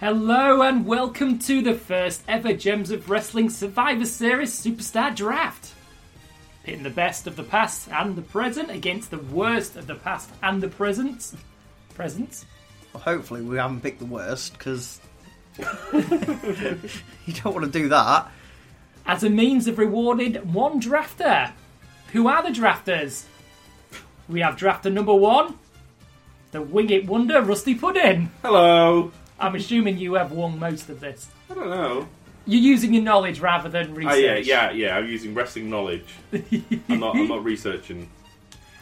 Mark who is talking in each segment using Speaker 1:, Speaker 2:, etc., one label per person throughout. Speaker 1: Hello and welcome to the first ever Gems of Wrestling Survivor Series Superstar Draft. Pitting the best of the past and the present against the worst of the past and the present. Present?
Speaker 2: Well, hopefully we haven't picked the worst because you don't want to do that.
Speaker 1: As a means of rewarded one drafter. Who are the drafters? We have drafter number one, the Wing It Wonder Rusty Pudding.
Speaker 3: Hello.
Speaker 1: I'm assuming you have won most of this.
Speaker 3: I don't know.
Speaker 1: You're using your knowledge rather than
Speaker 3: Ah,
Speaker 1: research.
Speaker 3: yeah, yeah, yeah. I'm using wrestling knowledge. I'm not. I'm not researching.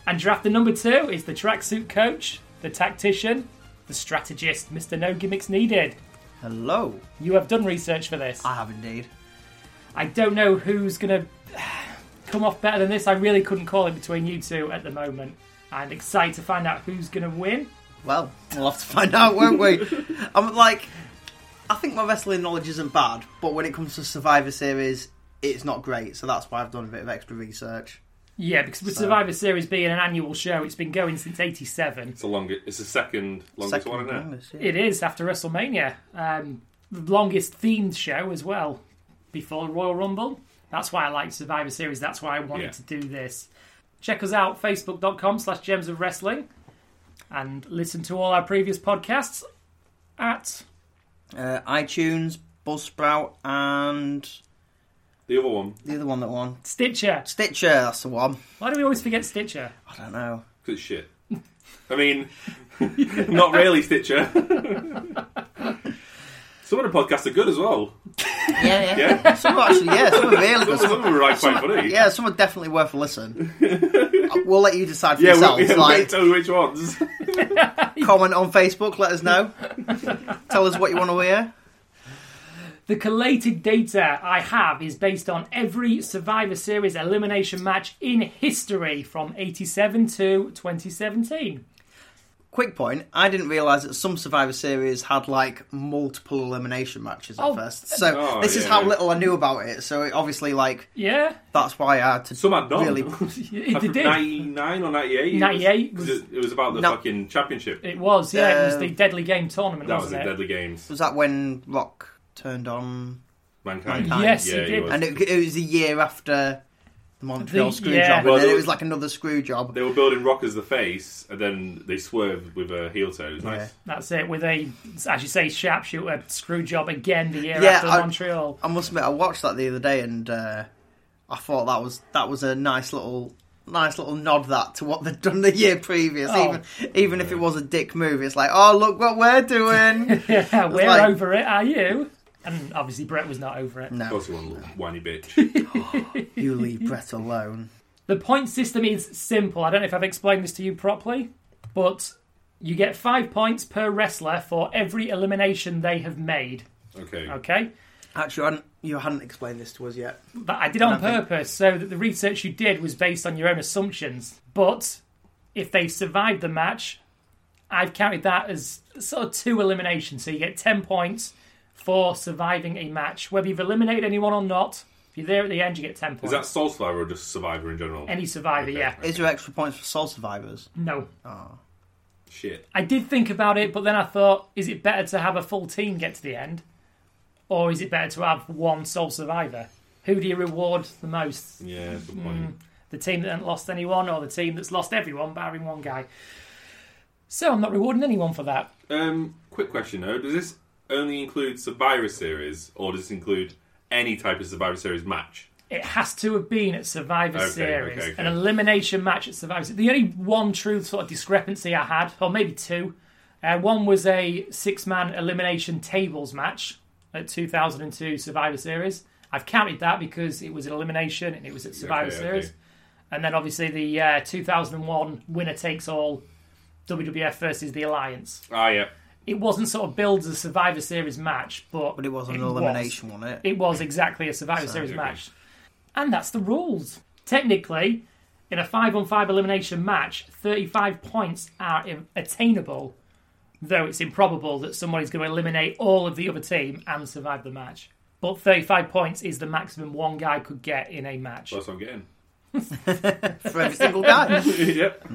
Speaker 1: And drafter number two is the tracksuit coach, the tactician, the strategist, Mr. No Gimmicks Needed.
Speaker 2: Hello,
Speaker 1: You have done research for this.
Speaker 2: I have indeed.
Speaker 1: I don't know who's going to come off better than this. I really couldn't call it between you two at the moment. And excited to find out who's going to win.
Speaker 2: Well, we'll have to find out, won't we? I'm like, I think my wrestling knowledge isn't bad, but when it comes to Survivor Series, it's not great. So that's why I've done a bit of extra research.
Speaker 1: Yeah, because with
Speaker 2: So-
Speaker 1: Survivor Series being an annual show, it's been going since 87.
Speaker 3: It's the longest. It's the second longest
Speaker 2: Second
Speaker 3: one, isn't it?
Speaker 2: longest, yeah.
Speaker 1: It is after WrestleMania. Um, the longest themed show as well before Royal Rumble. That's why I like Survivor Series. That's why I wanted
Speaker 3: Yeah.
Speaker 1: to do this. Check us out, facebook.com slash gems of wrestling, and listen to all our previous podcasts at.
Speaker 2: Uh, iTunes, Buzzsprout, and
Speaker 3: The other one
Speaker 2: the other one that won.
Speaker 1: Stitcher.
Speaker 2: Stitcher, that's the one.
Speaker 1: Why do we always forget Stitcher?
Speaker 2: I don't know.
Speaker 3: 'cause it's shit. I mean, not really Stitcher. some of the podcasts are good as well.
Speaker 2: Yeah, yeah.
Speaker 3: Yeah,
Speaker 2: Some are actually, yeah, some are really
Speaker 3: some
Speaker 2: good.
Speaker 3: of them are right quite funny.
Speaker 2: Yeah, some are definitely worth a listen. we'll let you decide for
Speaker 3: yeah.
Speaker 2: yourselves.
Speaker 3: We, yeah we
Speaker 2: like,
Speaker 3: don't know which ones.
Speaker 2: comment on Facebook, let us know. Tell us what you want to hear.
Speaker 1: The collated data I have is based on every Survivor Series elimination match in history from 87 to 2017.
Speaker 2: Quick point: I didn't realise that some Survivor Series had like multiple elimination matches at
Speaker 1: Oh.
Speaker 2: first. So
Speaker 3: Oh,
Speaker 2: this is
Speaker 3: yeah.
Speaker 2: how little I knew about it. So it obviously, like
Speaker 1: Yeah,
Speaker 2: that's why I had to
Speaker 3: Some are not.
Speaker 2: really.
Speaker 1: it, it did.
Speaker 3: Ninety nine or ninety eight.
Speaker 1: 98 was-
Speaker 3: It, it was about the
Speaker 2: No.
Speaker 3: fucking championship.
Speaker 1: It was, yeah. it was
Speaker 2: Um,
Speaker 1: the Deadly Game tournament,
Speaker 3: that was
Speaker 1: wasn't
Speaker 3: the
Speaker 1: it?
Speaker 3: Deadly Games.
Speaker 2: Was that when Rock turned on?
Speaker 3: Mankind.
Speaker 2: Mankind.
Speaker 1: Yes,
Speaker 3: yeah,
Speaker 1: it did.
Speaker 3: was.
Speaker 2: And it, it was a year after the Montreal
Speaker 1: The-
Speaker 2: screw
Speaker 1: yeah.
Speaker 2: job, and
Speaker 3: Well,
Speaker 2: then
Speaker 3: there
Speaker 2: it
Speaker 3: was-
Speaker 2: was like another screw job.
Speaker 3: They were building Rock as the face, and then they swerved with a heel toe. It was nice.
Speaker 2: Yeah.
Speaker 1: That's it. With a, as you say, sharpshooter screw job again the year
Speaker 2: Yeah,
Speaker 1: after
Speaker 2: I-
Speaker 1: Montreal.
Speaker 2: I must admit, I watched that the other day, and uh, I thought that was that was a nice little. Nice little nod that to what they'd done the year previous,
Speaker 1: Oh.
Speaker 2: even even if it was a dick move, it's like, oh look what we're doing.
Speaker 1: Yeah, we're
Speaker 2: like-
Speaker 1: over it. Are you? And obviously Brett was not over it.
Speaker 3: Of
Speaker 2: no,
Speaker 3: course, you want a little whiny bitch.
Speaker 2: you leave Brett alone.
Speaker 1: The point system is simple. I don't know if I've explained this to you properly, but you get five points per wrestler for every elimination they have made.
Speaker 3: Okay.
Speaker 1: Okay,
Speaker 2: Actually, I hadn't, you hadn't explained this to us yet.
Speaker 1: But I did on
Speaker 2: Nothing.
Speaker 1: purpose, so that the research you did was based on your own assumptions. But if they've survived the match, I've counted that as sort of two eliminations. So you get 10 points for surviving a match. Whether you've eliminated anyone or not, if you're there at the end, you get 10
Speaker 3: Is
Speaker 1: points.
Speaker 3: that Soul Survivor or just Survivor in general?
Speaker 1: Any survivor,
Speaker 3: Okay.
Speaker 1: yeah.
Speaker 2: Is there extra points for soul survivors?
Speaker 1: No.
Speaker 3: Shit.
Speaker 1: I did think about it, but then I thought, is it better to have a full team get to the end? Or is it better to have one sole survivor? Who do you reward the most?
Speaker 3: Yeah, that's the point.
Speaker 1: the team that hasn't lost anyone or the team that's lost everyone barring one guy. So I'm not rewarding anyone for that.
Speaker 3: Um, quick question though: Does this only include Survivor Series, or does this include any type of Survivor Series match?
Speaker 1: It has to have been at Survivor
Speaker 3: Okay,
Speaker 1: Series,
Speaker 3: okay, okay.
Speaker 1: an elimination match at Survivor Series. The only one true sort of discrepancy I had, or maybe two, uh, one was a six-man elimination tables match at 2002 Survivor Series. I've counted that because it was an elimination and it was at Survivor
Speaker 3: Okay, okay.
Speaker 1: Series. And then obviously the uh, 2001 winner takes all WWF versus the Alliance.
Speaker 3: Ah, yeah.
Speaker 1: it wasn't sort of billed as a Survivor Series match, but
Speaker 2: But it was an elimination, was. not it?
Speaker 1: It was exactly a Survivor Series
Speaker 3: okay.
Speaker 1: match, and that's the rules. Technically, in a five-on-five elimination match, thirty-five points are i- attainable, though it's improbable that somebody's going to eliminate all of the other team and survive the match. But thirty-five points is the maximum one guy could get in a match.
Speaker 3: That's what I'm getting.
Speaker 2: For every single guy.
Speaker 3: yep.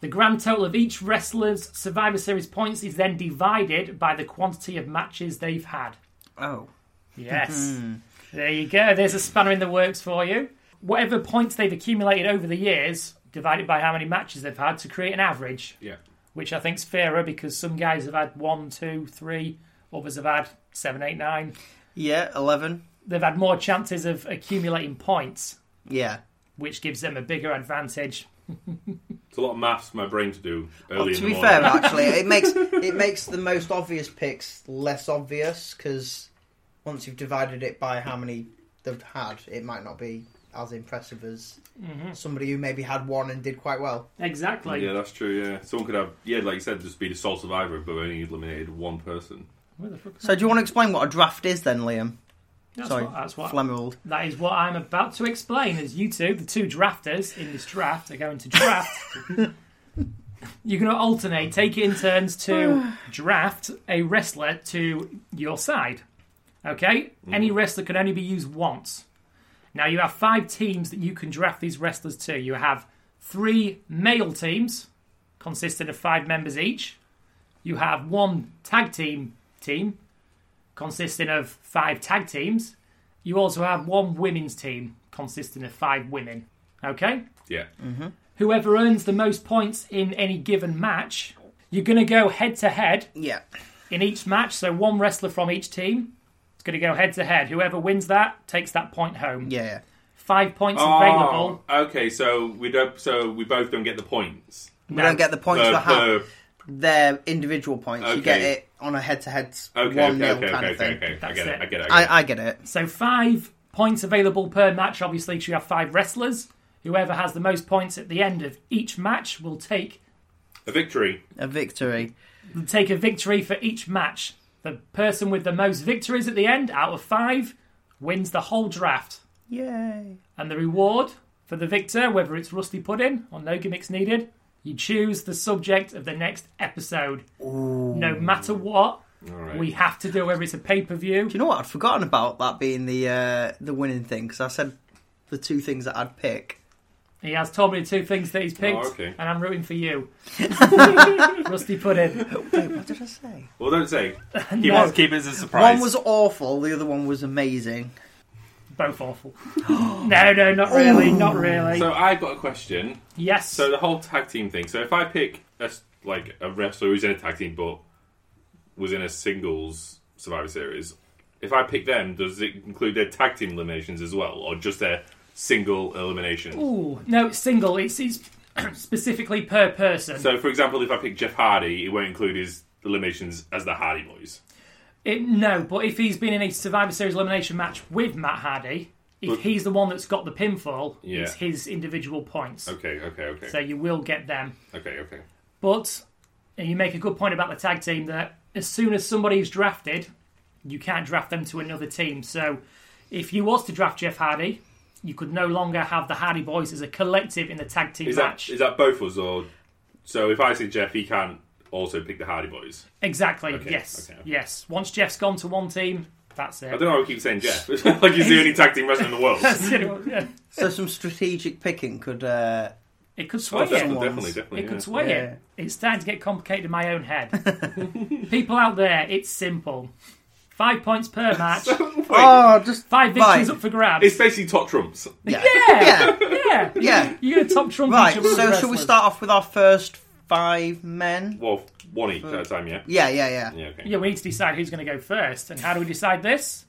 Speaker 1: The grand total of each wrestler's Survivor Series points is then divided by the quantity of matches they've had.
Speaker 2: Oh.
Speaker 1: Yes. there you go. There's a spanner in the works for you. Whatever points they've accumulated over the years, divided by how many matches they've had to create an average,
Speaker 3: Yeah.
Speaker 1: which I think's fairer because some guys have had one, two, three, others have had seven, eight, nine.
Speaker 2: Yeah, 11.
Speaker 1: They've had more chances of accumulating points,
Speaker 2: Yeah.
Speaker 1: which gives them a bigger advantage.
Speaker 3: It's a lot of maths for my brain to do early
Speaker 2: Well,
Speaker 3: in
Speaker 2: Oh, to
Speaker 3: the
Speaker 2: be
Speaker 3: morning.
Speaker 2: fair, actually, it makes it makes the most obvious picks less obvious because once you've divided it by how many they've had, it might not be as impressive as
Speaker 3: Mm-hmm.
Speaker 2: somebody who maybe had one and did quite well.
Speaker 1: Exactly.
Speaker 3: yeah, that's true. Yeah, someone could have. Yeah, like you said, just be the sole survivor, but only eliminated one person.
Speaker 1: Where the fuck is
Speaker 2: So, do you want to explain what a draft is then, Liam?
Speaker 1: That's
Speaker 2: Sorry,
Speaker 1: what, that's what
Speaker 2: Flemerald.
Speaker 1: that is what I'm about to explain. As you two, the two drafters in this draft, are going to draft. You're going to alternate, take it in turns to draft a wrestler to your side. Okay, any wrestler can only be used once. Now you have five teams that you can draft these wrestlers to. You have three male teams, consisting of five members each. You have one tag team team, consisting of five tag teams. You also have one women's team consisting of five women. Okay?
Speaker 3: Yeah,
Speaker 1: Hmm. Whoever earns the most points in any given match, you're going to go head to head
Speaker 2: Yeah.
Speaker 1: in each match. So one wrestler from each team is going to go head to head. Whoever wins that takes that point home.
Speaker 2: Yeah. yeah.
Speaker 1: Five points
Speaker 3: Oh,
Speaker 1: available.
Speaker 3: okay, so we don't. So we both don't get the points.
Speaker 2: We
Speaker 1: No.
Speaker 2: don't get the points
Speaker 3: Per-
Speaker 2: for how
Speaker 3: per-
Speaker 2: their individual points. You get
Speaker 3: uh, Okay.
Speaker 2: it on a head-to-head
Speaker 3: okay,
Speaker 2: one
Speaker 3: okay,
Speaker 2: nil
Speaker 3: okay,
Speaker 2: kind
Speaker 3: okay,
Speaker 2: of thing.
Speaker 3: okay, okay. I
Speaker 1: That's
Speaker 3: get it.
Speaker 1: it.
Speaker 3: I get it. I get it.
Speaker 2: I, I get it.
Speaker 1: So five points available per match, obviously, 'cause you have five wrestlers. Whoever has the most points at the end of each match will take
Speaker 3: A victory.
Speaker 2: A victory.
Speaker 1: take a victory for each match. The person with the most victories at the end, out of five, wins the whole draft.
Speaker 2: Yay.
Speaker 1: And the reward for the victor, whether it's Rusty Pudding or No Gimmicks Needed, you choose the subject of the next episode. No matter what,
Speaker 3: All right.
Speaker 1: we have to do, whether it's a pay per view.
Speaker 2: Do you know what? I'd forgotten about that being the uh, the winning thing because I said the two things that I'd pick.
Speaker 1: He has told me the two things that he's picked,
Speaker 3: Oh, okay.
Speaker 1: and I'm rooting for you. Rusty Pudding.
Speaker 2: Wait, what did I say?
Speaker 3: Well, don't say. Keep,
Speaker 1: No.
Speaker 3: it, keep it as a surprise.
Speaker 2: One was awful, the other one was amazing.
Speaker 1: Both awful. no, no, not really, not really.
Speaker 3: So I got a question.
Speaker 1: yes.
Speaker 3: So the whole tag team thing. So if I pick a s like a wrestler who's in a tag team but was in a singles Survivor Series, if I pick them, does it include their tag team eliminations as well, or just their single elimination?
Speaker 1: Ooh, no, it's single. It's, it's specifically per person.
Speaker 3: So for example, if I pick Jeff Hardy, it won't include his eliminations as the Hardy Boys.
Speaker 1: It- no, but if he's been in a Survivor Series elimination match with Matt Hardy, if
Speaker 3: But-
Speaker 1: he's the one that's got the pinfall,
Speaker 3: Yeah.
Speaker 1: it's his individual points.
Speaker 3: Okay, okay, okay,
Speaker 1: So you will get them.
Speaker 3: okay, okay.
Speaker 1: But and you make a good point about the tag team that as soon as somebody's drafted, you can't draft them to another team. So if you was to draft Jeff Hardy, you could no longer have the Hardy Boys as a collective in the tag team
Speaker 3: Is that
Speaker 1: match.
Speaker 3: is that both of us or? So if I say Jeff, he can't also pick the Hardy Boys.
Speaker 1: Exactly.
Speaker 3: Okay,
Speaker 1: Yes.
Speaker 3: okay.
Speaker 1: Yes. Once Jeff's gone to one team, that's
Speaker 3: I
Speaker 1: it.
Speaker 3: don't know. why I keep saying Jeff. like he's the only tag team wrestler in the world.
Speaker 1: That's it. Yeah.
Speaker 2: So some strategic picking could. Uh,
Speaker 1: It could sway
Speaker 3: Oh,
Speaker 1: it.
Speaker 3: definitely, definitely, definitely.
Speaker 1: It
Speaker 3: yeah.
Speaker 1: could sway
Speaker 2: Yeah.
Speaker 1: it. It's starting to get complicated in my own head. People out there, it's simple. Five points per match.
Speaker 3: Wait,
Speaker 2: oh, just
Speaker 1: Five victories
Speaker 2: Right.
Speaker 1: up for grabs.
Speaker 3: It's basically top trumps.
Speaker 2: yeah,
Speaker 1: Yeah.
Speaker 2: yeah.
Speaker 1: Yeah.
Speaker 2: Yeah.
Speaker 1: You're going to top trump
Speaker 2: Right.
Speaker 1: each other's
Speaker 2: So shall we
Speaker 1: wrestlers.
Speaker 2: start off with our first five men?
Speaker 3: Well, one each at a time, yeah.
Speaker 2: Yeah, yeah, yeah.
Speaker 3: Yeah, okay.
Speaker 1: Yeah, we need to decide who's going to go first. And how do we decide this?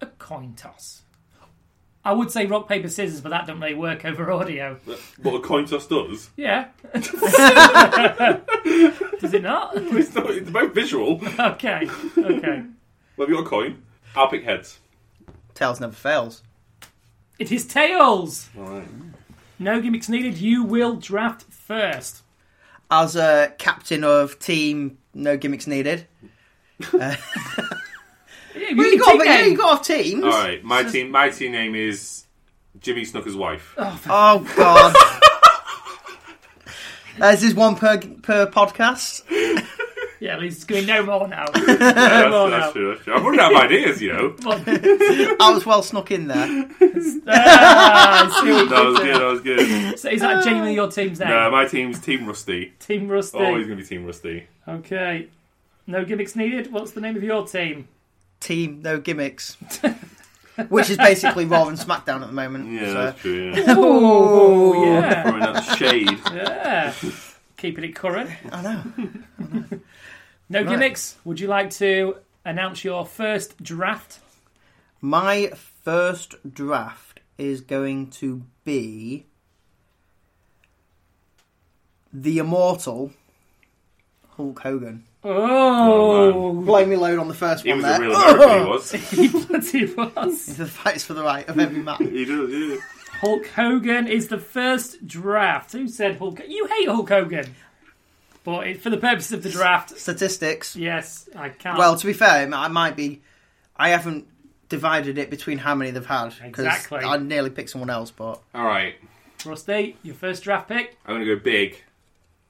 Speaker 1: A coin toss. I would say rock, paper, scissors, but that doesn't really work over audio.
Speaker 3: What a coin toss does.
Speaker 1: Yeah. Does it not?
Speaker 3: It's, not, it's both visual. Well,
Speaker 1: Okay. Okay.
Speaker 3: have you got a coin? I'll pick heads.
Speaker 2: Tails never fails.
Speaker 1: It is tails.
Speaker 3: All right.
Speaker 1: No gimmicks needed. You will draft first.
Speaker 2: As a captain of team, no gimmicks needed.
Speaker 1: Yeah,
Speaker 2: Well,
Speaker 1: you
Speaker 2: you got,
Speaker 1: got,
Speaker 2: but yeah, you got our teams.
Speaker 3: All right. My team. My team name is Jimmy Snooker's wife.
Speaker 2: Oh God. There's this one per per podcast.
Speaker 1: Yeah, at least it's going no more now.
Speaker 3: that's,
Speaker 1: well,
Speaker 3: that's
Speaker 1: no.
Speaker 3: true, that's true. I'm running out of ideas, you know.
Speaker 1: Come on.
Speaker 2: I was well snuck in there.
Speaker 1: Ah, I see what you
Speaker 3: That was
Speaker 1: did
Speaker 3: good.
Speaker 1: there.
Speaker 3: That was good.
Speaker 1: So is that genuinely your team's name?
Speaker 3: No, my team's Team Rusty.
Speaker 1: Team Rusty.
Speaker 3: Always going to be Team Rusty.
Speaker 1: Okay. No gimmicks needed. What's the name of your team?
Speaker 2: Team, no gimmicks. Which is basically Raw and SmackDown at the moment.
Speaker 3: Yeah,
Speaker 2: so.
Speaker 3: that's true. Yeah.
Speaker 1: Oh, yeah.
Speaker 3: Throwing that shade.
Speaker 1: Yeah. Keeping it current.
Speaker 2: I know.
Speaker 1: No
Speaker 2: Right.
Speaker 1: gimmicks. Would you like to announce your first draft?
Speaker 2: My first draft is going to be the immortal Hulk Hogan.
Speaker 1: Oh,
Speaker 2: Blame me load on the first
Speaker 3: He
Speaker 2: one
Speaker 3: was
Speaker 2: there.
Speaker 3: a real American. He was.
Speaker 1: he bloody was.
Speaker 2: the fights for the right of every man.
Speaker 3: He does. Yeah.
Speaker 1: Hulk Hogan is the first draft. Who said Hulk? You hate Hulk Hogan, but it, for the purpose of the draft,
Speaker 2: Statistics.
Speaker 1: yes, I can't.
Speaker 2: Well, to be fair, I might be. I haven't divided it between how many they've had because
Speaker 1: Exactly.
Speaker 2: I nearly picked someone else, but
Speaker 3: All right.
Speaker 1: Rusty, your first draft pick.
Speaker 3: I'm going to go big.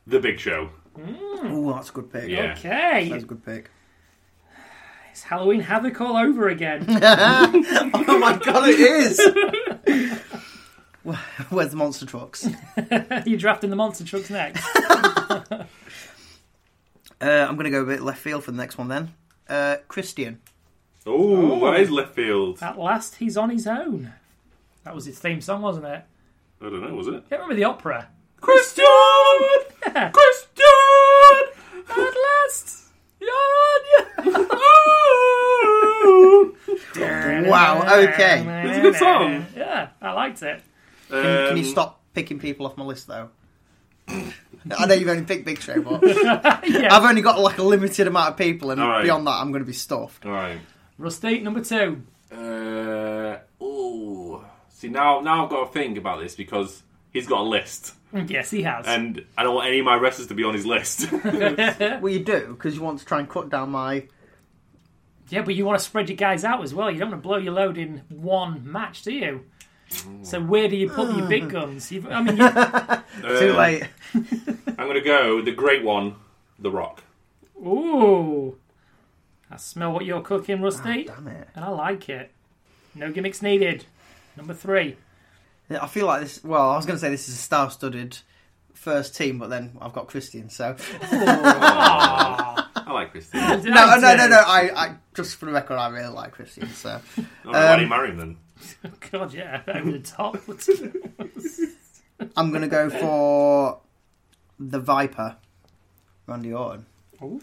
Speaker 3: The Big Show.
Speaker 2: oh, that's a good pick.
Speaker 3: Yeah.
Speaker 2: That's
Speaker 1: Okay,
Speaker 2: a good pick.
Speaker 1: it's Halloween Havoc all over again.
Speaker 2: Oh my god, it is. Where- Where's the monster trucks?
Speaker 1: You're drafting the monster trucks next.
Speaker 2: Uh, I'm going to go a bit left field for the next one then. Uh, Christian.
Speaker 3: Oh, that is left field. I
Speaker 1: At last, he's on his own. That was his theme song, wasn't it?
Speaker 3: don't know, was it?
Speaker 1: Can't remember the opera.
Speaker 3: Christian!
Speaker 1: Yeah.
Speaker 3: Christian!
Speaker 1: At last, you're on
Speaker 3: um,
Speaker 1: your.
Speaker 2: Wow, okay.
Speaker 3: It's a good song.
Speaker 1: Yeah, I liked it.
Speaker 2: Can, can you
Speaker 3: Um,
Speaker 2: stop picking people off my list though? I know you've only picked Big Show, but I've only got like a limited amount of people, and
Speaker 3: All right.
Speaker 2: beyond that, I'm going to be stuffed.
Speaker 3: All right.
Speaker 1: Rusty, number two.
Speaker 3: Uh, oh, see now, now I've got to think about this because he's got a list,
Speaker 2: Mm.
Speaker 1: Yes, he has.
Speaker 3: and I don't want any of my wrestlers to be on his list.
Speaker 2: Well, you do because you want to try and cut down my
Speaker 1: yeah, but you want to spread your guys out as well. You don't want to blow your load in one match, do you? So where do you put your
Speaker 2: Mm.
Speaker 1: big guns? You've, I mean, you,
Speaker 2: too late.
Speaker 3: I'm gonna go with the great one, The Rock.
Speaker 1: ooh, I smell what you're cooking, Rusty,
Speaker 2: Ah, Damn it!
Speaker 1: and I like it. No gimmicks needed. Number three.
Speaker 2: I feel like this. Well, I was going to say this is a star-studded first team, but then I've got Christian. So
Speaker 3: I like Christian. I don't
Speaker 2: no, no, no, no. I, I just for the record, I really like Christian. So
Speaker 3: know why
Speaker 2: Um,
Speaker 3: do you marry him then?
Speaker 1: God, yeah, over the top.
Speaker 2: I'm going to go for the Viper, Randy Orton.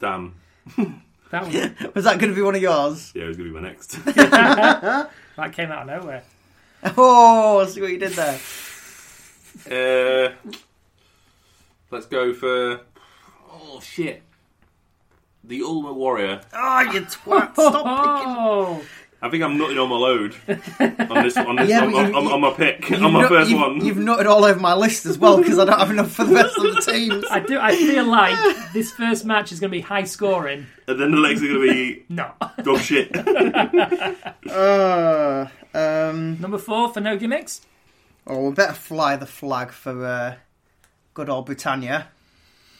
Speaker 3: Damn.
Speaker 1: that was
Speaker 2: Was that going to be one of yours?
Speaker 3: Yeah, he's gonna be my next.
Speaker 1: that came out of nowhere.
Speaker 2: Oh, I see what you did there.
Speaker 3: uh, let's go for. Oh shit! The Ultimate Warrior.
Speaker 2: Oh, you twat! Stop picking.
Speaker 1: Oh,
Speaker 3: I think I'm nutting on my load on this on this
Speaker 2: Yeah,
Speaker 3: on,
Speaker 2: but
Speaker 3: on,
Speaker 2: you-
Speaker 3: on,
Speaker 2: you-
Speaker 3: on my pick on my
Speaker 2: You've
Speaker 3: first
Speaker 2: you've,
Speaker 3: one.
Speaker 2: You've nutted all over my list as well because I don't have enough for the rest of the teams.
Speaker 1: I do. I feel like this first match is going to be high scoring.
Speaker 3: And then the legs are gonna be
Speaker 1: No.
Speaker 3: dog shit.
Speaker 2: Uh, um,
Speaker 1: Number four for no gimmicks.
Speaker 2: oh, we better fly the flag for uh, good old Britannia.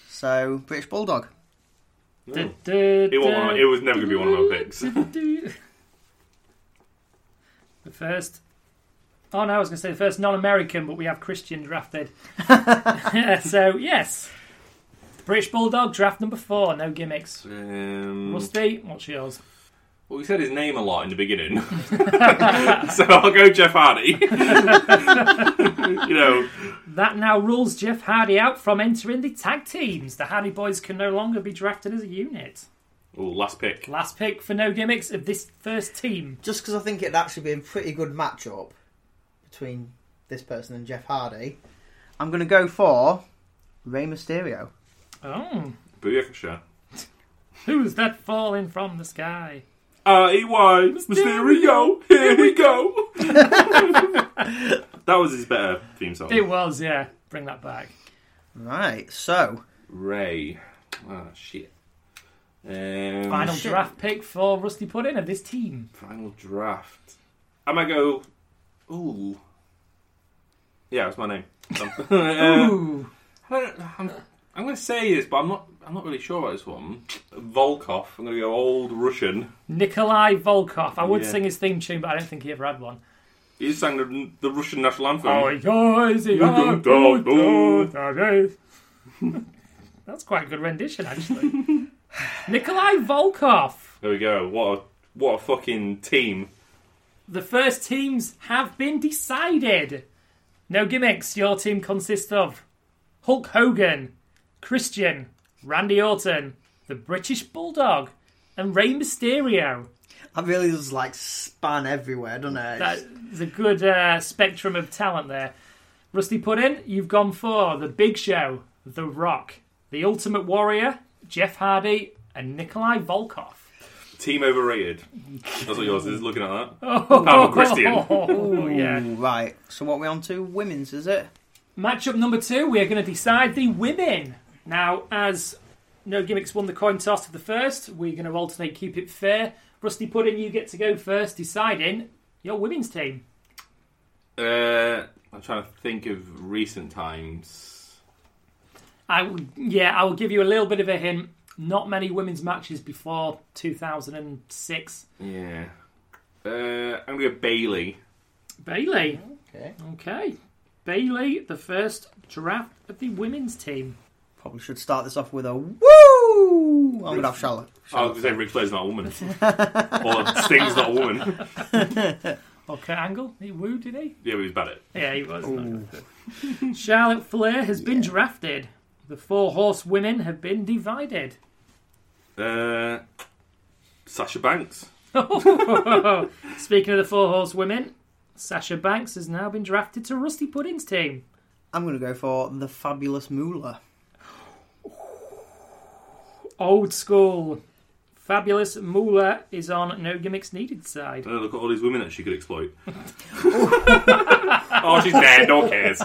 Speaker 2: So British Bulldog.
Speaker 1: Du-
Speaker 3: No.
Speaker 1: du-
Speaker 3: It,
Speaker 1: du-
Speaker 3: wasn't one of- it was never gonna be one of my picks.
Speaker 1: du- du- The first. Oh no, I was going to say the first non-American, but we have Christian drafted. so yes, the British Bulldog draft number four. No gimmicks.
Speaker 3: Um,
Speaker 1: Rusty, what's yours?
Speaker 3: well, we said his name a lot in the beginning, so I'll go Jeff Hardy. you know,
Speaker 1: That now rules Jeff Hardy out from entering the tag teams. The Hardy Boys can no longer be drafted as a unit.
Speaker 3: Ooh, last pick.
Speaker 1: Last pick for no gimmicks of this first team.
Speaker 2: Just because I think it'd actually be a pretty good matchup between this person and Jeff Hardy, I'm going to go for Rey Mysterio.
Speaker 1: Oh,
Speaker 3: Booyakasha.
Speaker 1: who's that falling from the sky?
Speaker 3: R-E-Y, Uh, E Mysterio, here we go. that was his better theme song.
Speaker 1: It was, yeah. Bring that back.
Speaker 2: Right. So
Speaker 3: Ray. Ah, shit. Um,
Speaker 1: Final
Speaker 2: shit.
Speaker 1: draft pick for Rusty Pudding of this team.
Speaker 3: Final draft. I might go. Ooh. Yeah, that's my name. Um, uh,
Speaker 1: Ooh,
Speaker 3: I don't- I'm, um, I'm going to say this, but I'm not. I'm not really sure about this one. Volkov. I'm going to go old Russian.
Speaker 1: Nikolai Volkov. I would
Speaker 3: Yeah.
Speaker 1: sing his theme tune, but I don't think he ever had one.
Speaker 3: He sang the, the Russian national anthem.
Speaker 1: Oh, yours,
Speaker 3: dun, dun, dun.
Speaker 1: yours. That's quite a good rendition, actually. Nikolai Volkov.
Speaker 3: There we go. What a what a fucking team.
Speaker 1: The first teams have been decided. No gimmicks. Your team consists of Hulk Hogan, Christian, Randy Orton, the British Bulldog, and Rey Mysterio.
Speaker 2: I really does like span everywhere, doesn't it?
Speaker 1: That is a good uh, spectrum of talent there. Rusty Puddin, you've gone for The Big Show, The Rock, The Ultimate Warrior, Jeff Hardy, and Nikolai Volkov.
Speaker 3: Team overrated. That's what yours is. Looking at that. Oh, Christian.
Speaker 1: Oh, yeah.
Speaker 2: Ooh, right. So what are we on to? Women's, is it?
Speaker 1: Matchup number two, we are going to decide the women. Now, as No Gimmicks won the coin toss of the first, we're going to alternate keep it fair. Rusty Puddin, you get to go first, deciding your women's team.
Speaker 3: Uh, I'm trying to think of recent times.
Speaker 1: I will, yeah, I will give you a little bit of a hint. Not many women's matches before 2006.
Speaker 3: Yeah. Uh, I'm gonna go Bailey.
Speaker 1: Bailey,
Speaker 2: Okay.
Speaker 1: okay, Bailey, the first draft of the women's team.
Speaker 2: Probably should start this off with a woo. I'm gonna have Charlotte.
Speaker 3: I was gonna say Ric Flair's not a woman, or Sting's not a woman.
Speaker 1: Okay, Angle, he wooed, did he?
Speaker 3: Yeah, but he's bad at. it.
Speaker 1: Yeah, he was. Charlotte Flair has been drafted. The four horsewomen have been divided.
Speaker 3: Uh, Sasha Banks.
Speaker 1: Speaking of the four horsewomen, Sasha Banks has now been drafted to Rusty Puddin's team.
Speaker 2: I'm gonna go for the fabulous Moolah.
Speaker 1: Old school. Fabulous Moolah is on No Gimmicks Needed side.
Speaker 3: Uh, look at all these women that she could exploit. oh, she's dead. No one cares.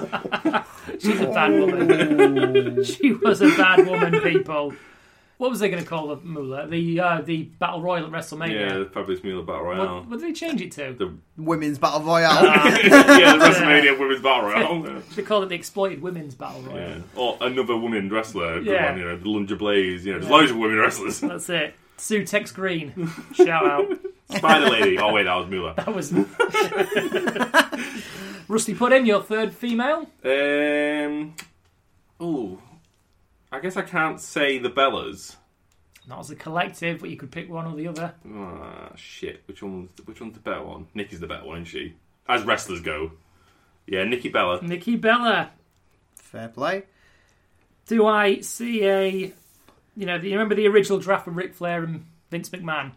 Speaker 1: She's a bad woman. she was a bad woman, people. What was they going to call the Moolah? The uh, the Battle Royal at
Speaker 3: Yeah,
Speaker 1: WrestleMania.
Speaker 3: the Fabulous Moolah Battle Royale.
Speaker 1: What, what did they change it to?
Speaker 3: The-
Speaker 2: Women's battle
Speaker 1: Ah.
Speaker 2: royale.
Speaker 3: yeah, the WrestleMania Women's Battle Royale.
Speaker 1: They called it the Exploited Women's Battle Royal.
Speaker 3: Yeah. Or another woman wrestler. Good
Speaker 1: Yeah.
Speaker 3: one, you know, the Lunja Blaze. You know, there's loads of women wrestlers.
Speaker 1: That's it. Sue Tex Green. Shout out.
Speaker 3: Spider Lady. Oh wait, that was Moolah.
Speaker 1: That was. Rusty Puddin, your third female.
Speaker 3: Um. Oh, I guess I can't say the Bellas.
Speaker 1: Not as a collective, but you could pick one or the other.
Speaker 3: Ah, shit. Which one's which one's the better one? Nikki's the better one, isn't she? As wrestlers go, yeah, Nikki Bella.
Speaker 1: Nikki Bella.
Speaker 2: Fair play.
Speaker 1: do I see a you know, you remember the original draft of Ric Flair and Vince McMahon,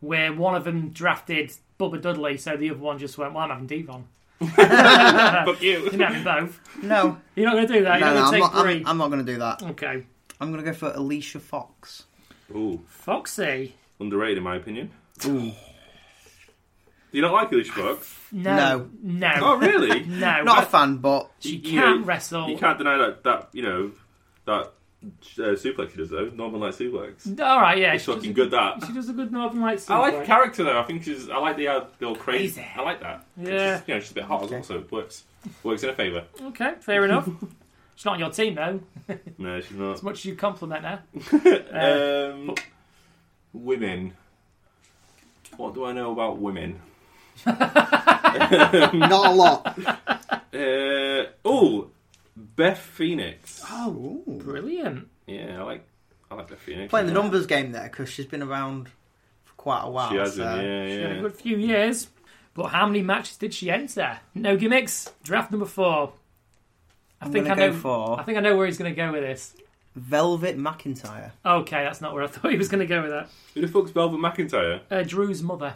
Speaker 1: where one of them drafted Bubba Dudley, so the other one just went, Well, I'm having Devon.
Speaker 3: Fuck
Speaker 1: You
Speaker 3: you.
Speaker 1: can have them both.
Speaker 2: No,
Speaker 1: You're not gonna do that,
Speaker 2: no,
Speaker 1: you're
Speaker 2: no.
Speaker 1: not
Speaker 2: I'm
Speaker 1: gonna
Speaker 2: not,
Speaker 1: take 3
Speaker 2: I'm, I'm not gonna do that.
Speaker 1: Okay.
Speaker 2: I'm gonna go for Alicia Fox.
Speaker 3: Ooh,
Speaker 1: Foxy.
Speaker 3: underrated in my opinion.
Speaker 2: Ooh.
Speaker 3: Do you not like Alicia Fox?
Speaker 1: No. No.
Speaker 3: Oh, really?
Speaker 1: No.
Speaker 2: Not a fan, but
Speaker 1: she
Speaker 3: You
Speaker 1: can't
Speaker 3: know,
Speaker 1: wrestle.
Speaker 3: You can't deny that that you know that uh, suplex she does though. Northern Light suplex.
Speaker 1: All right, yeah.
Speaker 3: It's
Speaker 1: she does
Speaker 3: fucking
Speaker 1: a-
Speaker 3: good that.
Speaker 1: She does a good Northern Lights.
Speaker 3: I like her
Speaker 1: suplex.
Speaker 3: character though. I think she's. I like the uh, the old crazy.
Speaker 1: Crazy.
Speaker 3: I like that.
Speaker 1: Yeah.
Speaker 3: She's, you know, she's a bit hot as well, so it works works in her favour.
Speaker 1: Okay, fair enough. She's not on your team though.
Speaker 3: No, she's not.
Speaker 1: As much as you compliment her. Uh,
Speaker 3: Um, women. What do I know about women?
Speaker 2: not a lot.
Speaker 3: Uh, oh, Beth Phoenix.
Speaker 2: Oh,
Speaker 1: Brilliant.
Speaker 3: Yeah, I like I like Beth Phoenix.
Speaker 2: playing the numbers game there because she's been around for quite a while.
Speaker 3: She has,
Speaker 2: so.
Speaker 3: not yeah,
Speaker 1: She had a
Speaker 3: yeah.
Speaker 1: good few years. But how many matches did she enter? No gimmicks. Draft number four. I
Speaker 2: I'm
Speaker 1: think I
Speaker 2: gonna
Speaker 1: know.
Speaker 2: go for-
Speaker 1: I think I know where he's going to go with this.
Speaker 2: Velvet McIntyre.
Speaker 1: Okay, that's not where I thought he was going to go with that.
Speaker 3: Who the fuck's Velvet McIntyre?
Speaker 1: Uh, Drew's mother.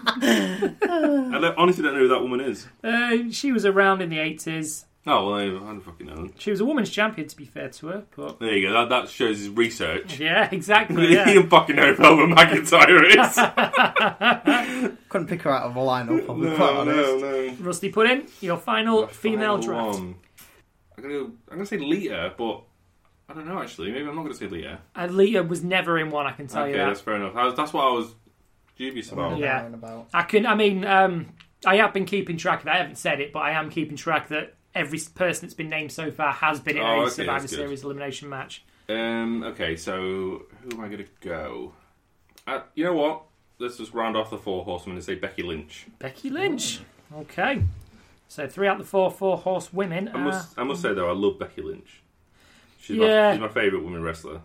Speaker 3: I don't- honestly don't know who that woman is.
Speaker 1: Uh, she was around in the eighties.
Speaker 3: Oh well, I, I don't fucking know.
Speaker 1: She was a women's champion, to be fair to her. But
Speaker 3: There you go. That, that shows his research.
Speaker 1: yeah, exactly.
Speaker 3: He
Speaker 1: Oh, Yeah.
Speaker 3: don't fucking know who Velvet McIntyre is.
Speaker 2: Couldn't pick her out of a lineup, I'll be
Speaker 3: no,
Speaker 2: quite honest.
Speaker 3: no, no.
Speaker 1: Rusty Puddin, your final female
Speaker 3: Final
Speaker 1: draft.
Speaker 3: one. I'm gonna I'm gonna say Lita, but I don't know actually. Maybe I'm not gonna say Lita.
Speaker 1: Alita Uh, was never in one. I can tell
Speaker 3: okay,
Speaker 1: you that.
Speaker 3: that's fair enough. I was, that's what I was dubious about.
Speaker 1: Oh, Yeah.
Speaker 2: About.
Speaker 1: I can. I mean, um, I have been keeping track of. I haven't said it, but I am keeping track that every person that's been named so far has been in
Speaker 3: Oh,
Speaker 1: a
Speaker 3: okay,
Speaker 1: Survivor
Speaker 3: that's good.
Speaker 1: Series elimination match.
Speaker 3: Um, okay, so who am I going to go? Uh, you know what? Let's just round off the four horsemen and say Becky Lynch.
Speaker 1: Becky Lynch. Okay. So three out of the four four horse women. Uh,
Speaker 3: I must, I must say though, I love Becky Lynch. She's,
Speaker 1: Yeah.
Speaker 3: my, she's my favorite woman wrestler.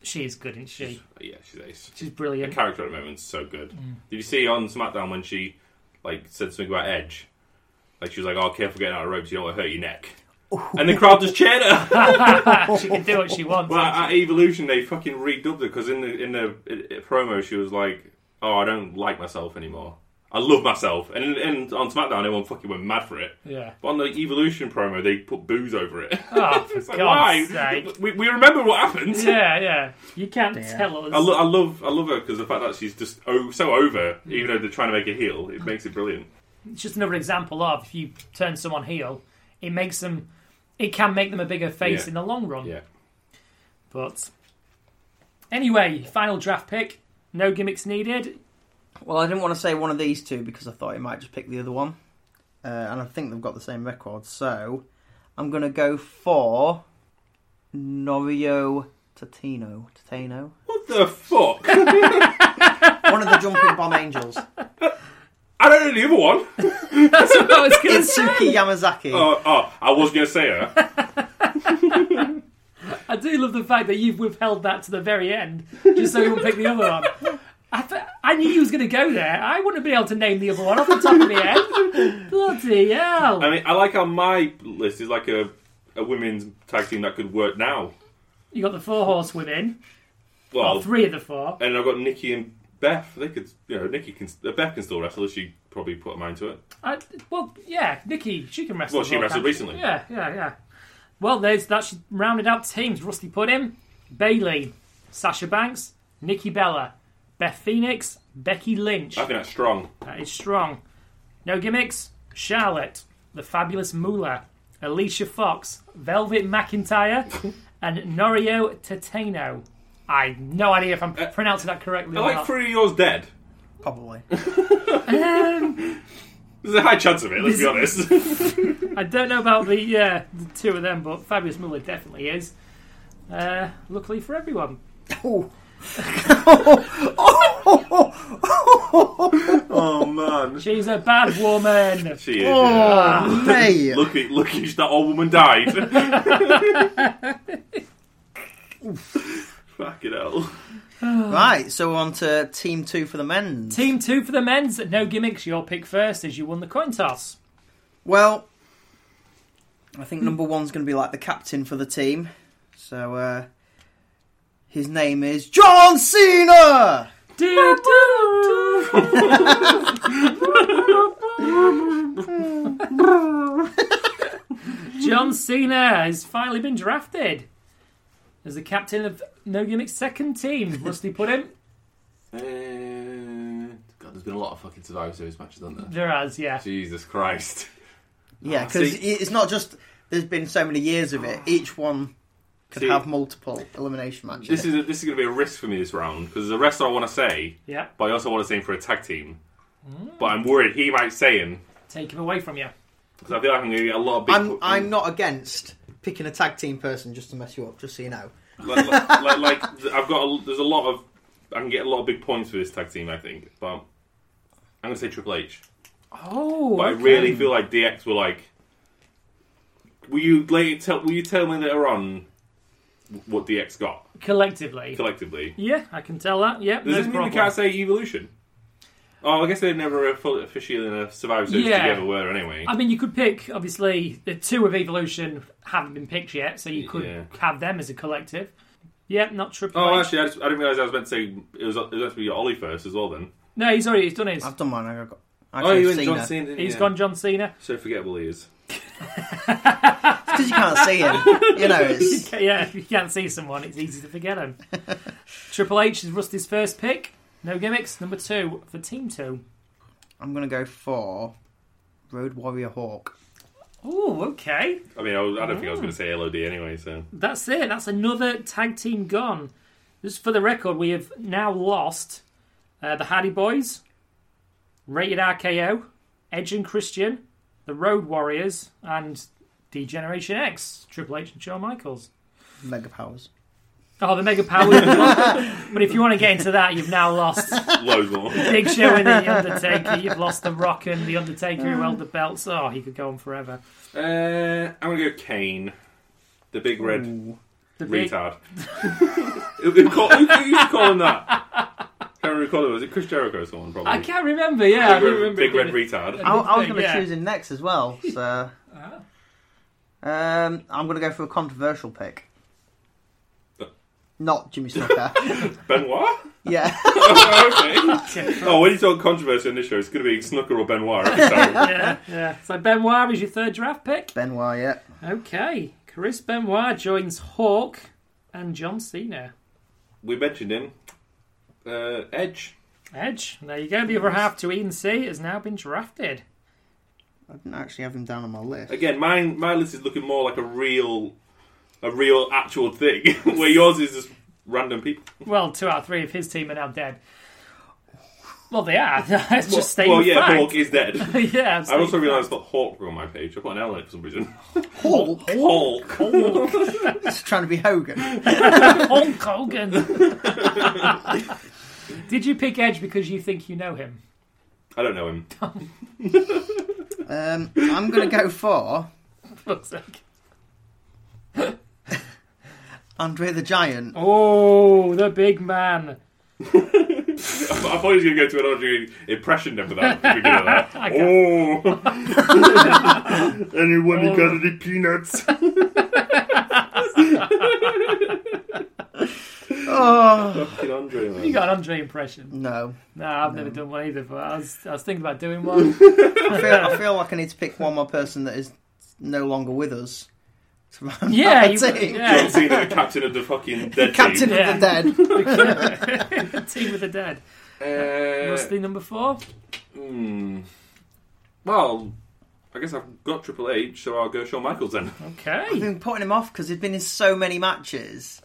Speaker 1: she is good, isn't she?
Speaker 3: Yeah, she's ace.
Speaker 1: She's
Speaker 3: The
Speaker 1: brilliant.
Speaker 3: character at the moment's so good.
Speaker 1: Mm.
Speaker 3: Did you see on SmackDown when she like said something about Edge? Like she was like, "Oh, careful getting out of ropes, you don't want to hurt your neck." and the crowd just cheered her.
Speaker 1: she can do what she wants.
Speaker 3: well, at Evolution they fucking redubbed it because in the in the i- i- promo she was like, "Oh, I don't like myself anymore. I love myself." And, and on SmackDown everyone fucking went mad for it.
Speaker 1: yeah.
Speaker 3: But on the Evolution promo they put booze over it.
Speaker 1: Oh, for
Speaker 3: it's like,
Speaker 1: God's
Speaker 3: why?
Speaker 1: sake.
Speaker 3: We, we remember what happened.
Speaker 1: Yeah, yeah. You can't
Speaker 2: Yeah.
Speaker 1: tell us.
Speaker 3: I, lo- I love I love her because the fact that she's just oh so over, even though they're trying to make a heel, it makes it brilliant.
Speaker 1: it's just another example of if you turn someone heel, it makes them, it can make them a bigger face
Speaker 3: Yeah.
Speaker 1: in the long run.
Speaker 3: Yeah.
Speaker 1: But anyway, final draft pick. No gimmicks needed.
Speaker 2: Well, I didn't want to say one of these two because I thought he might just pick the other one, uh, and I think they've got the same record. So I'm going to go for Norio Tatino. Tatino,
Speaker 3: What the fuck?
Speaker 2: one of the jumping bomb angels.
Speaker 3: I don't know the other one.
Speaker 1: That's what I was going to say.
Speaker 2: Itsuki Yamazaki.
Speaker 3: Oh, oh, I was gonna say her.
Speaker 1: I do love the fact that you've withheld that to the very end, just so you wouldn't pick the other one. I, th- I knew you was going to go there. I wouldn't have been able to name the other one off the top of my head. Bloody hell.
Speaker 3: I mean, I like how my list is like a a women's tag team that could work now.
Speaker 1: You got the four horsewomen,
Speaker 3: Well,
Speaker 1: or three of the four.
Speaker 3: and I've got Nikki and Beth. They could, you know, Nikki can uh, Beth can still wrestle. She probably put her mind to it.
Speaker 1: I, well, yeah, Nikki, she can wrestle.
Speaker 3: Well, she
Speaker 1: as
Speaker 3: wrestled
Speaker 1: can't
Speaker 3: recently.
Speaker 1: Yeah, yeah, yeah. Well, there's that. She rounded out teams: Rusty Pudding, Bailey, Sasha Banks, Nikki Bella, Beth Phoenix, Becky Lynch.
Speaker 3: I think that's strong.
Speaker 1: That is strong. No gimmicks. Charlotte, the fabulous Moolah, Alicia Fox, Velvet McIntyre, and Norio Tateno. I no idea if I'm
Speaker 3: Uh,
Speaker 1: pronouncing that correctly.
Speaker 3: I
Speaker 1: or
Speaker 3: like
Speaker 1: not.
Speaker 3: three of yours dead.
Speaker 2: Probably.
Speaker 3: There's a high chance of it. Let's be honest.
Speaker 1: I don't know about the yeah the two of them, but Fabulous Muller definitely is. Uh, luckily for everyone.
Speaker 2: Oh. oh,
Speaker 3: oh man, Oh.
Speaker 1: She's a bad woman.
Speaker 3: she is. yeah.
Speaker 2: mate.
Speaker 3: Lucky, lucky that old woman died. Fucking hell.
Speaker 2: Right, so we're on to team two for the men's.
Speaker 1: Team two for the men's. No gimmicks. Your pick first as you won the coin toss.
Speaker 2: Well, I think number one's going to be like the captain for the team. So uh, his name is John Cena.
Speaker 1: Do, do, do. John Cena has finally been drafted as the captain of No Gimmicks' second team. Rusty put him.
Speaker 3: Uh, God, there's been a lot of fucking Survivor Series matches, hasn't there?
Speaker 1: There has, yeah.
Speaker 3: Jesus Christ.
Speaker 2: Yeah,
Speaker 3: Ah,
Speaker 2: because
Speaker 3: see-
Speaker 2: it's not just there's been so many years of it. Each one could
Speaker 3: See-
Speaker 2: have multiple elimination matches.
Speaker 3: This is a, this is going to be a risk for me this round because there's a wrestler I want to say,
Speaker 1: Yeah.
Speaker 3: but I also want to say him for a tag team. But I'm worried he might say him
Speaker 1: Take him away from you.
Speaker 3: because I feel like I'm going to get a lot of big.
Speaker 2: I'm I'm not against picking a tag team person just to mess you up. Just so you know.
Speaker 3: like, like, like I've got a, there's a lot of I can get a lot of big points for this tag team. I think, but I'm going to say Triple H.
Speaker 1: Oh.
Speaker 3: But I
Speaker 1: okay.
Speaker 3: really feel like DX were like, will you later tell? Will you tell me later on what DX got
Speaker 1: Collectively.
Speaker 3: collectively?
Speaker 1: Yeah, I can tell that. Yeah,
Speaker 3: Does
Speaker 1: no
Speaker 3: this mean we
Speaker 1: problem.
Speaker 3: can't say Evolution? Oh, I guess they never offi- officially in a Survivor Series
Speaker 1: Yeah.
Speaker 3: together were anyway.
Speaker 1: I mean, you could pick, obviously, the two of Evolution haven't been picked yet, so you could
Speaker 3: Yeah.
Speaker 1: have them as a collective. Yeah, not Triple
Speaker 3: Oh,
Speaker 1: H.
Speaker 3: actually, I, just, I didn't realize I was meant to say it was, it was actually Ollie first as well. Then
Speaker 1: No, he's already he's done his.
Speaker 2: I've done mine. I got. I
Speaker 3: oh, you
Speaker 2: chose
Speaker 3: and
Speaker 2: Cena.
Speaker 3: John Cena. didn't
Speaker 1: He's
Speaker 3: you?
Speaker 1: gone John Cena.
Speaker 3: So forgettable he is.
Speaker 2: because you can't see him. You know, it's
Speaker 1: Yeah, if you can't see someone, it's easy to forget him. Triple H is Rusty's first pick. No gimmicks. Number two for Team Two.
Speaker 2: I'm gonna go for Road Warrior Hawk.
Speaker 1: Oh, okay.
Speaker 3: I mean, I, was, I don't think I was going to say LOD anyway. So
Speaker 1: That's it. That's another tag team gone. Just for the record, we have now lost uh, the Hardy Boys, Rated RKO, Edge and Christian, the Road Warriors, and Degeneration X, Triple H and Shawn Michaels.
Speaker 2: Mega powers.
Speaker 1: Oh, the Mega Power. but if you want to get into that, you've now lost
Speaker 3: Loads more.
Speaker 1: Big Show and The Undertaker. You've lost The Rock and The Undertaker who held the belts. Oh, he could go on forever.
Speaker 3: Uh, I'm gonna go Kane, the big red
Speaker 2: Ooh.
Speaker 1: The big-
Speaker 3: retard. who, who call- who- who used to call him that? Can't recall it. Was it Chris Jericho or someone? Probably.
Speaker 1: I can't remember, yeah. I
Speaker 3: Big,
Speaker 1: do
Speaker 3: red,
Speaker 1: remember
Speaker 3: big
Speaker 1: it
Speaker 3: red
Speaker 1: being-
Speaker 3: retard.
Speaker 2: I, I was going to
Speaker 1: Yeah. Uh-huh.
Speaker 2: choose him next as well, so. Um, I'm going to go for a controversial pick. Not Jimmy Snuka.
Speaker 3: Benoit.
Speaker 2: yeah.
Speaker 3: oh, okay. oh, when you talk controversy on this show, it's going to be Snooker or Benoit every time.
Speaker 1: yeah, yeah. So Benoit was your third draft pick.
Speaker 2: Benoit, yeah.
Speaker 1: Okay, Chris Benoit joins Hawk and John Cena.
Speaker 3: we mentioned him. Uh, Edge.
Speaker 1: Edge, there you go. The other half to Eden C has now been drafted.
Speaker 2: I didn't actually have him down on my list.
Speaker 3: Again, mine my list is looking more like a real, a real actual thing, where yours is just random people.
Speaker 1: Well, two out of three of his team are now dead. Well, they are. That's just stating
Speaker 3: well, yeah,
Speaker 1: fact.
Speaker 3: Hawk is dead.
Speaker 1: yeah, I'm
Speaker 3: I also
Speaker 1: stating
Speaker 3: realised I put Hawk on my page. I put an L in it for some reason.
Speaker 2: Hulk.
Speaker 3: Hawk.
Speaker 2: It's trying to be Hogan.
Speaker 1: Hulk Hogan. Did you pick Edge because you think you know him?
Speaker 3: I don't know him.
Speaker 2: Um, I'm going to go for
Speaker 1: Fuck's sake.
Speaker 2: Andre the Giant.
Speaker 1: Oh, the big man.
Speaker 3: I thought he was going to go to an ordinary impression then for that. If we do that.
Speaker 1: I got-
Speaker 3: oh, anyone who got any peanuts?
Speaker 2: Oh,
Speaker 3: Fucking Andre, man.
Speaker 1: You got an Andre impression.
Speaker 2: no.
Speaker 1: No, I've never done one either, but I was, I was thinking about doing one.
Speaker 2: I feel, I feel like I need to pick one more person that is no longer with us.
Speaker 1: Yeah, you,
Speaker 2: That's it.
Speaker 1: yeah,
Speaker 3: John Cena, the captain of the fucking dead
Speaker 2: Captain
Speaker 3: team.
Speaker 1: Yeah.
Speaker 2: of the Dead.
Speaker 1: Team of the Dead. Must
Speaker 3: Uh,
Speaker 1: be number four.
Speaker 3: hmm. Well, I guess I've got Triple H, so I'll go Shawn Michaels then.
Speaker 2: I've
Speaker 1: Okay.
Speaker 2: been putting him off because he's been in so many matches.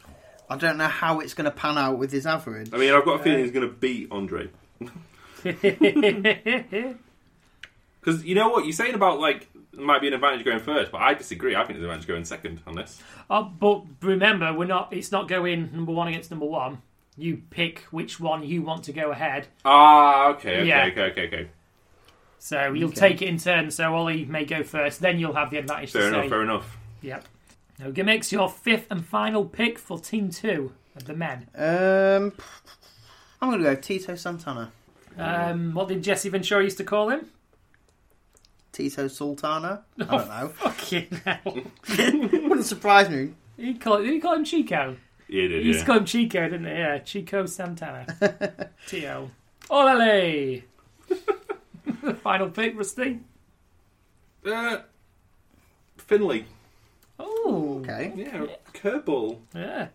Speaker 2: I don't know how it's going to pan out with his average.
Speaker 3: I mean, I've got a feeling he's going to beat Andre. Because you know what you're saying about like there might be an advantage going first, but I disagree. I think there's an advantage going second on this.
Speaker 1: oh, but remember, we're not. It's not going number one against number one. You pick which one you want to go ahead.
Speaker 3: Ah, okay, okay,
Speaker 1: Yeah.
Speaker 3: okay, okay, okay.
Speaker 1: So you'll
Speaker 2: Okay.
Speaker 1: take it in turn. So Ollie may go first. Then you'll have the advantage
Speaker 3: Fair
Speaker 1: to
Speaker 3: enough,
Speaker 1: say.
Speaker 3: fair enough.
Speaker 1: Yep. Now gimmicks your fifth and final pick for Team Two of the men.
Speaker 2: Um, I'm going to go Tito Santana.
Speaker 1: Um, what did Jesse Ventura used to call him?
Speaker 2: Tito Sultana? I don't know.
Speaker 1: Fucking hell.
Speaker 2: Wouldn't surprise me.
Speaker 1: He called. Did he call him Chico?
Speaker 3: Yeah, yeah,
Speaker 1: He used to
Speaker 3: yeah.
Speaker 1: call him Chico, didn't he? Yeah, Chico Santana. T.O. Olale! Final pick, Rusty.
Speaker 3: Uh, Finley,
Speaker 1: Oh,
Speaker 2: Okay.
Speaker 3: yeah, curveball.
Speaker 1: yeah.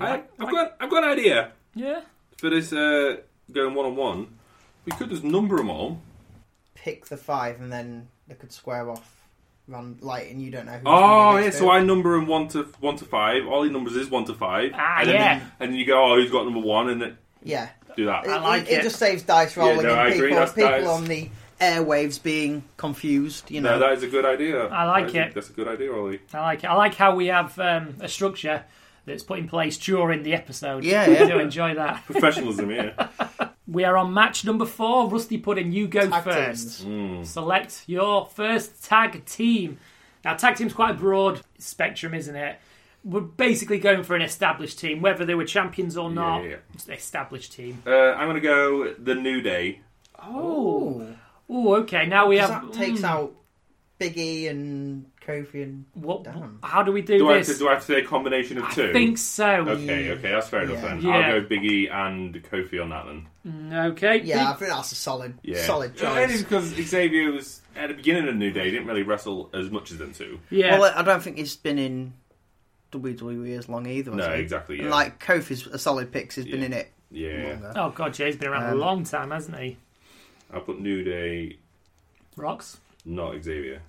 Speaker 3: I,
Speaker 1: Yeah,
Speaker 3: I've got, I've got an idea
Speaker 1: yeah.
Speaker 3: for this. Uh, going one on one, we could just number them all.
Speaker 2: Pick the five and then they could square off. Run light and you don't know who's
Speaker 3: Oh
Speaker 2: gonna be
Speaker 3: yeah,
Speaker 2: next
Speaker 3: so
Speaker 2: to
Speaker 3: I number them one to one to five. All he numbers is one to five.
Speaker 1: Ah,
Speaker 3: and then
Speaker 1: yeah.
Speaker 3: you- and then you go, oh, who's got number one, and then
Speaker 2: Yeah.
Speaker 3: do that.
Speaker 1: I like
Speaker 2: it.
Speaker 1: it.
Speaker 2: just saves dice
Speaker 3: Yeah, no,
Speaker 2: rolling
Speaker 3: I
Speaker 2: and
Speaker 3: agree,
Speaker 2: people,
Speaker 3: that's
Speaker 2: people
Speaker 3: dice.
Speaker 2: on the airwaves being confused, you know.
Speaker 3: No, that is a good idea.
Speaker 1: I like
Speaker 3: That is a-
Speaker 1: it.
Speaker 3: that's a good idea, Ollie.
Speaker 1: I like it. I like how we have um, a structure that's put in place during the episode.
Speaker 2: Yeah,
Speaker 1: I
Speaker 2: yeah.
Speaker 1: do enjoy that.
Speaker 3: Professionalism, yeah.
Speaker 1: We are on match number four. Rusty Pudding, you go
Speaker 2: Tag
Speaker 1: first.
Speaker 2: teams.
Speaker 3: Hmm.
Speaker 1: Select your first tag team. Now, tag team's quite a broad spectrum, isn't it? We're basically going for an established team, whether they were champions or not.
Speaker 3: yeah.
Speaker 1: It's an established team.
Speaker 3: Uh, I'm gonna go the New Day.
Speaker 1: Oh,
Speaker 3: Mm.
Speaker 2: Ooh.
Speaker 1: oh, okay. Now we
Speaker 2: 'Cause
Speaker 1: have.
Speaker 2: that takes
Speaker 1: mm,
Speaker 2: out Biggie and Kofi and
Speaker 1: What,
Speaker 2: Damn.
Speaker 1: how do we do,
Speaker 3: Do I, have
Speaker 1: this?
Speaker 3: to, do I have to say a combination of two?
Speaker 1: I think so.
Speaker 3: Okay, okay, that's fair enough
Speaker 2: Yeah.
Speaker 3: then.
Speaker 1: Yeah.
Speaker 3: I'll go Biggie and Kofi on that then.
Speaker 1: Okay.
Speaker 2: Yeah, I think that's a solid
Speaker 3: Yeah, Uh,
Speaker 2: solid
Speaker 3: Only
Speaker 2: choice.
Speaker 3: because Xavier was at the beginning of New Day didn't really wrestle as much as them two.
Speaker 1: Yeah.
Speaker 2: Well I don't think he's been in WWE as long either.
Speaker 3: No,
Speaker 2: has he?
Speaker 3: exactly. Yeah,
Speaker 2: And like Kofi's a solid pick. 'cause He's been
Speaker 3: Yeah.
Speaker 2: in it
Speaker 3: yeah.
Speaker 2: longer.
Speaker 1: oh, God, yeah, he's been around
Speaker 2: Um,
Speaker 1: a long time, hasn't he?
Speaker 3: I put New Day,
Speaker 1: Rocks.
Speaker 3: not Xavier.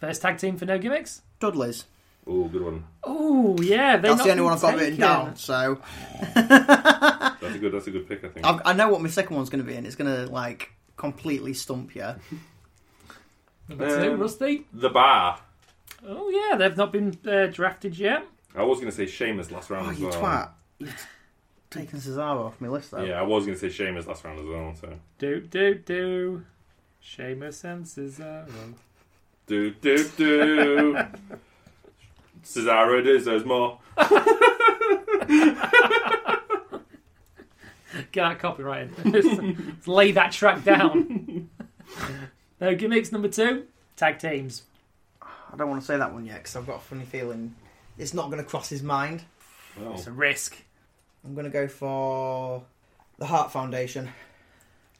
Speaker 1: First tag team for no gimmicks?
Speaker 2: Dudley's.
Speaker 3: Oh, good one.
Speaker 1: Oh, yeah. they've
Speaker 2: That's
Speaker 1: not
Speaker 2: the only
Speaker 1: been
Speaker 2: one I've got written
Speaker 1: taken.
Speaker 2: down. So
Speaker 3: That's a good. That's a good pick. I think.
Speaker 2: I've, I know what my second one's going to be, and it's going to like completely stump you.
Speaker 1: Number two,
Speaker 3: Um,
Speaker 1: Rusty.
Speaker 3: The Bar.
Speaker 1: Oh yeah, they've not been uh, drafted yet.
Speaker 3: I was going to say Sheamus last round
Speaker 2: Oh,
Speaker 3: as
Speaker 2: you
Speaker 3: well.
Speaker 2: twat. You've taken Cesaro off my list, though.
Speaker 3: Yeah, I was going to say Sheamus last round as well. So
Speaker 1: Do do do. Seamus and Cesaro.
Speaker 3: do do do. Cesaro does those more.
Speaker 1: Can't copyright it. Just lay that track down. now gimmicks number two, tag teams.
Speaker 2: I don't want to say that one yet because I've got a funny feeling it's not going to cross his mind.
Speaker 3: Well,
Speaker 1: It's a risk.
Speaker 2: I'm going to go for the Heart Foundation.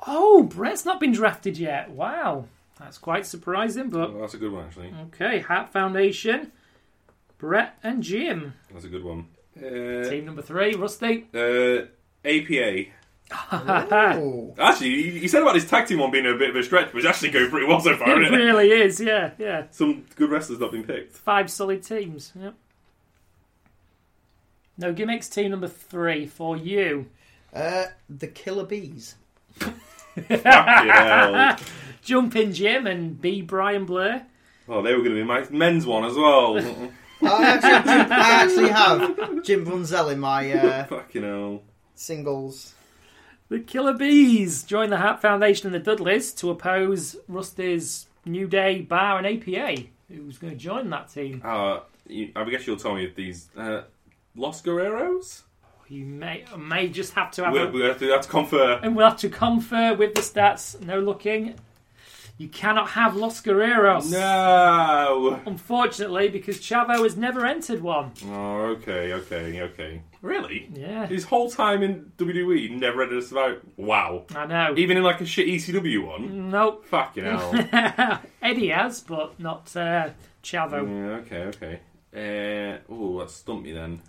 Speaker 1: Oh, Brett's not been drafted yet. Wow, that's quite surprising. But
Speaker 3: well, that's a good one actually.
Speaker 1: okay, Hat Foundation, Brett and Jim.
Speaker 3: That's a good one. Uh,
Speaker 1: Team number three, Rusty.
Speaker 3: uh, APA.
Speaker 2: Ooh.
Speaker 3: Actually, you you said about this tag team one being a bit of a stretch, which actually going pretty well so
Speaker 1: It
Speaker 3: far, isn't it?
Speaker 1: really is, yeah, yeah.
Speaker 3: Some good wrestlers not been picked.
Speaker 1: Five solid teams. Yep. No gimmicks. Team number three for you.
Speaker 2: Uh, the Killer Bees.
Speaker 3: Fucking hell.
Speaker 1: Jump in, Jim, and B. Brian Blair.
Speaker 3: Oh, they were going to be my men's one as well.
Speaker 2: I actually, I actually have Jim Brunzel in my uh,
Speaker 3: Fucking hell.
Speaker 2: singles.
Speaker 1: The Killer Bees join the Hart Foundation and the Dudleys to oppose Rusty's New Day, Bar, and APA. Who's going to join that team?
Speaker 3: Uh, you, I guess you'll tell me if these uh, Los Guerreros.
Speaker 1: You may may just have to have
Speaker 3: We'll,
Speaker 1: a,
Speaker 3: we'll have to, have to confer.
Speaker 1: and we'll have to confer with the stats. No looking. You cannot have Los Guerreros.
Speaker 3: No.
Speaker 1: Unfortunately, because Chavo has never entered one.
Speaker 3: Oh, okay, okay, okay. Really?
Speaker 1: Yeah,
Speaker 3: His whole time in WWE, he never read us about. Wow.
Speaker 1: I know.
Speaker 3: Even in like a shit ECW one.
Speaker 1: Nope.
Speaker 3: Fucking hell.
Speaker 1: Eddie has, but not uh, Chavo.
Speaker 3: Yeah, okay, okay. Uh, oh, that stumped me then.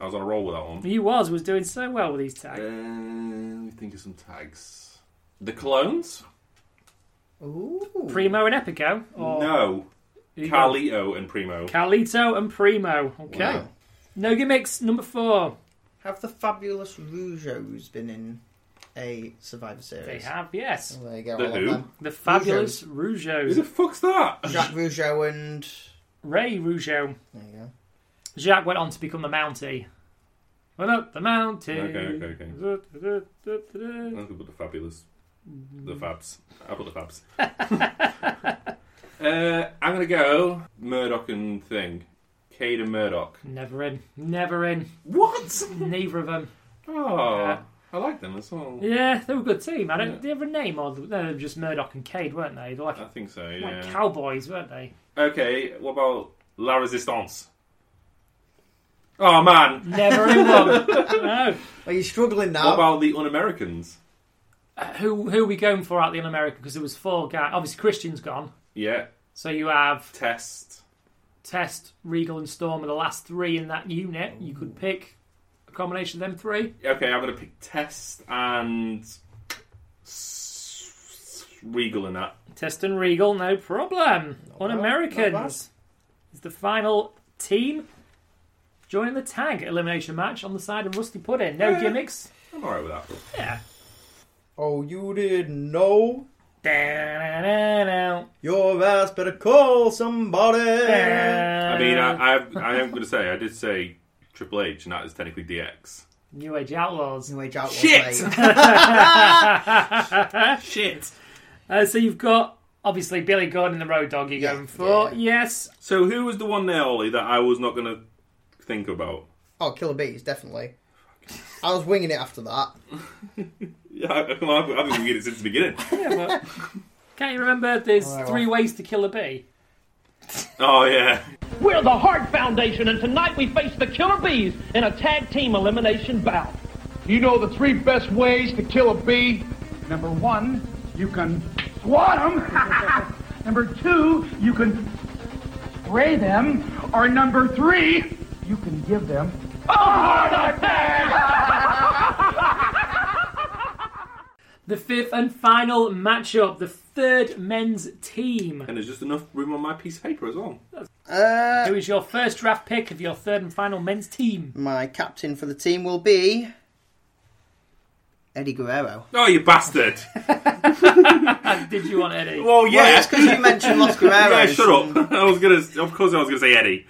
Speaker 3: I was on a roll with that one.
Speaker 1: He was was doing so well with these tags.
Speaker 3: Uh, let me think of some tags. The Clones?
Speaker 2: Ooh.
Speaker 1: Primo and Epico, or
Speaker 3: No.
Speaker 1: who you got?
Speaker 3: Carlito and Primo.
Speaker 1: Carlito and Primo. Okay.
Speaker 2: Wow.
Speaker 1: No gimmicks. Number four.
Speaker 2: Have the fabulous Rougeos been in a Survivor Series?
Speaker 1: They have yes.
Speaker 2: Well, there you go.
Speaker 3: The
Speaker 2: I love
Speaker 3: who?
Speaker 2: them.
Speaker 1: The fabulous Rougeau.
Speaker 3: Who the fuck's that?
Speaker 2: Jack Rougeau and
Speaker 1: Ray Rougeau.
Speaker 2: there you go.
Speaker 1: Jacques went on to become the Mountie. Went up the mountain.
Speaker 3: Okay, okay, Uh. okay.
Speaker 1: okay.
Speaker 3: I could put the fabulous. The
Speaker 1: Mm-hmm.
Speaker 3: fabs. I put the fabs. uh, I'm gonna go Murdoch and thing. Cade and Murdoch.
Speaker 1: Never in. Never in.
Speaker 3: What?
Speaker 1: Neither of them.
Speaker 3: Oh, I like them as well.
Speaker 1: Yeah, they were a good team. I don't.
Speaker 3: Yeah.
Speaker 1: Did they have a name or no, they were just Murdoch and Cade, weren't they? They're like,
Speaker 3: I think so.
Speaker 1: like
Speaker 3: Yeah.
Speaker 1: cowboys, weren't they?
Speaker 3: Okay. What about La Resistance? Oh man.
Speaker 1: Never in one. no.
Speaker 2: Are you struggling
Speaker 3: What
Speaker 2: now?
Speaker 3: about the Un-Americans?
Speaker 1: Who who are we going for out the Un-American? Because there was four guys. Obviously, Christian's gone.
Speaker 3: Yeah.
Speaker 1: So you have
Speaker 3: Test.
Speaker 1: Test, Regal, and Storm are the last three in that unit. You could pick a combination of them three.
Speaker 3: Okay, I'm gonna pick Test and Regal and that.
Speaker 1: Test and Regal, no problem. On
Speaker 2: bad, not bad.
Speaker 1: Americans is the final team joining the tag elimination match on the side of Rusty Pudding. No
Speaker 3: Yeah.
Speaker 1: gimmicks.
Speaker 3: I'm alright with that.
Speaker 1: Yeah.
Speaker 2: oh, you didn't know.
Speaker 1: Da-na-na-na.
Speaker 2: Your ass better call somebody.
Speaker 3: I mean, I, I, I am going to say, I did say Triple H, and that is technically DX.
Speaker 1: New Age Outlaws.
Speaker 2: New Age Outlaws,
Speaker 3: Shit!
Speaker 2: mate.
Speaker 3: Shit.
Speaker 1: Uh, so you've got obviously Billy Gordon and the Road Dog. You're
Speaker 2: Yeah,
Speaker 1: going for
Speaker 2: yeah.
Speaker 1: yes.
Speaker 3: So who was the one there, Ollie, that I was not going to think about?
Speaker 2: Oh, Killer Bees, definitely. I was winging it after that.
Speaker 3: Yeah, I, I've been thinking it since the beginning.
Speaker 1: Yeah, but can't you remember? There's
Speaker 2: All right,
Speaker 1: three
Speaker 2: well.
Speaker 1: ways to kill a bee.
Speaker 3: Oh yeah.
Speaker 4: We're the Heart Foundation, and tonight we face the Killer Bees in a tag team elimination bout.
Speaker 5: You know the three best ways to kill a bee? Number one, you can swat them. number two, you can spray them. Or number three, you can give them a heart
Speaker 1: The fifth and final matchup, the third men's team.
Speaker 3: And there's just enough room on my piece of paper as well.
Speaker 2: Uh,
Speaker 1: Who is your first draft pick of your third and final men's team?
Speaker 2: my captain for the team will be Eddie Guerrero.
Speaker 3: Oh, you bastard!
Speaker 1: Did you want Eddie?
Speaker 3: Well,
Speaker 2: Well,
Speaker 3: yeah.
Speaker 2: it's because you mentioned Los
Speaker 3: yeah,
Speaker 2: Guerreros.
Speaker 3: shut up. I was gonna. Of course, I was gonna say Eddie.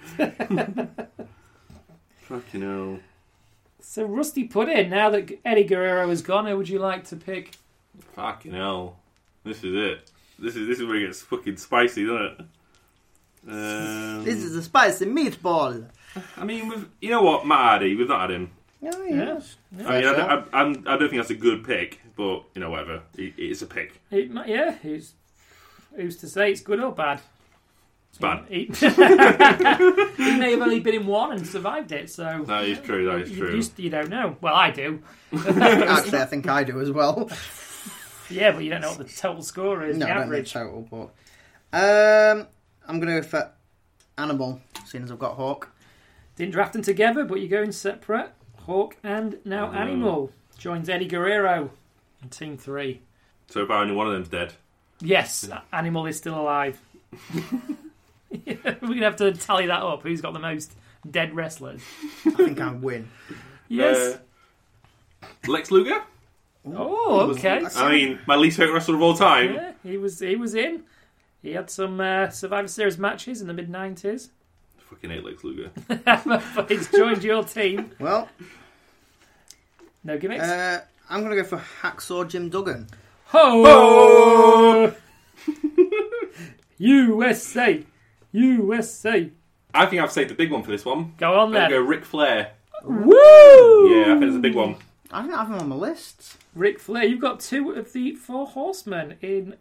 Speaker 3: Fucking hell.
Speaker 1: so Rusty Pudding, now that Eddie Guerrero is gone, who would you like to pick?
Speaker 3: Fucking hell. This is it. This is this is where it gets fucking spicy, doesn't it? Um,
Speaker 2: This is a spicy meatball.
Speaker 3: I mean, we've, you know what, Matt Hardy, we've not had him.
Speaker 2: Oh,
Speaker 1: Yes.
Speaker 3: I mean, I,
Speaker 2: Fair
Speaker 3: don't- I, I'm, I don't think that's a good pick, but you know, whatever. It, it's a pick.
Speaker 1: It, mi- yeah, who's, who's to say it's good or bad?
Speaker 3: It's bad.
Speaker 1: He, he may have only been in one and survived it, so
Speaker 3: That is true. That is
Speaker 1: you,
Speaker 3: true.
Speaker 1: you, you don't know. Well, I do.
Speaker 2: Actually, I think I do as well.
Speaker 1: Yeah, but you don't know what the total score is,
Speaker 2: No,
Speaker 1: the
Speaker 2: I don't think
Speaker 1: average.
Speaker 2: total, but um, I'm gonna go for animal, seeing as I've got hawk.
Speaker 1: Didn't draft them together, but you're going separate. Hawk and now
Speaker 3: Oh.
Speaker 1: Animal joins Eddie Guerrero in Team 3.
Speaker 3: So if only one of them's dead.
Speaker 1: Yes, Animal is still alive. We're going to have to tally that up. Who's got the most dead wrestlers?
Speaker 2: I think I win.
Speaker 1: Yes.
Speaker 3: Uh, Lex Luger.
Speaker 1: oh, okay.
Speaker 3: I mean, my least favorite wrestler of all time.
Speaker 1: Yeah, he was he was in. He had some uh, Survivor Series matches in the mid 90s.
Speaker 3: Fucking hate Lex Luger.
Speaker 1: But he's joined your team.
Speaker 2: Well,
Speaker 1: No gimmicks.
Speaker 2: uh, I'm gonna go for hacksaw Jim Duggan.
Speaker 1: Ho!
Speaker 3: Oh!
Speaker 1: USA! USA!
Speaker 3: I think I've saved the big one for this one.
Speaker 1: Go on
Speaker 3: I'm gonna go
Speaker 1: then.
Speaker 3: Ric Flair.
Speaker 1: Woo!
Speaker 3: Yeah, I think it's a big one.
Speaker 2: I don't have him on my list.
Speaker 1: Ric Flair, you've got two of the four horsemen in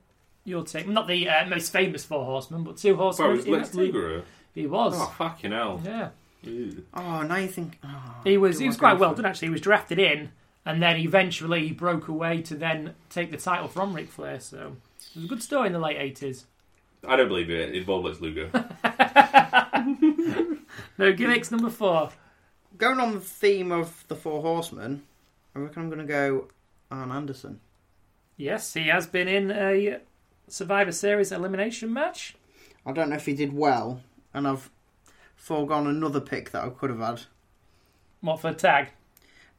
Speaker 1: your team. Not the uh, most famous four horsemen, but two
Speaker 3: Bro,
Speaker 1: horsemen.
Speaker 3: was
Speaker 1: in
Speaker 3: Lex
Speaker 1: that team.
Speaker 3: Luger. a-
Speaker 1: He was.
Speaker 3: Oh fucking hell.
Speaker 1: Yeah.
Speaker 3: Ew.
Speaker 2: Oh, now you think. Oh,
Speaker 1: He was. He
Speaker 2: I
Speaker 1: was
Speaker 2: go
Speaker 1: quite
Speaker 2: for
Speaker 1: well
Speaker 2: it?
Speaker 1: done actually. He was drafted in, and then eventually he broke away to then take the title from Ric Flair. So it was a good story in the late eighties.
Speaker 3: I don't believe it. It involved Lex Luger.
Speaker 1: No gimmicks number four.
Speaker 2: going on the theme of the Four Horsemen, I reckon I'm gonna go Arn Anderson.
Speaker 1: Yes, he has been in a Survivor Series elimination match.
Speaker 2: I don't know if he did well, and I've foregone another pick that I could have had.
Speaker 1: What for a tag?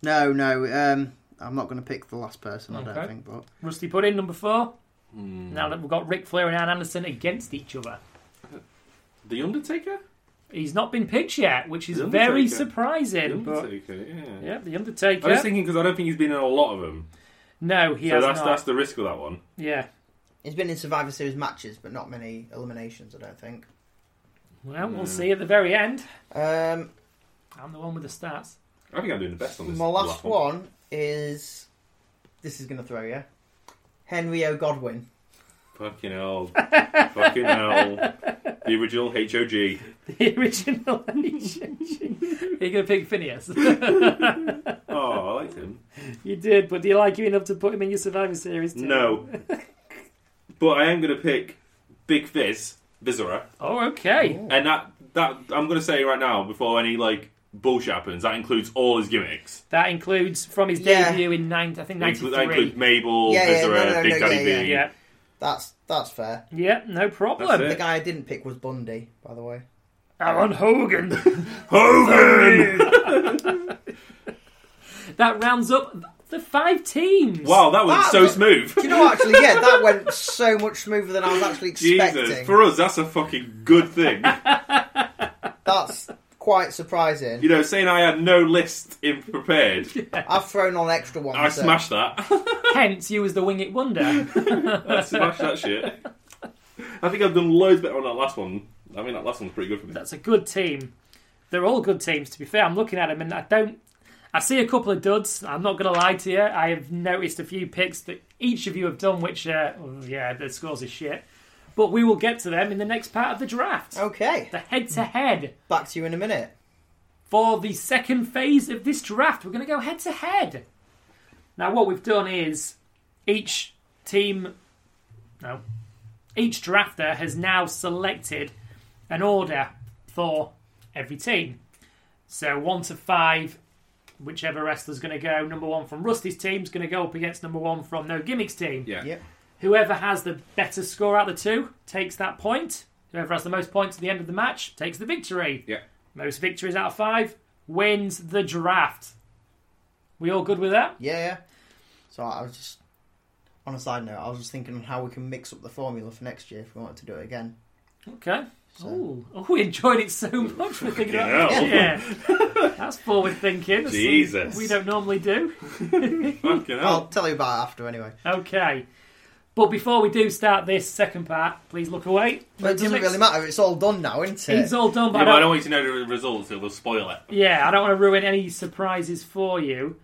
Speaker 2: No, no, um, I'm not gonna pick the last person. I
Speaker 1: Okay.
Speaker 2: don't think, but
Speaker 1: Rusty Pudding number four.
Speaker 3: Hmm.
Speaker 1: Now that we've got Ric Flair and Ann Anderson against each other.
Speaker 3: the Undertaker.
Speaker 1: He's not been picked yet, which is
Speaker 3: The
Speaker 1: very
Speaker 3: Undertaker.
Speaker 1: surprising.
Speaker 3: The
Speaker 1: but,
Speaker 3: Undertaker. Yeah.
Speaker 1: yeah, the
Speaker 3: I
Speaker 1: Undertaker.
Speaker 3: was thinking because I don't think he's been in a lot of them.
Speaker 1: No, he
Speaker 3: so
Speaker 1: has
Speaker 3: that's
Speaker 1: not.
Speaker 3: that's the risk of that one.
Speaker 1: Yeah.
Speaker 2: he's been in Survivor Series matches, but not many eliminations. I don't think.
Speaker 1: Well, we'll see at the very end.
Speaker 2: Um,
Speaker 1: I'm the one with the stats.
Speaker 3: I think I'm doing the best on this.
Speaker 2: My last one is this is going to throw you. Henry O. Godwin.
Speaker 3: Fucking hell. Fucking hell. The original HOG.
Speaker 1: the original relationship. Are you going to pick Phineas?
Speaker 3: Oh, I liked him.
Speaker 1: you did, but do you like him enough to put him in your Survivor Series? Team?
Speaker 3: No. But I am going to pick Big Fizz, Vizera.
Speaker 1: Oh, okay.
Speaker 3: And that, that I'm going to say right now, before any like bullshit happens, that includes all his gimmicks.
Speaker 1: That includes from his
Speaker 2: Yeah.
Speaker 1: debut in nine, I think
Speaker 3: That includes, that includes
Speaker 1: '93.
Speaker 3: Mabel,
Speaker 2: Yeah, yeah,
Speaker 3: Vizera,
Speaker 2: no, no,
Speaker 3: Big
Speaker 2: no,
Speaker 3: Daddy
Speaker 2: yeah,
Speaker 3: V.
Speaker 1: Yeah,
Speaker 2: That's that's fair.
Speaker 1: yeah, no problem.
Speaker 3: That's
Speaker 2: The
Speaker 3: it.
Speaker 2: guy I didn't pick was Bundy, by the way.
Speaker 1: Alan Hogan.
Speaker 3: Hogan!
Speaker 1: that rounds up the five teams.
Speaker 3: wow, that was
Speaker 2: That
Speaker 3: so
Speaker 2: was-
Speaker 3: smooth.
Speaker 2: Do you know what, actually? Yeah, that went so much smoother than I was actually expecting.
Speaker 3: Jesus, for us, that's a fucking good thing.
Speaker 2: That's quite surprising.
Speaker 3: You know, saying I had no list in prepared,
Speaker 2: I've thrown on extra ones.
Speaker 3: I
Speaker 2: so-
Speaker 3: smashed that.
Speaker 1: Hence, you as the wing it wonder.
Speaker 3: I smashed that shit. I think I've done loads better on that last one. I mean, that last one's pretty good for me.
Speaker 1: That's a good team. They're all good teams, to be fair. I'm looking at them and I don't. I see a couple of duds. I'm not going to lie to you. I have noticed a few picks that each of you have done, which, uh, oh, yeah, the scores are shit. But we will get to them in the next part of the draft.
Speaker 2: Okay,
Speaker 1: The head to head.
Speaker 2: back to you in a minute.
Speaker 1: For the second phase of this draft, we're going to go head to head. Now, what we've done is each team, no, each drafter has now selected an order for every team. So one to five, whichever wrestler's going to go. Number one from Rusty's team's going to go up against number one from No Gimmicks team.
Speaker 3: Yeah.
Speaker 2: Yep.
Speaker 1: Whoever has the better score out of the two takes that point. Whoever has the most points at the end of the match takes the victory.
Speaker 3: Yeah.
Speaker 1: Most victories out of five wins the draft. We all good with that?
Speaker 2: Yeah, yeah. So I was just on a side note, I was just thinking on how we can mix up the formula for next year if we wanted to do it again.
Speaker 1: Okay. Ooh. Oh, we enjoyed it so much. We're thinking about
Speaker 3: Fucking
Speaker 1: yeah. That's forward thinking. That's something
Speaker 3: Jesus.
Speaker 1: we don't normally do.
Speaker 3: Fucking
Speaker 2: I'll
Speaker 3: hell.
Speaker 2: tell you about it after anyway.
Speaker 1: Okay. But before we do start this second part, please look away.
Speaker 2: But it doesn't really matter. It's all done now, isn't it?
Speaker 1: It's all done, but
Speaker 3: Yeah,
Speaker 1: I
Speaker 3: but I
Speaker 1: don't-
Speaker 3: don't want you to know the results, it will spoil it.
Speaker 1: Yeah, I don't want to ruin any surprises for you.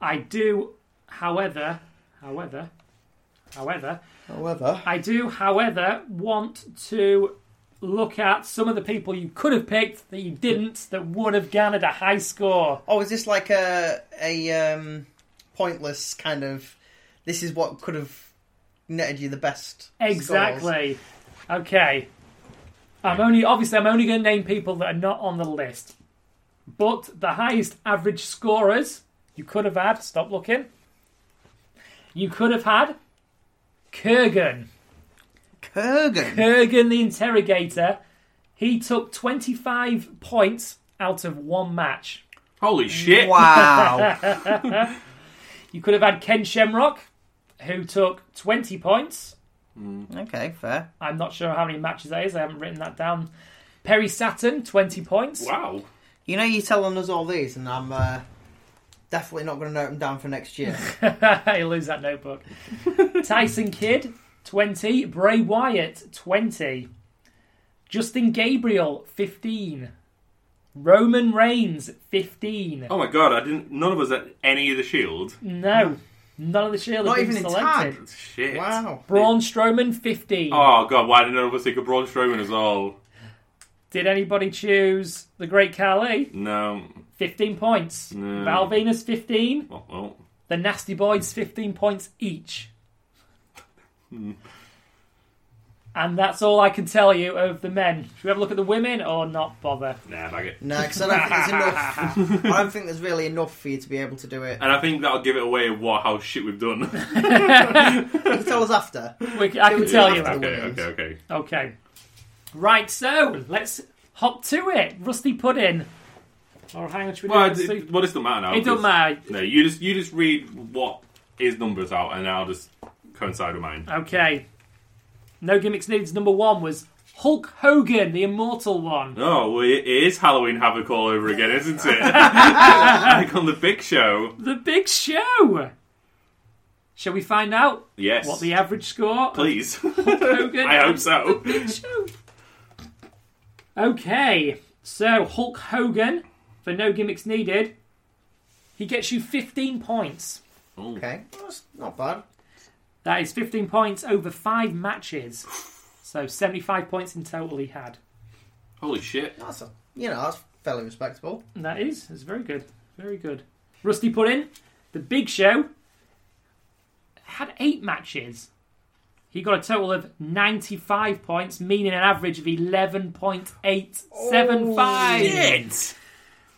Speaker 1: I do, however, however, however,
Speaker 2: However,
Speaker 1: I do, however, want to look at some of the people you could have picked that you didn't that would have garnered a high score.
Speaker 2: oh, is this like a a um, pointless kind of? This is what could have netted you the best. scores?
Speaker 1: Exactly. Okay. I'm only obviously I'm only going to name people that are not on the list. But the highest average scorers you could have had. Stop looking. You could have had Kurgan.
Speaker 2: Kurgan.
Speaker 1: Kurgan the interrogator. He took 25 points out of one match.
Speaker 3: Holy shit.
Speaker 2: Wow.
Speaker 1: You could have had Ken Shamrock, who took 20 points.
Speaker 2: okay, fair.
Speaker 1: I'm not sure how many matches that is. I haven't written that down. Perry Saturn, 20 points.
Speaker 3: Wow.
Speaker 2: You know, you're telling us all these, and I'm uh, definitely not going to note them down for next year.
Speaker 1: you lose that notebook. Tyson Kidd, 20. Bray Wyatt, 20. Justin Gabriel, 15. Roman Reigns, 15.
Speaker 3: Oh my god, I didn't none of us had any of the shield.
Speaker 1: No, none of the Shield
Speaker 2: Not
Speaker 1: have
Speaker 2: even
Speaker 1: been
Speaker 2: in
Speaker 1: selected.
Speaker 2: tag.
Speaker 3: Shit.
Speaker 2: Wow.
Speaker 1: Braun Strowman, 15.
Speaker 3: Oh god, why did none of us think of Braun Strowman as well?
Speaker 1: Did anybody choose the Great Khali?
Speaker 3: No.
Speaker 1: 15 points.
Speaker 3: No.
Speaker 1: Val Venus, 15.
Speaker 3: Well, well.
Speaker 1: The Nasty Boys, 15 points each. And that's all I can tell you of the men. Should we have a look at the women or not bother?
Speaker 3: Nah, bag it.
Speaker 2: No, because I don't think there's enough. I don't think there's really enough for you to be able to do it.
Speaker 3: And I think that'll give it away of what how shit we've done.
Speaker 2: You can tell us after.
Speaker 1: We, c- I can
Speaker 2: Yeah,
Speaker 1: tell you.
Speaker 2: after
Speaker 1: That.
Speaker 2: the-
Speaker 3: okay, okay, okay.
Speaker 1: Okay. Right, so let's hop to it. Rusty Pudding. Or hang on, should we
Speaker 3: Well,
Speaker 1: do
Speaker 3: it, well, it doesn't matter now.
Speaker 1: It don't
Speaker 3: 'cause-
Speaker 1: matter.
Speaker 3: No, you just you just read what his numbers out, and I'll just coincide with mine.
Speaker 1: Okay. No Gimmicks Needs number one was Hulk Hogan, the immortal one.
Speaker 3: Oh, well, it is Halloween Havoc all over again, isn't it? like on the Big Show.
Speaker 1: The Big Show! Shall we find out
Speaker 3: Yes.
Speaker 1: what the average score of
Speaker 3: Please.
Speaker 1: Hogan
Speaker 3: I hope
Speaker 1: and
Speaker 3: so.
Speaker 1: The Big Show? Okay, so Hulk Hogan, for No Gimmicks Needed, he gets you 15 points.
Speaker 2: Okay, that's not bad.
Speaker 1: That is 15 points over five matches. So 75 points in total he had.
Speaker 3: Holy shit.
Speaker 2: That's a, you know that's fairly respectable.
Speaker 1: And that is, it's very good. Very good. Rusty Puddin, the big show, had eight matches. He got a total of 95 points, meaning an average of 11.875.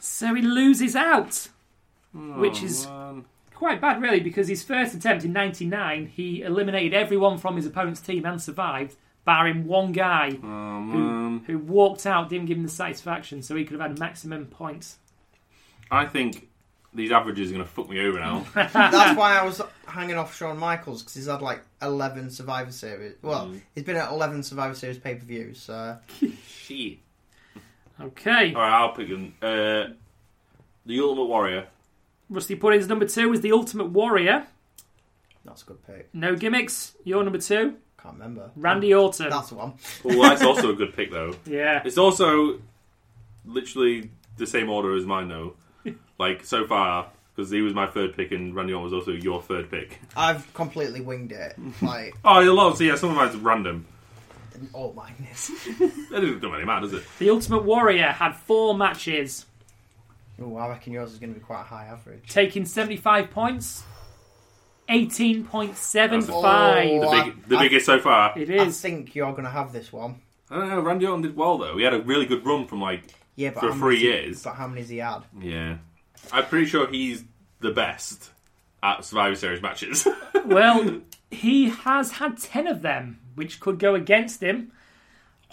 Speaker 1: so he loses out, which is
Speaker 3: Um,
Speaker 1: quite bad, really, because his first attempt in '99, he eliminated everyone from his opponent's team and survived, barring one guy
Speaker 3: Um,
Speaker 1: who, who walked out, didn't give him the satisfaction, so he could have had maximum points.
Speaker 3: I think these averages are going to fuck me over now.
Speaker 2: That's why I was hanging off Shawn Michaels because he's had like eleven Survivor Series. Well, he's been at eleven Survivor Series pay per views. So
Speaker 3: shit.
Speaker 1: Okay,
Speaker 3: All right, I'll pick them. Uh, the Ultimate Warrior.
Speaker 1: Rusty Pudding's number two is the Ultimate Warrior.
Speaker 2: that's a good pick.
Speaker 1: No gimmicks. Your number two,
Speaker 2: Can't remember.
Speaker 1: Randy Orton.
Speaker 2: That's the one.
Speaker 3: Well, Oh, that's also a good pick, though.
Speaker 1: Yeah,
Speaker 3: It's also literally the same order as mine, though. Like so far, because he was my third pick, and Randy Orton was also your third pick.
Speaker 2: I've completely winged it. Like
Speaker 3: Oh, you'll also yeah, some of mine's random.
Speaker 2: all madness.
Speaker 3: That doesn't really matter, does it?
Speaker 1: the Ultimate Warrior had four matches,
Speaker 2: Oh, I reckon yours is going to be quite a high average.
Speaker 1: taking 75 points. 18.75.
Speaker 2: Oh.
Speaker 3: The,
Speaker 2: I-
Speaker 3: big, the
Speaker 2: I-
Speaker 3: biggest so far.
Speaker 1: It
Speaker 2: I
Speaker 1: is.
Speaker 2: think you're going to have this one.
Speaker 3: I don't know. Randy Orton did well though. He had a really good run from like
Speaker 2: Yeah, but
Speaker 3: For
Speaker 2: how many
Speaker 3: three
Speaker 2: does he-
Speaker 3: years.
Speaker 2: But how many's he had?
Speaker 3: yeah. I'm pretty sure he's the best at Survivor Series matches.
Speaker 1: Well, he has had 10 of them, which could go against him.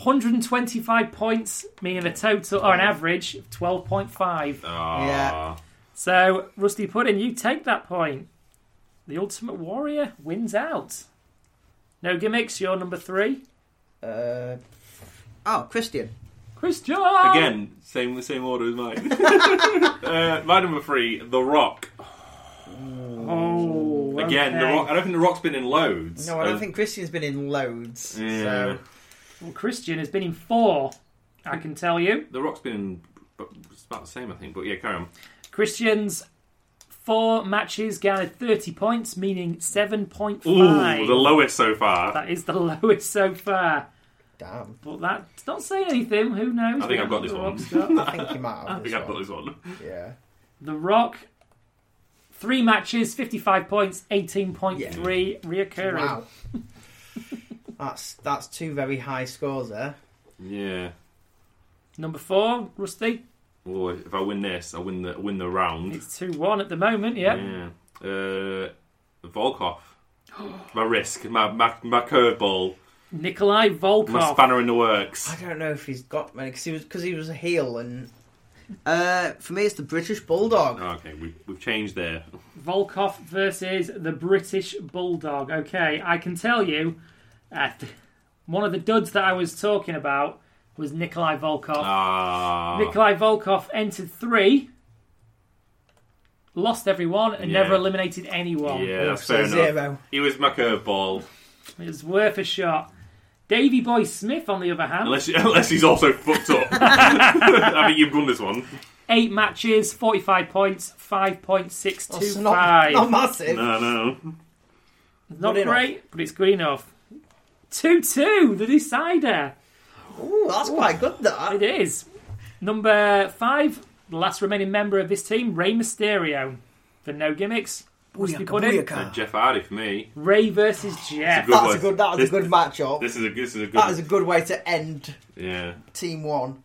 Speaker 1: 125 points, meaning a total or an average of 12.5.
Speaker 3: Ah.
Speaker 2: Yeah.
Speaker 1: So, Rusty Pudding, you take that point. The Ultimate Warrior wins out. No gimmicks, you're number three.
Speaker 3: Mm.
Speaker 2: Uh, oh, Christian.
Speaker 1: Christian!
Speaker 2: Um,
Speaker 3: Again, same same order as mine. uh, my number three, The Rock.
Speaker 1: Oh,
Speaker 3: Again, The
Speaker 1: okay.
Speaker 3: Rock. I don't think The Rock's been in loads.
Speaker 2: No, I don't
Speaker 3: Uh,
Speaker 2: think Christian's been in loads.
Speaker 3: Yeah.
Speaker 2: So
Speaker 1: Well, Christian has been in four, I can tell you.
Speaker 3: The Rock's been in but it's about the same, I think. But yeah, carry on.
Speaker 1: Christian's four matches garnered 30 points, meaning 7.5.
Speaker 3: Ooh, the lowest so far.
Speaker 1: that is the lowest so far.
Speaker 2: damn,
Speaker 1: But that's not saying anything, who knows?
Speaker 3: I think I've got this
Speaker 1: The
Speaker 3: one.
Speaker 1: Rock's got-
Speaker 2: I think you might
Speaker 3: I
Speaker 2: have. this
Speaker 3: think I've got
Speaker 2: one.
Speaker 3: this one.
Speaker 2: Yeah.
Speaker 1: the Rock, three matches, 55 points, 18.3 reoccurring.
Speaker 2: Wow. that's that's two very high scores there.
Speaker 3: Yeah.
Speaker 1: Number four, Rusty.
Speaker 3: Well, if I win this, I win the win the round.
Speaker 1: It's 2 1 at the moment, yeah.
Speaker 3: Yeah. Uh, Volkov. my risk. My my, my curveball.
Speaker 1: Nikolai Volkov.
Speaker 3: My spanner in the works.
Speaker 2: I don't know if he's got many because he was because he was a heel and. Uh, for me, it's the British Bulldog.
Speaker 3: Oh, okay, we, we've changed there.
Speaker 1: Volkov versus the British Bulldog. Okay, I can tell you, uh, th- one of the duds that I was talking about was Nikolai Volkov.
Speaker 3: Ah.
Speaker 1: Nikolai Volkov entered three, lost everyone, and
Speaker 3: Yeah.
Speaker 1: never eliminated anyone.
Speaker 3: Yeah, that's
Speaker 2: So
Speaker 3: fair enough.
Speaker 2: zero.
Speaker 3: He was my curveball.
Speaker 1: It was worth a shot. Davy Boy Smith, on the other hand,
Speaker 3: Unless, unless he's also fucked up. I think you've won this one.
Speaker 1: eight matches, 45 points,
Speaker 2: That's
Speaker 1: 5.625.
Speaker 2: not, not massive.
Speaker 3: No, no.
Speaker 1: Not
Speaker 2: Good enough.
Speaker 1: great, but it's good enough. 2 2, the decider.
Speaker 2: Ooh, that's quite good. That
Speaker 1: It is. Number five, the last remaining member of this team, Rey Mysterio. For no gimmicks. Rusty
Speaker 2: Booyaka,
Speaker 1: Pudding.
Speaker 2: booyaka.
Speaker 3: Jeff Hardy for me.
Speaker 1: Ray versus Jeff.
Speaker 3: Good
Speaker 2: That's
Speaker 3: one.
Speaker 2: a good. That was
Speaker 3: This-
Speaker 2: a good matchup.
Speaker 3: This is a this is a good.
Speaker 2: that is a good way to end
Speaker 3: yeah.
Speaker 2: Team One.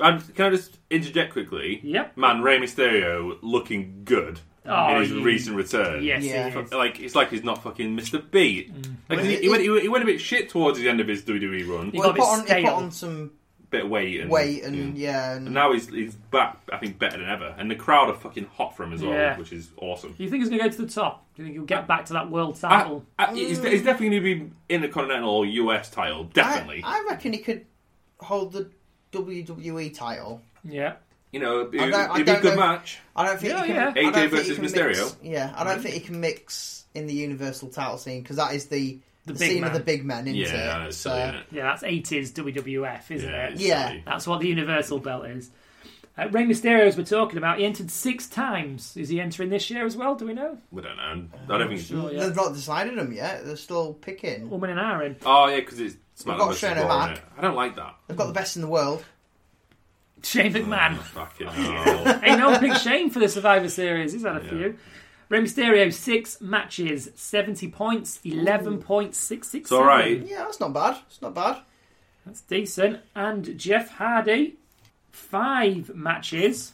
Speaker 3: Um, can I just interject quickly?
Speaker 1: Yep.
Speaker 3: Man, Rey Mysterio looking good
Speaker 1: Oh,
Speaker 3: in his
Speaker 1: you-
Speaker 3: recent return.
Speaker 1: Yes, Mm. he
Speaker 2: Yeah.
Speaker 1: is.
Speaker 3: Like it's like he's not fucking Mr. Beat. Like, he, he went, he, went- he went a bit shit towards the end of his WWE run.
Speaker 1: He
Speaker 2: Well,
Speaker 1: got
Speaker 2: he put, on,
Speaker 1: a bit
Speaker 2: he put
Speaker 1: stale.
Speaker 2: on some
Speaker 3: bit of weight and
Speaker 2: weight and yeah, and,
Speaker 3: Mm. And now he's he's back. I think better than ever. And the crowd are fucking hot for him as well,
Speaker 1: Yeah.
Speaker 3: which is awesome.
Speaker 1: Do you think he's going to go to the top? Do you think he'll get back to that world
Speaker 3: I,
Speaker 2: Ah. Oh.
Speaker 1: title?
Speaker 3: I, he's, he's definitely going to be in the continental or US title,
Speaker 2: I,
Speaker 3: definitely.
Speaker 2: I reckon he could hold the WWE title.
Speaker 1: yeah.
Speaker 3: you know, it'd,
Speaker 2: I don't- I
Speaker 3: it'd be a
Speaker 2: don't
Speaker 3: good
Speaker 2: know.
Speaker 3: match.
Speaker 2: I don't think
Speaker 1: Yeah, Mm.
Speaker 2: he can,
Speaker 1: yeah.
Speaker 2: I don't
Speaker 3: AJ
Speaker 2: think he
Speaker 3: versus
Speaker 2: can
Speaker 3: Mysterio.
Speaker 2: Mix, yeah, I don't think he can mix in the Universal title scene because that is the, the,
Speaker 1: big
Speaker 2: scene
Speaker 1: man.
Speaker 2: of the big men, isn't it?
Speaker 3: Yeah, it's silly,
Speaker 2: So-
Speaker 3: isn't it?
Speaker 1: Yeah, that's 80s WWF, isn't
Speaker 3: Yeah,
Speaker 1: it?
Speaker 3: it's
Speaker 2: Yeah.
Speaker 3: silly.
Speaker 1: That's what the Universal belt is. Uh, Rey Mysterio, as we're talking about, he entered six times. Is he entering this year as well? Do we know?
Speaker 3: We don't know. I
Speaker 2: Oh,
Speaker 3: don't think.
Speaker 1: Sure, Oh, yeah.
Speaker 2: They've not decided them yet. They're still picking.
Speaker 1: Woman and Aaron.
Speaker 3: Oh yeah, because it's SmackDown
Speaker 2: got
Speaker 3: versus
Speaker 2: Shane
Speaker 3: Raw.
Speaker 2: O'Mac.
Speaker 3: innit? I don't like that.
Speaker 2: They've got the best in the world.
Speaker 1: Shane McMahon.
Speaker 3: Oh, Fucking hell.
Speaker 1: Ain't no big shame for the Survivor Series. He's had a
Speaker 3: Yeah.
Speaker 1: few. Rey Mysterio, six matches, 70 points, 11.667.
Speaker 3: It's all right.
Speaker 2: Yeah, that's not bad. It's not bad.
Speaker 1: That's decent. And Jeff Hardy, five matches,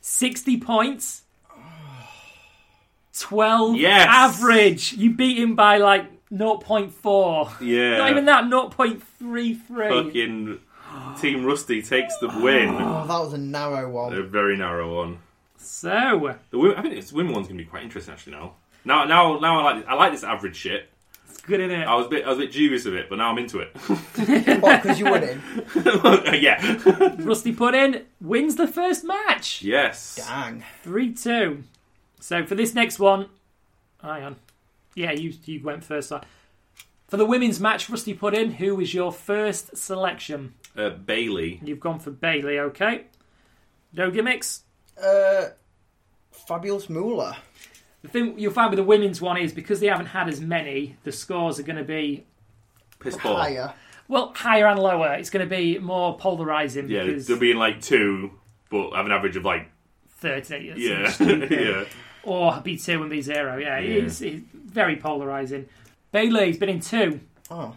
Speaker 1: 60 points, 12
Speaker 3: Yes.
Speaker 1: average. You beat him by like 0.4.
Speaker 3: Yeah.
Speaker 1: Not even that, 0.33.
Speaker 3: Fucking Team Rusty takes the win.
Speaker 2: Oh, that was a narrow
Speaker 3: A
Speaker 2: one.
Speaker 3: very narrow one.
Speaker 1: So,
Speaker 3: The women, I think this women one's gonna be quite interesting actually now. Now, now, now I like this. I like this average shit.
Speaker 1: it's good, in it?
Speaker 3: I was a bit, I was a bit dubious of it, but now I'm into it.
Speaker 2: What? Because you winning?
Speaker 3: yeah.
Speaker 1: Rusty Puddin wins the first match.
Speaker 3: Yes.
Speaker 2: Dang.
Speaker 1: 3 2. So for this next one, hang on. Yeah, you, you went first. so- For the women's match, Rusty Puddin, who is your first selection?
Speaker 3: Uh, Bailey.
Speaker 1: You've gone for Bailey, okay. No gimmicks.
Speaker 2: Uh, fabulous Moolah.
Speaker 1: The thing you'll find with the women's one is because they haven't had as many, the scores are going to be,
Speaker 3: Piss poor.
Speaker 2: Higher.
Speaker 1: well, higher and lower. It's going to be more polarising
Speaker 3: Yeah,
Speaker 1: because
Speaker 3: they'll be in like two, but have an average of like
Speaker 1: 30. that's
Speaker 3: yeah,
Speaker 1: stupid.
Speaker 3: yeah.
Speaker 1: Or B2 and B0. Yeah,
Speaker 3: Yeah.
Speaker 1: It's, it's very polarising. Bailey's been in two.
Speaker 2: Oh,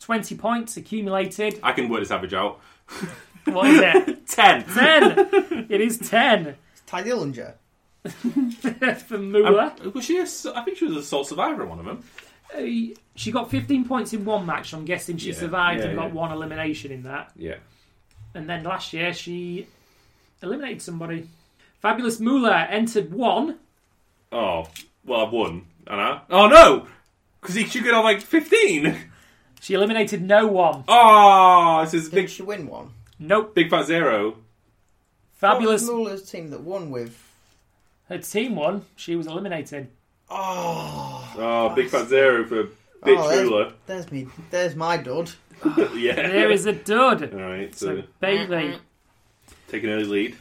Speaker 1: 20 points accumulated.
Speaker 3: I can work this average out.
Speaker 1: What is it?
Speaker 3: Ten.
Speaker 1: 10! It is 10
Speaker 2: it's Ty Dillinger.
Speaker 1: for Moolah.
Speaker 3: Was she? A, su- I think she was a sole survivor in one of them.
Speaker 1: Uh, She got 15 points in one match. I'm guessing she
Speaker 3: Yeah,
Speaker 1: survived
Speaker 3: yeah,
Speaker 1: and got
Speaker 3: yeah.
Speaker 1: one elimination in that.
Speaker 3: Yeah.
Speaker 1: And then last year she eliminated somebody. Fabulous Moolah entered one.
Speaker 3: Oh, well, I've won. And I? Oh, no! Because he should get on like 15.
Speaker 1: She eliminated no one.
Speaker 3: Oh, this is
Speaker 2: Did
Speaker 3: big,
Speaker 2: she win one?
Speaker 1: Nope.
Speaker 3: big fat zero.
Speaker 1: Fabulous.
Speaker 3: Oh,
Speaker 2: What was Mueller's team that won with.
Speaker 1: Her team won. She was eliminated.
Speaker 2: Oh,
Speaker 3: Oh, big fat zero for bitch
Speaker 2: oh there's,
Speaker 3: ruler.
Speaker 2: there's me. There's my dud.
Speaker 3: yeah.
Speaker 1: There is a dud.
Speaker 3: Alright, so,
Speaker 1: So Bailey.
Speaker 3: taking early lead.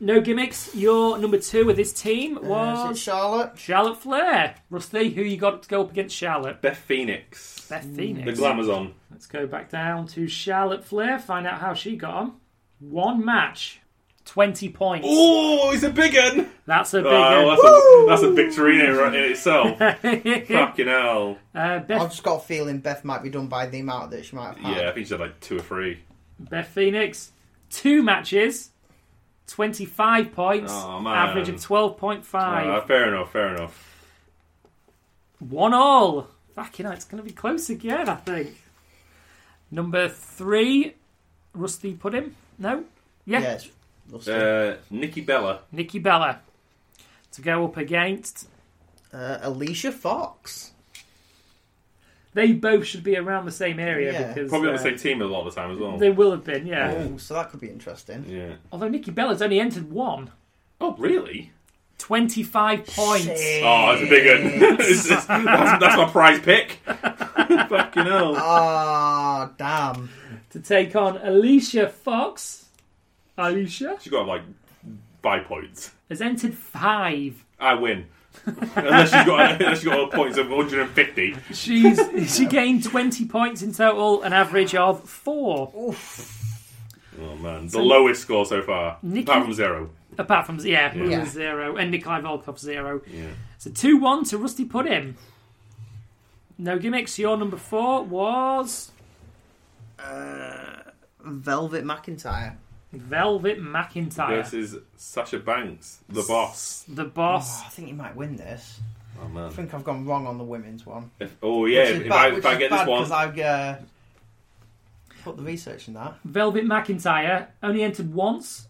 Speaker 1: No gimmicks. Your number two with this team
Speaker 2: Uh, is it
Speaker 1: was
Speaker 2: Charlotte?
Speaker 1: Charlotte Flair. Rusty, who you got to go up against Charlotte?
Speaker 3: Beth Phoenix.
Speaker 1: Beth
Speaker 3: The
Speaker 1: Phoenix.
Speaker 3: glamour's on.
Speaker 1: Let's go back down to Charlotte Flair, find out how she got on. One match, 20 points.
Speaker 3: Oh, he's a big one.
Speaker 1: That's a big
Speaker 3: Oh,
Speaker 1: one.
Speaker 3: that's, a, that's a victory in, it- in itself. Fucking hell.
Speaker 1: uh,
Speaker 2: I've
Speaker 1: Beth,
Speaker 2: just got a feeling Beth might be done by the amount that she might have had.
Speaker 3: Yeah, I think she had like two or three.
Speaker 1: Beth Phoenix, two matches, 25 points,
Speaker 3: Oh, man.
Speaker 1: average of 12.5.
Speaker 3: Ah, fair enough, fair enough.
Speaker 1: One all. Fucking hell, it's going to be close again, I think. Number three, Rusty Pudding. No? Yeah.
Speaker 2: Yes. We'll see. Uh,
Speaker 3: Uh, Nikki Bella.
Speaker 1: Nikki Bella to go up against.
Speaker 2: Uh, Alicia Fox.
Speaker 1: They both should be around the same area
Speaker 2: Yeah.
Speaker 1: because
Speaker 3: Probably on
Speaker 1: uh,
Speaker 3: the same team a lot of the time as well.
Speaker 1: They will have been, yeah.
Speaker 2: Oh, so that could be interesting.
Speaker 3: Yeah.
Speaker 1: Although Nikki Bella's only entered one.
Speaker 3: Oh, really?
Speaker 1: 25 points.
Speaker 2: Shit.
Speaker 3: Oh, that's a big one. It's just- that's, that's my prize pick. Fucking hell.
Speaker 2: Ah, damn.
Speaker 1: To take on Alicia Fox. Alicia
Speaker 3: She got like five points.
Speaker 1: has entered five.
Speaker 3: I win. unless she got unless you got points of 150.
Speaker 1: She's she gained 20 points in total, an average of four.
Speaker 3: Oh man, the lowest score so far,
Speaker 1: Nikki-
Speaker 3: apart from zero.
Speaker 1: Apart from yeah, Lula
Speaker 2: Yeah.
Speaker 1: zero and Nikolai Volkov zero.
Speaker 3: Yeah.
Speaker 1: So two one to Rusty Pudding. No gimmicks. Your number four was
Speaker 2: Velvet McIntyre.
Speaker 1: Velvet McIntyre,
Speaker 3: Versus Sasha Banks, the boss.
Speaker 1: the
Speaker 2: Oh,
Speaker 1: boss.
Speaker 2: I think you might win this.
Speaker 3: Oh
Speaker 2: I
Speaker 3: man.
Speaker 2: think I've gone wrong on the women's one.
Speaker 3: If- oh yeah,
Speaker 2: Which is
Speaker 3: if,
Speaker 2: bad-
Speaker 3: I,
Speaker 2: which
Speaker 3: if I
Speaker 2: is
Speaker 3: get this
Speaker 2: bad
Speaker 3: one,
Speaker 2: 'cause I've uh, put the research in that.
Speaker 1: Velvet McIntyre only entered once.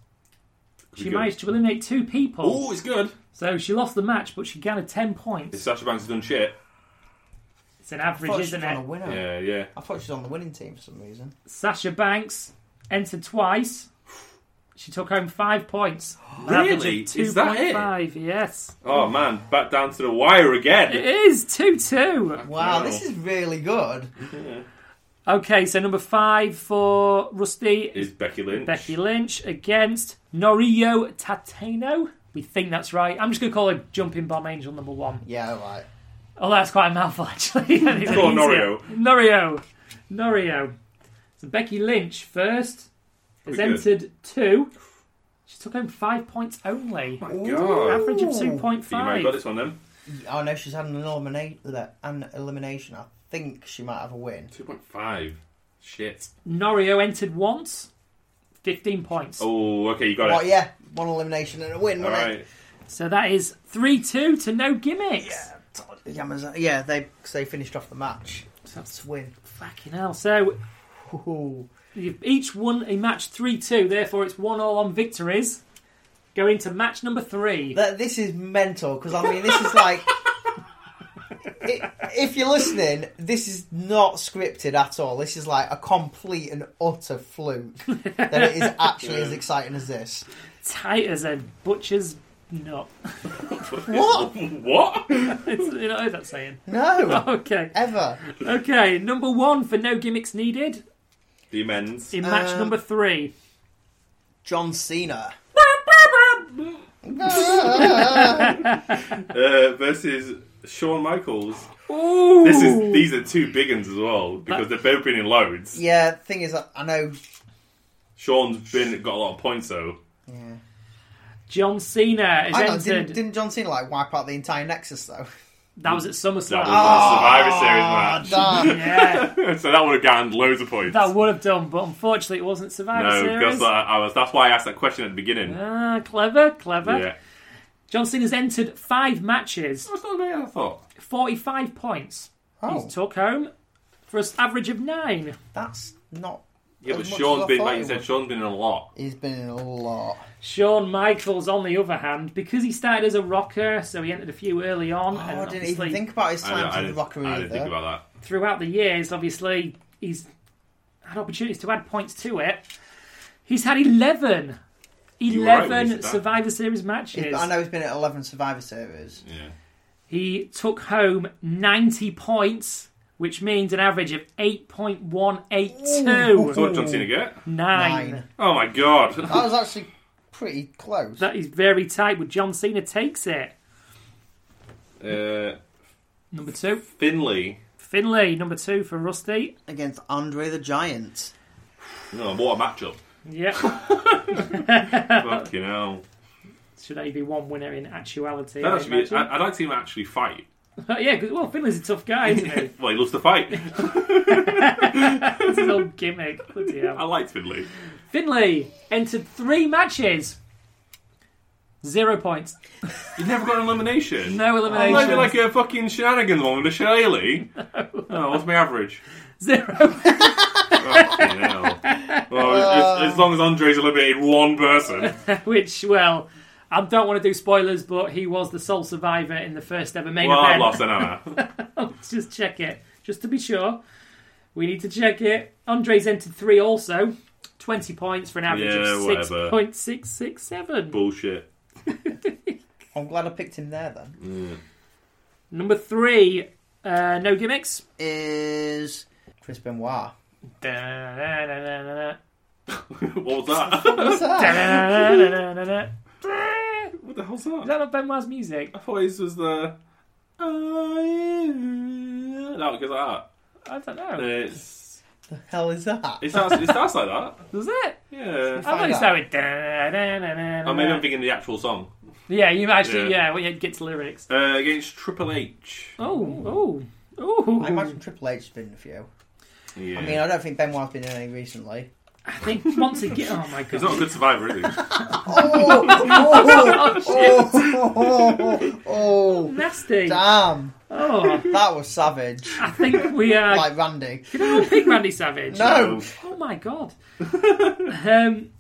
Speaker 1: She
Speaker 3: good.
Speaker 1: managed to eliminate two people,
Speaker 3: oh, it's good.
Speaker 1: so she lost the match, but she gathered ten points.
Speaker 3: If Sasha Banks has done shit,
Speaker 1: It's an
Speaker 2: I
Speaker 1: average,
Speaker 2: thought she
Speaker 1: isn't
Speaker 2: was on
Speaker 1: it?
Speaker 2: a winner.
Speaker 3: yeah, yeah.
Speaker 2: I thought she was on the winning team for some reason.
Speaker 1: Sasha Banks entered twice. She took home five points. An average
Speaker 3: Really?
Speaker 1: of
Speaker 3: Is that it?
Speaker 1: 2.5, Yes,
Speaker 3: Oh man, back down to the wire
Speaker 1: it
Speaker 3: again.
Speaker 1: is two two.
Speaker 2: Wow,
Speaker 3: Wow.
Speaker 2: this is really good.
Speaker 1: Okay, so number five for Rusty is
Speaker 3: Is Becky Lynch?
Speaker 1: Becky Lynch against Norio Tateno. We think that's right. I'm just going to call her Jumping Bomb Angel number one.
Speaker 2: Yeah, right.
Speaker 1: Oh, that's quite a mouthful, actually. It's
Speaker 3: called
Speaker 1: easier.
Speaker 3: Norio.
Speaker 1: Norio. Norio. So Becky Lynch first has
Speaker 3: Pretty good.
Speaker 1: entered two. She took home five points only.
Speaker 3: God.
Speaker 1: Average of
Speaker 2: Ooh.
Speaker 3: You might have got
Speaker 1: 2.5.
Speaker 3: this one then.
Speaker 2: Oh no, she's had an, eliminate, an elimination. I think she might have a win.
Speaker 3: 2.5. Shit.
Speaker 1: Norio entered once. 15 points.
Speaker 3: Oh, okay, you got
Speaker 2: Well,
Speaker 3: it.
Speaker 2: yeah, one elimination and a win,
Speaker 3: All
Speaker 2: wasn't
Speaker 3: right.
Speaker 1: So that is 3 2 to no gimmicks.
Speaker 2: it? Yamazaki- Yeah, they 'cause they finished off the match. That's a win.
Speaker 1: Fucking hell. So
Speaker 2: Ooh.
Speaker 1: You've each won a match 3 2, therefore it's 1 all on victories. Going to match number 3.
Speaker 2: That, this is mental because I mean, this is like. I if you're listening, this is not scripted at all. This is like a complete and utter fluke. that it is actually as exciting as this.
Speaker 1: Tight as a butcher's nut.
Speaker 2: What?
Speaker 3: What?
Speaker 1: It's, you know that saying.
Speaker 2: No,
Speaker 1: Okay.
Speaker 2: ever.
Speaker 1: Okay, number 1 for no gimmicks needed
Speaker 3: The amends.
Speaker 1: in match
Speaker 2: Um,
Speaker 1: number 3.
Speaker 2: John Cena.
Speaker 3: Uh, versus Shawn Michaels.
Speaker 1: Ooh!
Speaker 3: This is these are two big ones as well because they've both been in loads.
Speaker 2: Yeah, thing is, I I know.
Speaker 3: Sean's been got a lot of points though.
Speaker 2: Yeah.
Speaker 1: John Cena is
Speaker 2: I know,
Speaker 1: entered.
Speaker 2: didn't, didn't John Cena like wipe out the entire Nexus though?
Speaker 1: That was at
Speaker 3: That was
Speaker 1: SummerSlam.
Speaker 2: Ah,
Speaker 3: a Survivor Series
Speaker 2: Damn.
Speaker 1: yeah,
Speaker 3: match, so that would have gotten loads of points.
Speaker 1: that would have done, but unfortunately it wasn't Survivor
Speaker 3: no,
Speaker 1: Series.
Speaker 3: because I, I was. That's why I asked that question at the beginning.
Speaker 1: Ah, clever, clever.
Speaker 3: yeah,
Speaker 1: John Cena's entered five matches.
Speaker 3: that's not bad. I thought.
Speaker 1: 45 points.
Speaker 2: Oh,
Speaker 1: Took home for an average of nine.
Speaker 2: that's not
Speaker 3: Yeah, but
Speaker 2: As much
Speaker 3: Sean's
Speaker 2: as I
Speaker 3: been,
Speaker 2: thought
Speaker 3: like you
Speaker 2: he
Speaker 3: said,
Speaker 2: would.
Speaker 3: Sean's been in a lot.
Speaker 2: He's been in a lot. Oh,
Speaker 1: Shawn Michaels, on the other hand, because he started as a rocker, so he entered a few early on.
Speaker 2: Oh,
Speaker 1: and
Speaker 2: I didn't
Speaker 1: obviously
Speaker 2: even think about his
Speaker 3: I, don't-
Speaker 2: times
Speaker 3: I
Speaker 2: in
Speaker 3: didn't-
Speaker 2: Rocker
Speaker 3: I
Speaker 2: either.
Speaker 3: didn't think about
Speaker 1: throughout the years, obviously, he's had opportunities to add points to it. He's had 11,
Speaker 3: were right when
Speaker 1: 11
Speaker 3: you said that.
Speaker 1: Survivor Series
Speaker 2: He's-
Speaker 1: matches.
Speaker 2: I know he's been at 11 Survivor Series.
Speaker 3: that. Yeah.
Speaker 1: He took home 90 points, which means an average of 8.182.
Speaker 3: So what did John Cena get?
Speaker 1: Nine.
Speaker 2: Nine.
Speaker 3: Oh my god.
Speaker 2: That was actually pretty close.
Speaker 1: That is very tight, but John Cena takes it.
Speaker 3: uh,
Speaker 1: Number two,
Speaker 3: Finley.
Speaker 1: Finlay. Number two for Rusty.
Speaker 2: Against Andre the Giant.
Speaker 3: No, what a matchup.
Speaker 1: Yep.
Speaker 3: Fuck, you know.
Speaker 1: Should only be one winner in actuality.
Speaker 3: That
Speaker 1: I
Speaker 3: actually be,
Speaker 1: imagine.
Speaker 3: I, I'd like to see him actually fight.
Speaker 1: yeah, 'cause- well, Finlay's a tough guy, isn't he?
Speaker 3: well, he loves to fight.
Speaker 1: That's his old gimmick. Bloody hell.
Speaker 3: I liked Finley.
Speaker 1: Finlay entered three matches. Zero points.
Speaker 3: He never got an elimination.
Speaker 1: No
Speaker 3: Well,
Speaker 1: elimination.
Speaker 3: Oh, Maybe like a fucking shenanigans one with a shillelagh. Oh, what's my average?
Speaker 1: Zero.
Speaker 3: Fucking hell. Well, it's just- as long as Andre's eliminated one person.
Speaker 1: Which, well, I don't want to do spoilers, but he was the sole survivor in the first ever main
Speaker 3: Well, I've
Speaker 1: event.
Speaker 3: lost an hour.
Speaker 1: Let's just check it, just to be sure. We need to check it. Andre's entered three also. 20 points for an average
Speaker 3: Yeah,
Speaker 1: of
Speaker 3: whatever.
Speaker 1: 6.667.
Speaker 3: Bullshit.
Speaker 2: I'm glad I picked him there then.
Speaker 1: Number three, uh, no gimmicks.
Speaker 2: Is Chris Benoit.
Speaker 1: Da-da-da-da-da-da.
Speaker 3: What was that?
Speaker 2: What's that?
Speaker 1: Da-da-da-da-da-da.
Speaker 3: what the hell's
Speaker 1: Is
Speaker 3: that?
Speaker 1: that not Benoit's music?
Speaker 3: I thought this was the. That goes
Speaker 1: I
Speaker 3: like
Speaker 1: don't
Speaker 3: that.
Speaker 1: know.
Speaker 3: It's,
Speaker 2: hell is that?
Speaker 3: it, starts, it starts like that.
Speaker 1: Does it?
Speaker 3: Yeah.
Speaker 1: I thought
Speaker 2: Find
Speaker 1: it
Speaker 2: out.
Speaker 1: started. da-da-da-da-da-da.
Speaker 3: I mean, Oh, I'm thinking the actual song.
Speaker 1: Yeah, you actually,
Speaker 3: Yeah.
Speaker 1: yeah, well, you get to lyrics.
Speaker 3: Uh, against Triple H.
Speaker 1: Oh, oh, oh.
Speaker 2: I imagine Triple H's been in a few.
Speaker 3: Yeah.
Speaker 2: I mean, I don't think Benoit's been in any recently.
Speaker 1: I think once again. Oh my
Speaker 3: He's not a
Speaker 1: god.
Speaker 3: good survivor, is he?
Speaker 2: Oh, oh,
Speaker 1: Oh, shit.
Speaker 2: oh, oh, oh, oh.
Speaker 1: Nasty.
Speaker 2: damn!
Speaker 1: Oh,
Speaker 2: That was savage.
Speaker 1: I think we uh, are.
Speaker 2: Like Randy.
Speaker 1: Did anyone pick Randy Savage?
Speaker 2: No,
Speaker 1: Oh my god. um,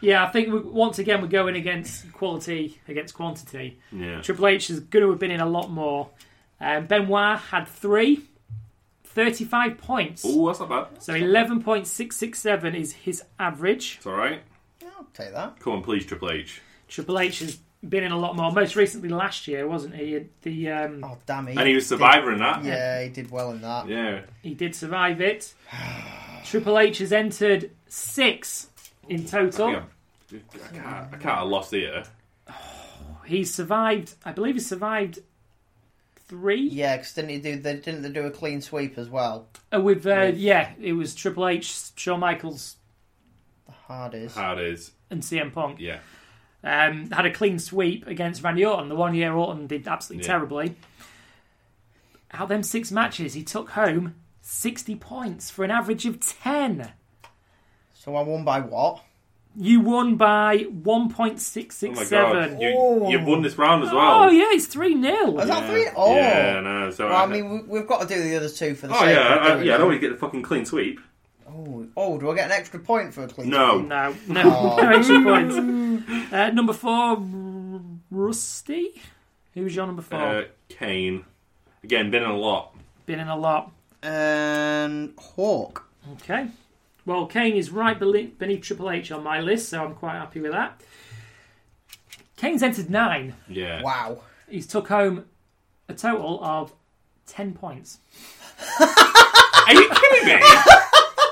Speaker 1: yeah, I think we, once again we're going against quality against quantity.
Speaker 3: Yeah.
Speaker 1: Triple H is going to have been in a lot more. Um, Benoit had three, 35 points.
Speaker 3: Oh, that's not bad.
Speaker 1: So 11.667 is his average.
Speaker 3: It's alright.
Speaker 2: I'll take that.
Speaker 3: Come on, please, Triple H.
Speaker 1: Triple H has been in a lot more. Most recently last year, wasn't he? The um,
Speaker 2: Oh damn it!
Speaker 3: And he was survivor in that.
Speaker 2: Yeah, he did well in that.
Speaker 3: Yeah.
Speaker 1: He did survive it. Triple H has entered six in total.
Speaker 3: Yeah. I can't, I can't have lost here.
Speaker 1: He survived. I believe he survived three.
Speaker 2: Yeah, because didn't he do? They didn't they do a clean sweep as well?
Speaker 1: Uh, with uh, yeah, it was Triple H, Shawn Michaels,
Speaker 2: Hard is.
Speaker 3: How it is.
Speaker 1: and CM Punk.
Speaker 3: Yeah.
Speaker 1: Um, had a clean sweep against Randy Orton. The one year Orton did absolutely
Speaker 3: Yeah.
Speaker 1: terribly. Out of them six matches, he took home sixty points for an average of ten.
Speaker 2: So I won by what?
Speaker 1: You won by
Speaker 3: Oh my
Speaker 1: 1.667.
Speaker 3: god. You,
Speaker 2: Oh.
Speaker 3: you've won this round as well.
Speaker 1: Oh yeah, it's three 0
Speaker 2: Was that
Speaker 3: Yeah.
Speaker 2: three? Oh.
Speaker 3: Yeah, no. So uh,
Speaker 2: Well, I mean, we, we've got to do the other two for the
Speaker 3: Oh
Speaker 2: sake
Speaker 3: yeah,
Speaker 2: of
Speaker 3: I, I,
Speaker 2: doing
Speaker 3: yeah. I
Speaker 2: them.
Speaker 3: don't want to get the fucking clean sweep.
Speaker 2: Oh, oh, do I get an extra point for a clean?
Speaker 3: No.
Speaker 2: sweep?
Speaker 1: No, no, no extra points. Uh, number four, R- Rusty. Who's your number four?
Speaker 3: Uh, Kane. Again, been in a lot.
Speaker 1: Been in a lot.
Speaker 2: And Hawk.
Speaker 1: Okay. Well, Kane is right beneath, beneath Triple H on my list, so I'm quite happy with that. Kane's entered nine.
Speaker 3: Yeah.
Speaker 2: Wow.
Speaker 1: He's took home a total of ten points.
Speaker 3: Are you kidding me?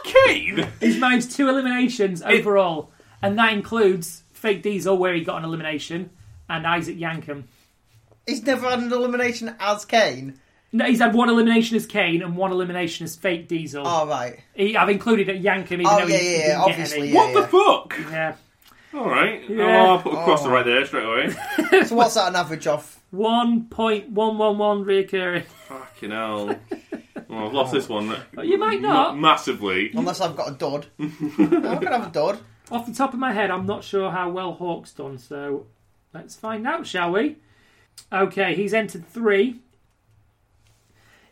Speaker 3: Kane.
Speaker 1: He's managed two eliminations overall, and that includes Fake Diesel, where he got an elimination, and Isaac Yankem.
Speaker 2: He's never had an elimination as Kane.
Speaker 1: No, he's had one elimination as Kane and one elimination as Fake Diesel.
Speaker 2: All right.
Speaker 1: He, I've included at Yankem, even
Speaker 2: Oh,
Speaker 1: though he,
Speaker 2: yeah,
Speaker 1: he
Speaker 2: yeah,
Speaker 1: didn't get
Speaker 2: obviously,
Speaker 1: any.
Speaker 2: yeah.
Speaker 3: What the fuck?
Speaker 1: Yeah.
Speaker 3: All right.
Speaker 1: Yeah.
Speaker 3: Oh, I'll put a crosser
Speaker 2: Oh.
Speaker 3: right there straight away.
Speaker 2: So what's that an average of?
Speaker 1: One point one one one reoccurring.
Speaker 3: Fucking hell. Well, I've lost this one.
Speaker 1: you might not.
Speaker 3: massively.
Speaker 2: Unless I've got a dud. I'm gonna have a dud.
Speaker 1: Off the top of my head, I'm not sure how well Hawk's done, so let's find out, shall we? Okay, he's entered three.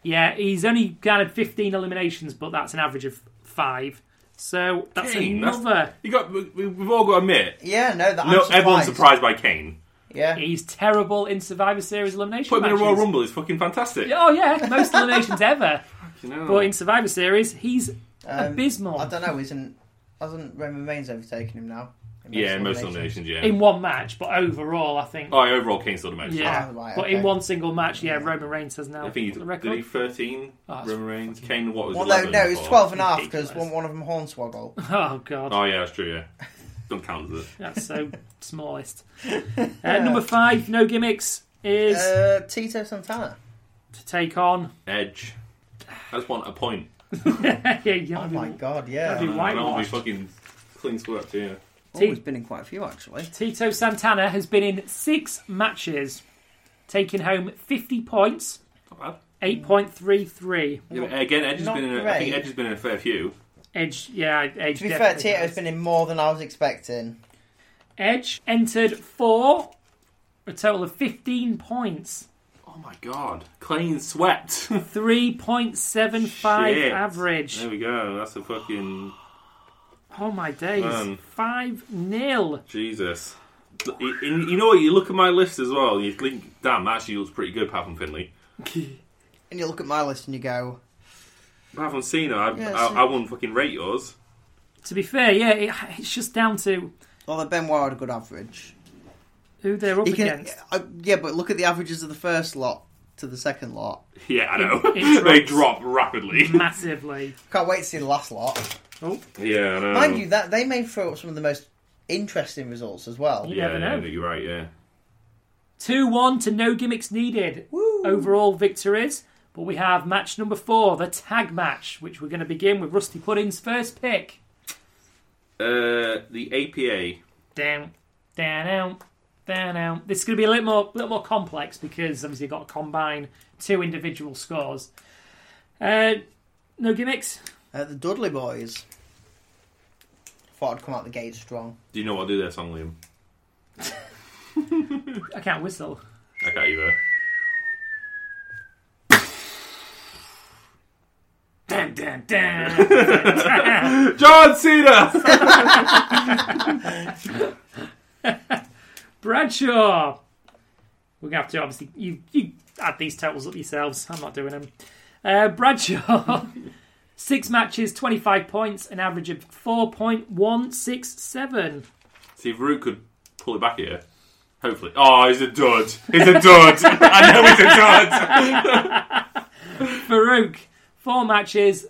Speaker 1: Yeah, he's only garnered 15 eliminations, but that's an average of five. So that's
Speaker 3: Kane, that's-
Speaker 1: another.
Speaker 3: You got we- we've all got to admit.
Speaker 2: Yeah, no, that
Speaker 3: No,
Speaker 2: I'm
Speaker 3: everyone's surprised by Kane.
Speaker 2: Yeah,
Speaker 1: He's terrible in Survivor Series elimination
Speaker 3: Put him in a
Speaker 1: matches.
Speaker 3: Royal Rumble is fucking fantastic.
Speaker 1: Oh yeah, most eliminations ever.
Speaker 3: You know?
Speaker 1: But in Survivor Series, he's
Speaker 2: Um,
Speaker 1: abysmal
Speaker 2: I don't know. Isn't hasn't Roman Reigns overtaken him now? In
Speaker 3: yeah, in most
Speaker 2: eliminations.
Speaker 3: eliminations, yeah.
Speaker 1: in one match. But overall, I think.
Speaker 3: oh, yeah, overall, Kane's still the most.
Speaker 1: Yeah,
Speaker 2: Oh, right,
Speaker 1: but
Speaker 2: okay.
Speaker 1: in one single match, yeah, Roman Reigns has now
Speaker 3: I think
Speaker 1: the
Speaker 3: he
Speaker 1: record.
Speaker 3: did he thirteen.
Speaker 1: Oh, it's
Speaker 3: Roman Reigns, Kane, what was
Speaker 2: Well, no,
Speaker 3: 11
Speaker 2: no, it's
Speaker 3: before?
Speaker 2: 12 and a half because
Speaker 1: Ridiculous.
Speaker 2: one, one of them hornswoggle.
Speaker 1: Oh god,
Speaker 3: Oh yeah, that's true. Yeah, don't count as it.
Speaker 1: that's so smallest. Uh, Number five, no gimmicks, is
Speaker 2: Uh, Tito Santana.
Speaker 1: to take on.
Speaker 3: Edge. I just want a point.
Speaker 1: yeah, yeah,
Speaker 2: Oh my god, yeah.
Speaker 1: That'd be
Speaker 3: I don't want
Speaker 1: whitewashed.
Speaker 3: to be fucking clean swept. Yeah.
Speaker 2: Oh, he's been in quite a few actually.
Speaker 1: Tito Santana has been in six matches, taking home 50 points,
Speaker 3: Not bad.
Speaker 1: 8.33.
Speaker 3: Yeah, but uh, again, Edge has
Speaker 2: Not
Speaker 3: been in. A, I think
Speaker 2: great.
Speaker 3: Edge has been in a fair few.
Speaker 1: Edge, yeah, Edge.
Speaker 2: To be fair,
Speaker 1: definitely
Speaker 2: Tito's
Speaker 1: has.
Speaker 2: been in more than I was expecting.
Speaker 1: Edge entered four, a total of 15 points,
Speaker 3: Oh my god, clean swept.
Speaker 1: 3.75
Speaker 3: Shit.
Speaker 1: average.
Speaker 3: there we go. That's a fucking
Speaker 1: Oh my days,
Speaker 3: Man.
Speaker 1: 5 0.
Speaker 3: Jesus. You, you know what? You look at my list as well. and You think, damn, that actually looks pretty good. Apart from Finley,
Speaker 2: And you look at my list and you go,
Speaker 3: apart from Cena, I,
Speaker 2: Yeah,
Speaker 3: I,
Speaker 2: so-
Speaker 3: I wouldn't fucking rate yours.
Speaker 1: To be fair, yeah, it, it's just down to
Speaker 2: well, the Benoit had a good average.
Speaker 1: who they're up
Speaker 2: He can,
Speaker 1: against.
Speaker 2: uh, yeah, but look at the averages of the first lot to the second lot.
Speaker 3: Yeah, I know.
Speaker 1: It- it
Speaker 3: they
Speaker 1: drops.
Speaker 3: drop rapidly.
Speaker 1: Massively.
Speaker 2: Can't wait to see the last lot.
Speaker 3: yeah, I know.
Speaker 2: Mind you, that they may throw up some of the most interesting results as well.
Speaker 1: You
Speaker 3: yeah,
Speaker 1: never
Speaker 3: yeah,
Speaker 1: know.
Speaker 3: you're right. Yeah.
Speaker 1: 2 1 to no gimmicks needed. Overall victories. But we have match number four, the tag match, which we're going to begin with Rusty Pudding's first pick.
Speaker 3: Uh, the APA.
Speaker 1: Down, down, out, down, out. This is going to be a little more, little more complex because obviously you've got to combine two individual scores. Uh, no gimmicks.
Speaker 2: Uh, the Dudley Boys. Thought I'd come out the gate strong.
Speaker 3: Do you know what I do there, song, Liam?
Speaker 1: I can't whistle.
Speaker 3: I can't either.
Speaker 1: Dun, dun, dun.
Speaker 3: John Cena.
Speaker 1: Bradshaw. We're going to have to obviously you you add these totals up yourselves. I'm not doing them. Uh, Bradshaw, six matches, 25 points, an average of 4.167.
Speaker 3: See if Root could pull it back here. Hopefully. Oh, he's a dud. He's a dud. I know he's a dud.
Speaker 1: Farouk, four matches,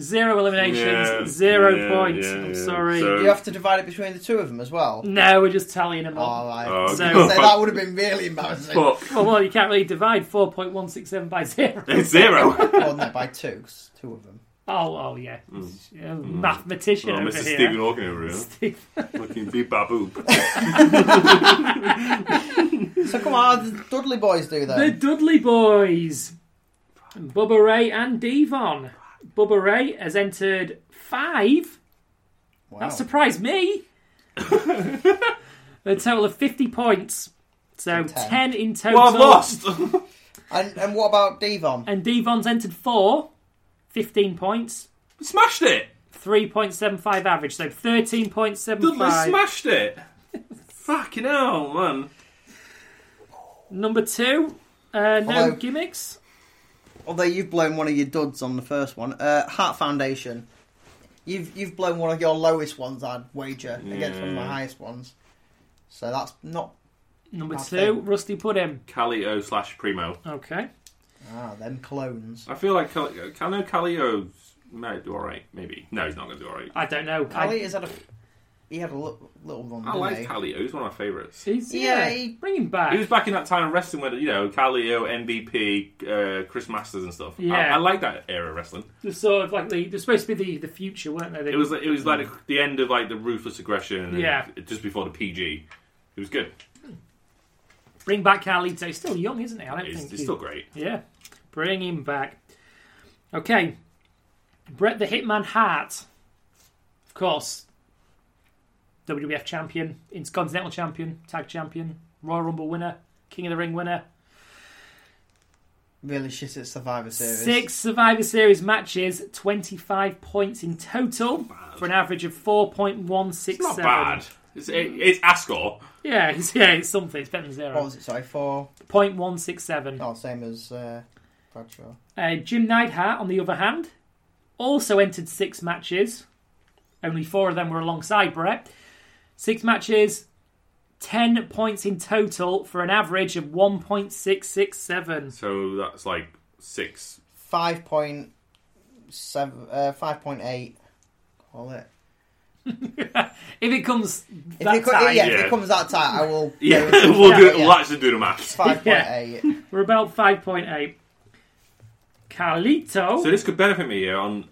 Speaker 1: zero eliminations,
Speaker 3: Yeah,
Speaker 1: zero
Speaker 3: yeah,
Speaker 1: points.
Speaker 3: yeah,
Speaker 1: I'm
Speaker 3: yeah.
Speaker 1: sorry.
Speaker 3: So-
Speaker 2: You have to divide it between the two of them as well.
Speaker 1: No, we're just tallying them up.
Speaker 2: All right.
Speaker 3: Oh,
Speaker 1: So-
Speaker 2: So
Speaker 3: God.
Speaker 2: that would have been really embarrassing.
Speaker 3: Fuck.
Speaker 1: Well, well, you can't really divide 4.167 by zero.
Speaker 3: It's zero.
Speaker 2: well, no, by two, 'cause two of them.
Speaker 1: Oh, oh yeah. Yeah, Mathematician
Speaker 3: Oh,
Speaker 1: over
Speaker 3: Mr.
Speaker 1: here.
Speaker 3: Stephen Hawking over here. Fucking beep baboop.
Speaker 2: So come on, how did the Dudley boys do
Speaker 1: The
Speaker 2: that.
Speaker 1: Dudley Boys, Bubba Ray and Devon. Bubba Ray has entered five.
Speaker 2: Wow.
Speaker 1: That surprised me. a total of fifty points, so
Speaker 2: Ten.
Speaker 1: ten in total.
Speaker 3: Well, I've lost.
Speaker 2: and, and what about Devon?
Speaker 1: And Devon's entered four, 15 points,
Speaker 3: smashed it.
Speaker 1: three point seven five average, so thirteen point seven
Speaker 3: Dudley
Speaker 1: five.
Speaker 3: smashed it. Fucking hell, man.
Speaker 1: Number two, uh, no
Speaker 2: Although-
Speaker 1: gimmicks.
Speaker 2: Although you've blown one of your duds on the first one, uh, Heart Foundation. You've you've blown one of your lowest ones, I'd wager, against one of my highest ones. So that's not
Speaker 1: Number
Speaker 2: I'll
Speaker 1: two,
Speaker 2: take-
Speaker 1: Rusty Pudding.
Speaker 3: Calio slash Primo.
Speaker 1: Okay.
Speaker 2: ah them clones.
Speaker 3: I feel like Calio. I know Calio might do alright, maybe. No, he's not going to do alright.
Speaker 1: I don't know. I-
Speaker 2: Cali has had a he had a little, little run.
Speaker 3: I
Speaker 2: didn't
Speaker 3: like
Speaker 2: he?
Speaker 3: Calio. He's one of my favourites.
Speaker 1: He's, yeah,
Speaker 2: Yeah, he-
Speaker 1: uh, bring him back.
Speaker 3: He was back in that time of wrestling where, you know, Calio, MVP, uh, Chris Masters and stuff.
Speaker 1: Yeah.
Speaker 3: I, I like that era of wrestling.
Speaker 1: They're sort of like the they're supposed to be the, the future, weren't they? They-
Speaker 3: It was like, it was like the end of like the ruthless aggression. and
Speaker 1: Yeah.
Speaker 3: Just before the PG, it was good.
Speaker 1: bring back Khalid. So he's still young, isn't he? I don't
Speaker 3: It's,
Speaker 1: think
Speaker 3: it's
Speaker 1: he-
Speaker 3: still great.
Speaker 1: Yeah, bring him back. Okay, Brett the Hitman Hart, of course, WWF champion, Intercontinental champion, Tag champion, Royal Rumble winner, King of the Ring winner.
Speaker 2: Really shit at Survivor Series.
Speaker 1: Six Survivor Series matches, 25 points in total for an average of 4.167.
Speaker 3: It's not bad. It's, it, it's Ascor.
Speaker 1: Yeah, it's, yeah, it's something. It's better than zero.
Speaker 2: What was it? Sorry, four.
Speaker 1: 0.167.
Speaker 2: Oh, same as uh, Bradshaw.
Speaker 1: Uh, Jim Neidhart, on the other hand, also entered six matches. Only four of them were alongside Brett. Six matches, 10 points in total for an average of 1.667.
Speaker 3: So that's like six.
Speaker 2: Five point seven. Uh, Five point eight. Call it.
Speaker 1: If it comes
Speaker 2: If
Speaker 1: that
Speaker 2: it co-
Speaker 1: time,
Speaker 2: yeah, if
Speaker 3: yeah.
Speaker 2: it comes that tight, I will.
Speaker 3: Yeah, we'll, do,
Speaker 2: yeah.
Speaker 3: we'll actually do the maths.
Speaker 2: Five point eight.
Speaker 1: we're about 5.8. Carlito.
Speaker 3: So this could benefit me here on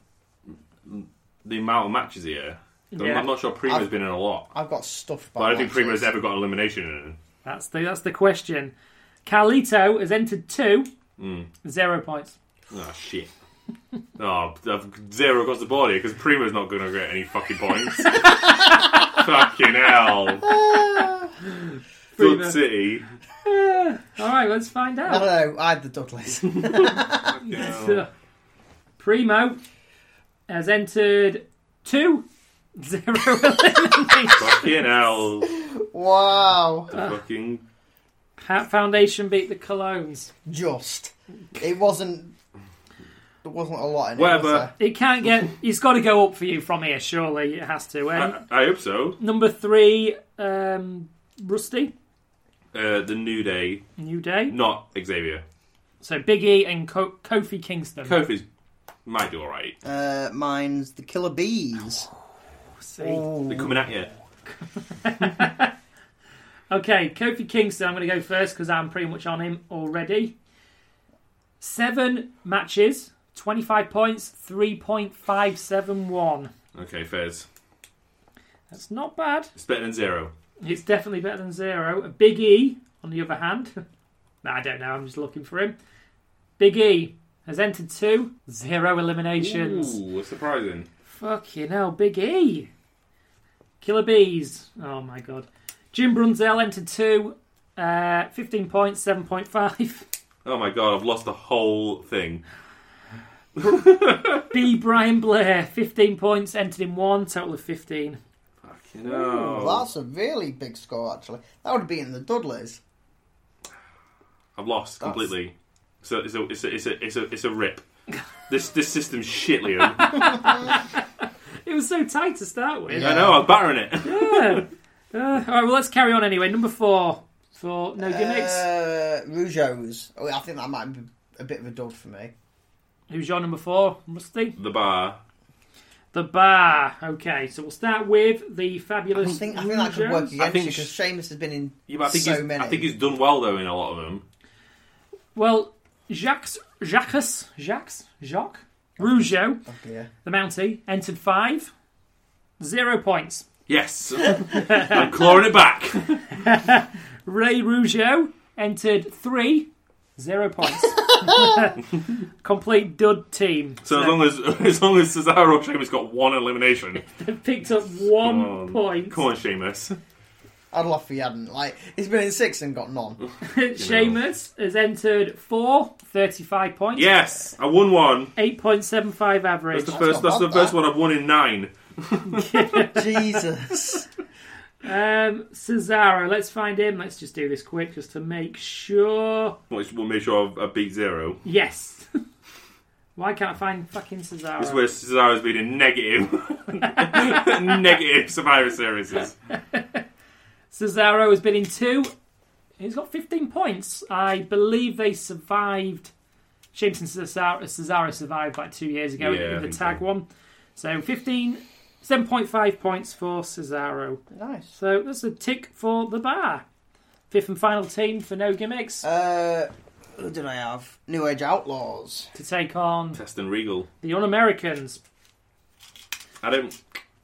Speaker 3: the amount of matches here.
Speaker 1: Yeah.
Speaker 3: I'm not sure Prima's been in a lot.
Speaker 2: I've got stuff.
Speaker 3: But I don't think Prima's ever got an elimination in him.
Speaker 1: That's the that's the question. Carlito has entered two, zero points.
Speaker 3: Oh, shit. oh, I've zero across the board here because Prima's not going to get any fucking points. fucking hell. Good City.
Speaker 1: All right, let's find
Speaker 2: I
Speaker 1: out.
Speaker 2: don't know. I had the Douglas.
Speaker 1: Primo has entered two, zero eliminations.
Speaker 3: fucking hell.
Speaker 2: wow.
Speaker 3: fucking.
Speaker 1: Hat Foundation beat the Colognes.
Speaker 2: Just. It wasn't. There wasn't a lot in it.
Speaker 3: Whatever.
Speaker 2: was there?
Speaker 1: It can't get. It's got to go up for you from here. Surely it has to. eh?
Speaker 3: I, I hope so.
Speaker 1: number three, um, Rusty,
Speaker 3: Uh, the New Day,
Speaker 1: New Day.
Speaker 3: not Xavier.
Speaker 1: So Big E and Co- Kofi Kingston.
Speaker 3: Kofi's might do alright.
Speaker 2: Uh, mine's the Killer Bees.
Speaker 1: See.
Speaker 3: They're coming at you.
Speaker 1: Okay, Kofi Kingston, I'm going to go first because I'm pretty much on him already. Seven matches, 25 points, 3.571.
Speaker 3: Okay, Fez.
Speaker 1: That's not bad.
Speaker 3: It's better than zero.
Speaker 1: It's definitely better than zero. Big E, on the other hand, Nah, I don't know, I'm just looking for him. Big E has entered two, zero eliminations.
Speaker 3: Ooh, surprising.
Speaker 1: Fucking hell, Big E. Killer Bees. Oh my god. Jim Brunzel entered two, uh, 15 points, 7.5.
Speaker 3: Oh my god, I've lost the whole thing.
Speaker 1: B. Brian Blair, 15 points, entered in one, total of 15.
Speaker 3: Fucking hell.
Speaker 2: That's a really big score, actually. That would have beaten the Dudleys.
Speaker 3: I've lost completely. So it's a it's a it's a it's a it's a rip. This this system's shit, Liam.
Speaker 1: It was so tight to start with.
Speaker 3: I know, I'm battering it.
Speaker 1: Uh, all right, well, let's carry on anyway. Number four for No Gimmicks.
Speaker 2: Uh, Rougeau's. Oh, I think that might be a bit of a dud for me.
Speaker 1: Who's your number four? Rusty?
Speaker 3: The bar.
Speaker 1: The Bar. Okay, so we'll start with the
Speaker 2: I
Speaker 1: fabulous.
Speaker 2: think, I think that could
Speaker 1: Rougeau's.
Speaker 2: work against
Speaker 3: think
Speaker 2: you because
Speaker 3: sh-
Speaker 2: Seamus has been in
Speaker 3: Yeah, but I think
Speaker 2: so
Speaker 3: he's,
Speaker 2: many.
Speaker 3: I think he's done well though in a lot of them.
Speaker 1: Well, Jacques, Jacques, Jacques, Jacques, Rougeau,
Speaker 2: yeah.
Speaker 1: the Mountie, entered five, zero points.
Speaker 3: Yes. I'm clawing it back.
Speaker 1: Ray Rougeau entered three, zero points. Complete dud team.
Speaker 3: So as long as as long as Cesaro or Sheamus got one elimination.
Speaker 1: Picked up one
Speaker 3: Um,
Speaker 1: point.
Speaker 3: Come on, Sheamus.
Speaker 2: I'd love if he hadn't. Like, he's been in six and got none.
Speaker 1: Sheamus has entered four, 35 points.
Speaker 3: Yes, I won one.
Speaker 1: 8.75 average.
Speaker 3: That's the first.
Speaker 2: not
Speaker 3: That's
Speaker 2: bad,
Speaker 3: the first
Speaker 2: that.
Speaker 3: one I've won in nine.
Speaker 2: Jesus.
Speaker 1: Um, Cesaro, let's find him. Let's just do this quick just to make sure.
Speaker 3: Well, it's- We'll make sure I've- I beat zero.
Speaker 1: Yes. Why can't I find fucking Cesaro?
Speaker 3: That's where Cesaro's been in negative, negative Survivor Series.
Speaker 1: Cesaro has been in two. He's got 15 points. I believe they survived. James and Cesaro, Cesaro survived like two years ago
Speaker 3: Yeah, I
Speaker 1: in the
Speaker 3: think
Speaker 1: tag
Speaker 3: so.
Speaker 1: one. So 15, 7.5 points for Cesaro.
Speaker 2: nice.
Speaker 1: So that's a tick for the bar. Fifth and final team for no gimmicks
Speaker 2: Uh, who did I have? New Age Outlaws.
Speaker 1: to take on
Speaker 3: Test and Regal.
Speaker 1: the Un Americans.
Speaker 3: I don't.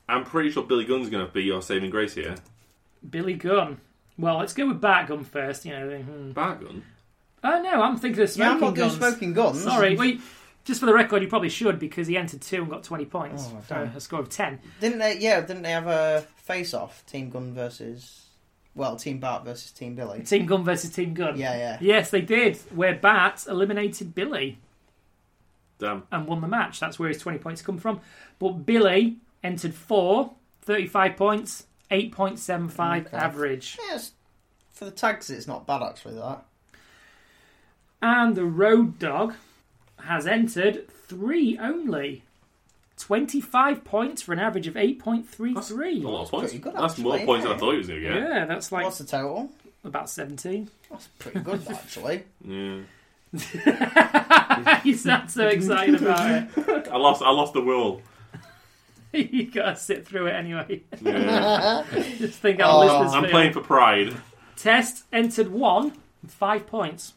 Speaker 3: I'm pretty sure Billy Gunn's going to be your saving grace here.
Speaker 1: Billy Gunn. Well, let's go with Bat Gun first. You know. the- hmm.
Speaker 3: Bar Gunn.
Speaker 1: Oh no, I'm thinking of smoking
Speaker 2: Yeah, I'm not doing
Speaker 1: guns.
Speaker 2: smoking guns.
Speaker 1: Sorry. Well, you- just for the record, you probably should because he entered two and got 20 points
Speaker 2: Oh,
Speaker 1: for
Speaker 2: damn.
Speaker 1: a score of 10.
Speaker 2: Didn't they? Yeah, didn't they have a face-off? Team Gun versus Well, Team Bart versus Team Billy.
Speaker 1: Team Gun versus Team Gun.
Speaker 2: Yeah, yeah.
Speaker 1: Yes, they did. Where Bat eliminated Billy
Speaker 3: Damn.
Speaker 1: and won the match. That's where his 20 points come from. But Billy entered four, 35 points, 8.75
Speaker 2: Okay.
Speaker 1: average.
Speaker 2: Yes. For the tags, it's not bad actually. That
Speaker 1: And the Road Dog has entered three only. 25 points for an average of
Speaker 3: That's a lot
Speaker 1: 8.33.
Speaker 3: of points.
Speaker 2: pretty good,
Speaker 3: That's more
Speaker 2: actually,
Speaker 3: points
Speaker 2: yeah.
Speaker 3: than I thought he was going to get.
Speaker 1: Yeah, that's like
Speaker 2: what's the total?
Speaker 1: about 17.
Speaker 2: That's pretty good actually.
Speaker 3: Yeah.
Speaker 1: you sound so excited about
Speaker 3: I lost. I lost the will.
Speaker 1: it. you got to sit through it anyway.
Speaker 3: Yeah.
Speaker 1: Just think I'll list
Speaker 2: Oh.
Speaker 1: this
Speaker 3: I'm
Speaker 1: video.
Speaker 3: playing for pride.
Speaker 1: Test entered one, five points.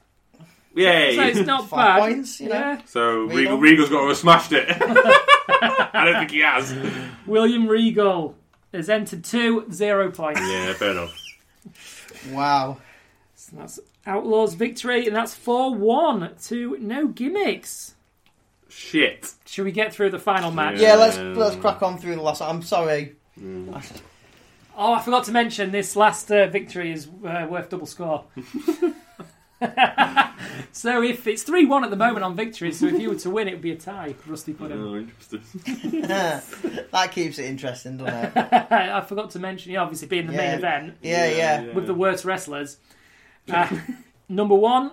Speaker 3: Yay!
Speaker 1: So it's not
Speaker 2: Five
Speaker 1: bad.
Speaker 2: points, you know.
Speaker 1: Yeah.
Speaker 3: So
Speaker 2: Regal.
Speaker 3: Regal, Regal's got to have smashed it. I don't think he has.
Speaker 1: William Regal has entered two, zero points.
Speaker 3: Yeah, fair enough.
Speaker 2: Wow.
Speaker 1: So that's Outlaws victory, and that's 4 1 to no gimmicks.
Speaker 3: Shit.
Speaker 1: Should we get through the final match?
Speaker 2: Yeah, let's
Speaker 3: Um,
Speaker 2: let's crack on through the last. I'm sorry.
Speaker 1: Oh, I forgot to mention this last uh, victory is uh, worth double score. so if it's 3 1 at the moment on victory, so if you were to win, it would be a tie. Rusty put in.
Speaker 3: Oh, interesting.
Speaker 2: that keeps it interesting, doesn't it?
Speaker 1: Uh, I forgot to mention, yeah, obviously being the
Speaker 2: Yeah.
Speaker 1: main event,
Speaker 2: Yeah, yeah.
Speaker 1: with the worst wrestlers. Uh, number one,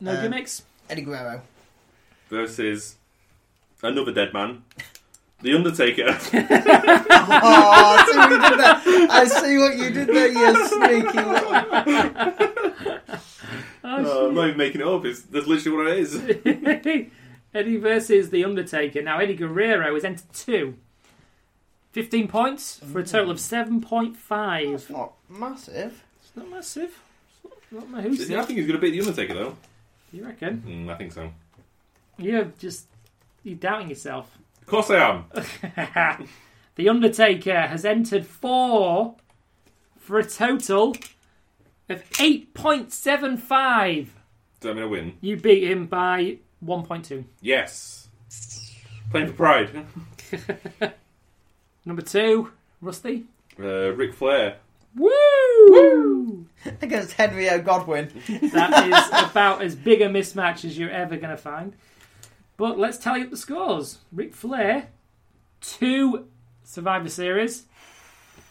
Speaker 1: no
Speaker 2: Um,
Speaker 1: gimmicks.
Speaker 2: Eddie Guerrero.
Speaker 3: versus another dead man, the Undertaker.
Speaker 2: Oh, I see what you did there. I see what you did there. You sneaky little.
Speaker 3: Uh, I'm not even making it up. It's, that's literally what it is.
Speaker 1: Eddie versus The Undertaker. Now, Eddie Guerrero has entered two. 15 points for a total
Speaker 2: Hmm.
Speaker 1: of 7.5.
Speaker 2: It's not massive.
Speaker 1: It's not massive. It's not, not
Speaker 3: I think
Speaker 1: massive.
Speaker 3: he's going to beat the Undertaker though.
Speaker 1: You reckon?
Speaker 3: Mm, I think so. Of
Speaker 1: You're just. You're doubting yourself.
Speaker 3: course I am.
Speaker 1: the Undertaker has entered four for a total of 8.75.
Speaker 3: Do I mean I win?
Speaker 1: You beat him by 1.2.
Speaker 3: Yes. Playing for pride.
Speaker 1: Number two, Rusty.
Speaker 3: Uh, Ric Flair.
Speaker 1: Woo!
Speaker 2: Against Henry O. Godwin.
Speaker 1: That is about as big a mismatch as you're ever going to find. But let's tally up the scores. Ric Flair, two Survivor Series,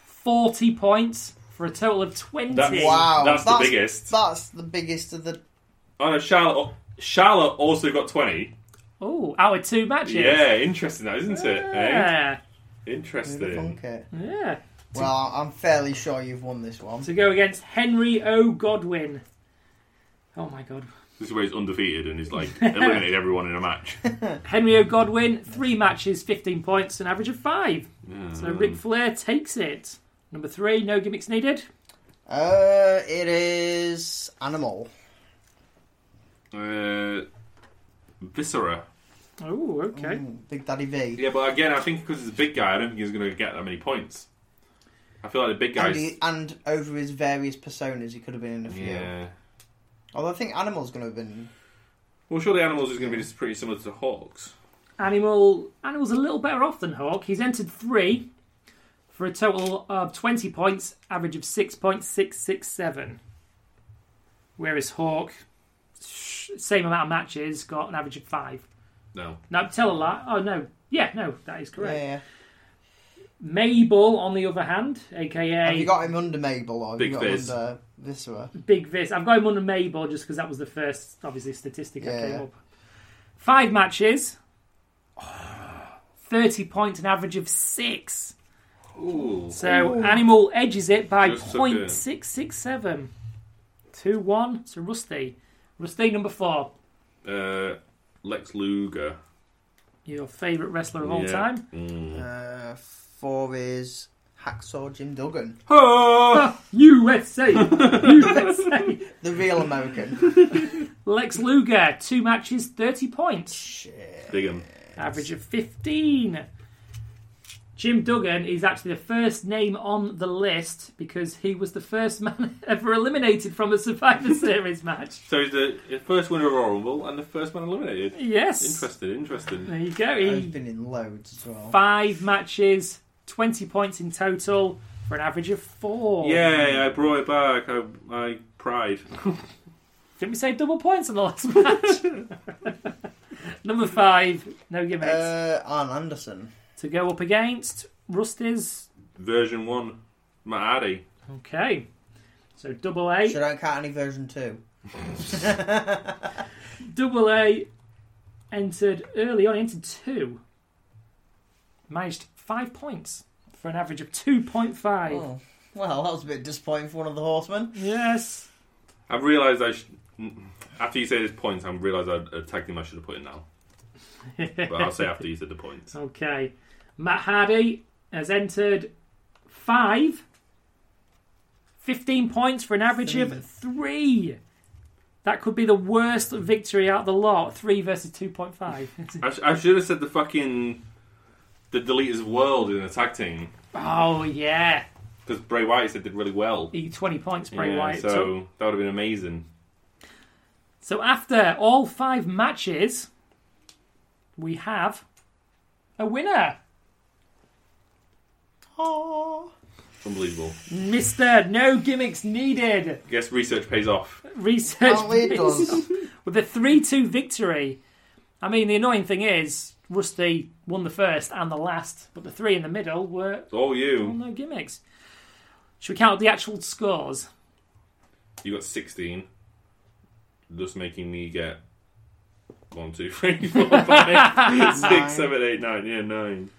Speaker 1: 40 points for a total of 20.
Speaker 3: That's-
Speaker 2: Wow.
Speaker 3: That's the biggest.
Speaker 2: That's the biggest of the.
Speaker 3: Oh no, Charlotte. Charlotte also got twenty.
Speaker 1: Oh, our two matches.
Speaker 3: Yeah, interesting that, isn't it? Eh?
Speaker 1: Yeah.
Speaker 3: Interesting.
Speaker 2: Okay.
Speaker 1: Yeah.
Speaker 2: Well, I'm fairly sure you've won this one.
Speaker 1: To go against Henry O. Godwin. Oh my god.
Speaker 3: This is where he's undefeated and he's like eliminated everyone in a match.
Speaker 1: Henry O. Godwin, three matches, 15 points, an average of five. So Ric Flair takes it. Number three, no gimmicks needed.
Speaker 2: Uh, it is animal.
Speaker 3: Uh, Viscera.
Speaker 1: Oh, okay.
Speaker 2: Hmm, Big Daddy V.
Speaker 3: Yeah, but again, I think because he's a big guy, I don't think he's going to get that many points. I feel like the
Speaker 2: And,
Speaker 3: big guys.
Speaker 2: he- and over his various personas, he could have been in a few.
Speaker 3: yeah.
Speaker 2: Although I think animal's going to have been.
Speaker 3: Well, surely animals is going to be just pretty similar to hawks.
Speaker 1: Animal Animal's a little better off than Hawk. He's entered three for a total of 20 points, average of 6.667. Whereas Hawk, sh- same amount of matches, got an average of five.
Speaker 3: No.
Speaker 1: Now, tell a lie. Oh, no. Yeah, no, that is
Speaker 2: Yeah.
Speaker 1: correct.
Speaker 2: yeah.
Speaker 1: Mabel, on the other hand, aka
Speaker 2: Have you got him under Mabel or have
Speaker 3: Big
Speaker 2: you got
Speaker 3: Fizz.
Speaker 2: him under Viscera?
Speaker 1: Big Vis. I've got him under Mabel just because that was the first, obviously, statistic I
Speaker 2: Yeah.
Speaker 1: came up. Five matches, 30 points, an average of six.
Speaker 3: Ooh.
Speaker 1: So Animal edges it by
Speaker 3: Just took it.
Speaker 1: 0.667. 2 1 to Rusty. Rusty, number four,
Speaker 3: Uh, Lex Luger.
Speaker 1: your favourite wrestler of all
Speaker 3: Yeah.
Speaker 1: time.
Speaker 2: Uh, four is Hacksaw Jim Duggan.
Speaker 3: Oh!
Speaker 1: USA! USA!
Speaker 2: The real American.
Speaker 1: Lex Luger, two matches, 30 points.
Speaker 2: Shit.
Speaker 3: Big him.
Speaker 1: Average of 15. Jim Duggan is actually the first name on the list because he was the first man ever eliminated from a Survivor Series match.
Speaker 3: So he's the the first winner of Royal Rumble and the first man eliminated.
Speaker 1: Yes.
Speaker 3: Interesting, interesting.
Speaker 1: There you go.
Speaker 2: He's
Speaker 1: He
Speaker 2: been in loads as well.
Speaker 1: five matches, 20 points in total, for an average of four.
Speaker 3: Yay, I brought it back. I, I pride.
Speaker 1: Didn't we say double points in the last match? Number five, no gimmicks.
Speaker 2: Uh, Arn Anderson.
Speaker 1: to go up against Rusty's.
Speaker 3: Version 1, Matt Hardy.
Speaker 1: Okay. So double A,
Speaker 2: So don't count any version two.
Speaker 1: double A entered early on, entered two. Managed five points for an average of 2.5.
Speaker 2: Oh, well, that was a bit disappointing for one of the horsemen.
Speaker 1: Yes.
Speaker 3: I've realised I should. After you say this point, I've realised I a tag team I should have put in now. But I'll say after you said the points.
Speaker 1: Okay. Matt Hardy has entered five. 15 points for an average of three. That could be the worst victory out of the lot. Three versus 2.5.
Speaker 3: I, sh- I should have said the fucking. The Deleters World in a tag team.
Speaker 1: oh, yeah.
Speaker 3: Because Bray Wyatt said did really well.
Speaker 1: He- 20 points, Bray
Speaker 3: Yeah,
Speaker 1: Wyatt. took.
Speaker 3: So that would have been amazing.
Speaker 1: So after all five matches, we have a winner,
Speaker 2: Oh,
Speaker 3: Unbelievable.
Speaker 1: Mister No Gimmicks Needed.
Speaker 3: I guess research pays off.
Speaker 1: Research
Speaker 2: Oh, it
Speaker 1: please.
Speaker 2: does.
Speaker 1: with a three-two victory. I mean, the annoying thing is Rusty won the first and the last, but the three in the middle were
Speaker 3: It's all
Speaker 1: all
Speaker 3: you.
Speaker 1: no gimmicks. Should we count up the actual scores?
Speaker 3: You got 16. Thus making me get 1, 2, 3, 4, 5, 6, 7, 8, 9. Yeah, 9.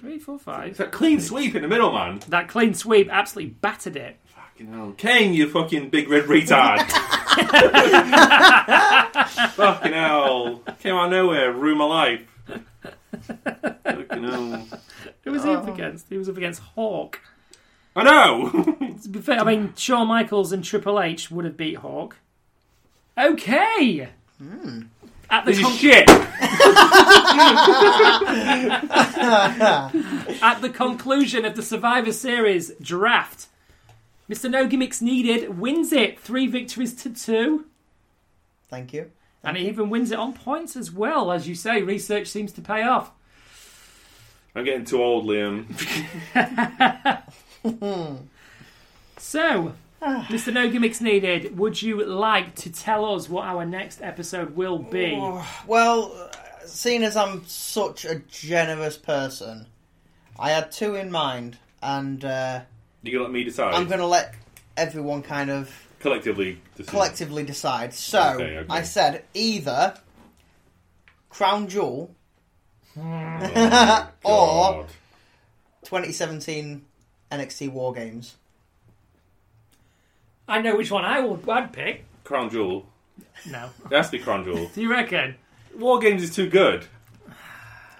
Speaker 1: Three, four,
Speaker 3: It's
Speaker 1: five.
Speaker 3: that clean sweep in the middle, man.
Speaker 1: That clean sweep absolutely battered it.
Speaker 3: Fucking hell. Kane, you fucking big red retard. fucking hell. Came out of nowhere, ruined my life. fucking hell.
Speaker 1: Who was he up against? He was up against Hawk.
Speaker 3: I know!
Speaker 1: To be fair, I mean, Shawn Michaels and Triple H would have beat Hawk. Okay. At the
Speaker 3: Hmm. this
Speaker 1: con-
Speaker 3: is shit!
Speaker 1: at the conclusion of the Survivor Series draft, Mr. No Gimmicks Needed wins it three victories to two,
Speaker 2: thank you.
Speaker 1: and he even wins it on points as well. As you say, research seems to pay off.
Speaker 3: I'm getting too old, Liam.
Speaker 1: So,
Speaker 3: Ah.
Speaker 1: Mr. No Gimmicks Needed, would you like to tell us what our next episode will be?
Speaker 3: Oh.
Speaker 2: Well, uh, seeing as I'm such a generous person, I had two in mind, and uh,
Speaker 3: You gonna let me decide?
Speaker 2: I'm going to let everyone kind of
Speaker 3: Collectively decide.
Speaker 2: collectively decide. So
Speaker 3: Okay, okay.
Speaker 2: I said either Crown Jewel
Speaker 3: Oh,
Speaker 2: Or-
Speaker 3: God.
Speaker 2: 2017 NXT War Games.
Speaker 1: I know which one I would I'd pick.
Speaker 3: Crown Jewel.
Speaker 1: No.
Speaker 3: It has to be Crown Jewel.
Speaker 1: Do you reckon?
Speaker 3: War Games is too good.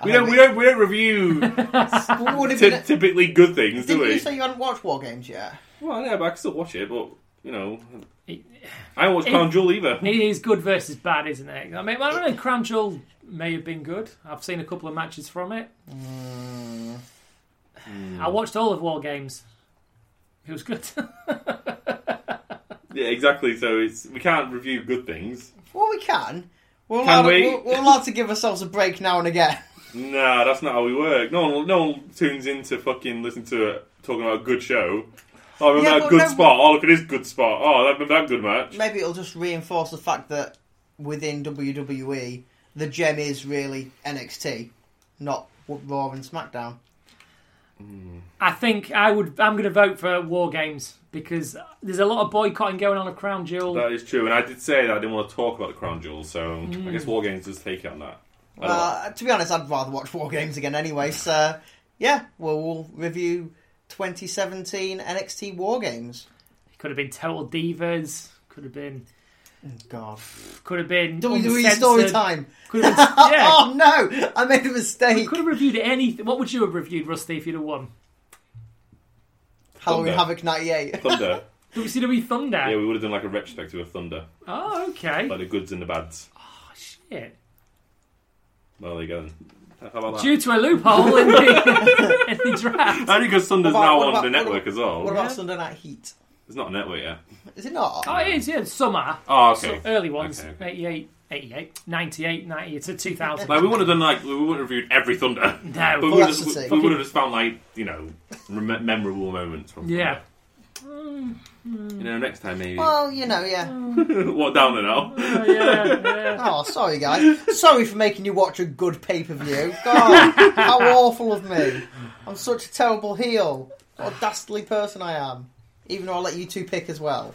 Speaker 3: We
Speaker 2: hope
Speaker 3: don't, we
Speaker 2: it-
Speaker 3: don't, we don't review
Speaker 2: Well, would it
Speaker 3: ty-
Speaker 2: be-
Speaker 3: typically good things, do
Speaker 2: Didn't you
Speaker 3: we?
Speaker 2: say you hadn't watched War Games yet?
Speaker 3: Well, yeah, but I can still watch it, but, you know.
Speaker 1: It-
Speaker 3: I don't watch Crown Jewel either.
Speaker 1: It is good versus bad, isn't it? I mean, I don't know. Crown Jewel may have been good. I've seen a couple of matches from it. I watched all of War Games. It was good.
Speaker 3: Yeah, exactly. So it's we can't review good things.
Speaker 2: Well, we can. We're
Speaker 3: Can
Speaker 2: allowed,
Speaker 3: we?
Speaker 2: are we're allowed to give ourselves a break now and again.
Speaker 3: Nah, that's not how we work. No one, no one tunes in to fucking listen to it, talking about a good show. Oh, remember
Speaker 2: Yeah,
Speaker 3: that
Speaker 2: but
Speaker 3: good
Speaker 2: no-
Speaker 3: spot. Oh, look at this good spot. Oh, that, remember that good match.
Speaker 2: Maybe it'll just reinforce the fact that within WWE, the gem is really NXT, not Raw and SmackDown.
Speaker 1: I think I would. I'm going to vote for War Games because there's a lot of boycotting going on of Crown Jewel.
Speaker 3: That is true. And I did say that I didn't want to talk about the crown jewel, so I guess
Speaker 1: Mm.
Speaker 3: War Games does take it on that. I don't-
Speaker 2: Uh, to be honest, I'd rather watch War Games again anyway. So, yeah, we'll, we'll review 2017 NXT War Games.
Speaker 1: Could have been Total Divas. Could have been.
Speaker 2: God,
Speaker 1: Could have been.
Speaker 2: WWE
Speaker 1: uncensored.
Speaker 2: E story time.
Speaker 1: Could have been, yeah.
Speaker 2: Oh no, I made a mistake.
Speaker 1: Could have reviewed anything. What would you have reviewed, Rusty, if you'd have won?
Speaker 2: Halloween
Speaker 3: Thunder.
Speaker 2: Havoc '98.
Speaker 3: Thunder.
Speaker 1: WCW E Thunder.
Speaker 3: yeah, we would have done like a retrospective of Thunder,
Speaker 1: Oh, okay.
Speaker 3: like the goods and the bads.
Speaker 1: Shit.
Speaker 3: Well, there you go. How about that?
Speaker 1: due to a loophole in the, in the draft.
Speaker 3: Only because Thunder's
Speaker 2: What about-
Speaker 3: now
Speaker 2: what
Speaker 3: on
Speaker 2: about-
Speaker 3: the
Speaker 2: what
Speaker 3: network
Speaker 2: about-
Speaker 3: as well.
Speaker 2: What about Sunday Night Heat?
Speaker 3: It's not a network yet.
Speaker 2: Is it not?
Speaker 1: Oh, it is, yeah, summer.
Speaker 3: Oh, okay.
Speaker 1: Early ones,
Speaker 3: Okay, okay.
Speaker 1: 88 88, 98, 90 to 2000.
Speaker 3: Like we wouldn't have done like we wouldn't have reviewed every Thunder.
Speaker 1: No.
Speaker 3: but we
Speaker 1: Well,
Speaker 3: would have
Speaker 2: that's the
Speaker 3: just,
Speaker 2: thing.
Speaker 3: we would have just found like you know rem- memorable moments from.
Speaker 1: yeah.
Speaker 3: You know, next time maybe.
Speaker 2: Well, you know, yeah.
Speaker 3: what down and out?
Speaker 1: Oh, yeah, yeah.
Speaker 2: Oh, sorry, guys. Sorry for making you watch a good pay per view. God, how awful of me. I'm such a terrible heel. What a dastardly person I am. Even though I'll let you two pick as well.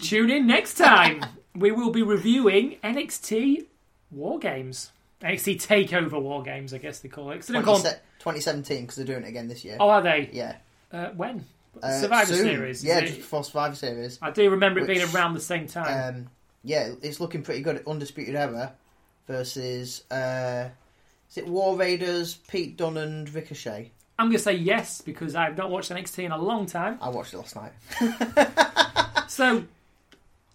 Speaker 1: Tune in next time. We will be reviewing NXT War Games. NXT Takeover War Games, I guess they call it. 'Cause they don't call
Speaker 2: 20,
Speaker 1: them-
Speaker 2: 2017, because they're doing it again this year.
Speaker 1: oh, are they?
Speaker 2: Yeah.
Speaker 1: Uh, when?
Speaker 2: Uh,
Speaker 1: Survivor
Speaker 2: soon.
Speaker 1: Series. is
Speaker 2: Yeah,
Speaker 1: it?
Speaker 2: just before Survivor Series.
Speaker 1: I do remember it being
Speaker 2: Which,
Speaker 1: around the same time.
Speaker 2: Um, yeah, it's looking pretty good. Undisputed Era versus. Uh, is it War Raiders, Pete Dunne, and Ricochet?
Speaker 1: I'm going to say yes because I've not watched NXT in a long time.
Speaker 2: I watched it last night.
Speaker 1: So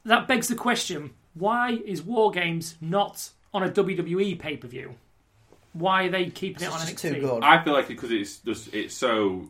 Speaker 1: that begs the question why is War Games not on a WWE pay per view? Why are they keeping it on
Speaker 2: It's
Speaker 1: NXT?
Speaker 2: just too good.
Speaker 3: I feel like because it's just it's so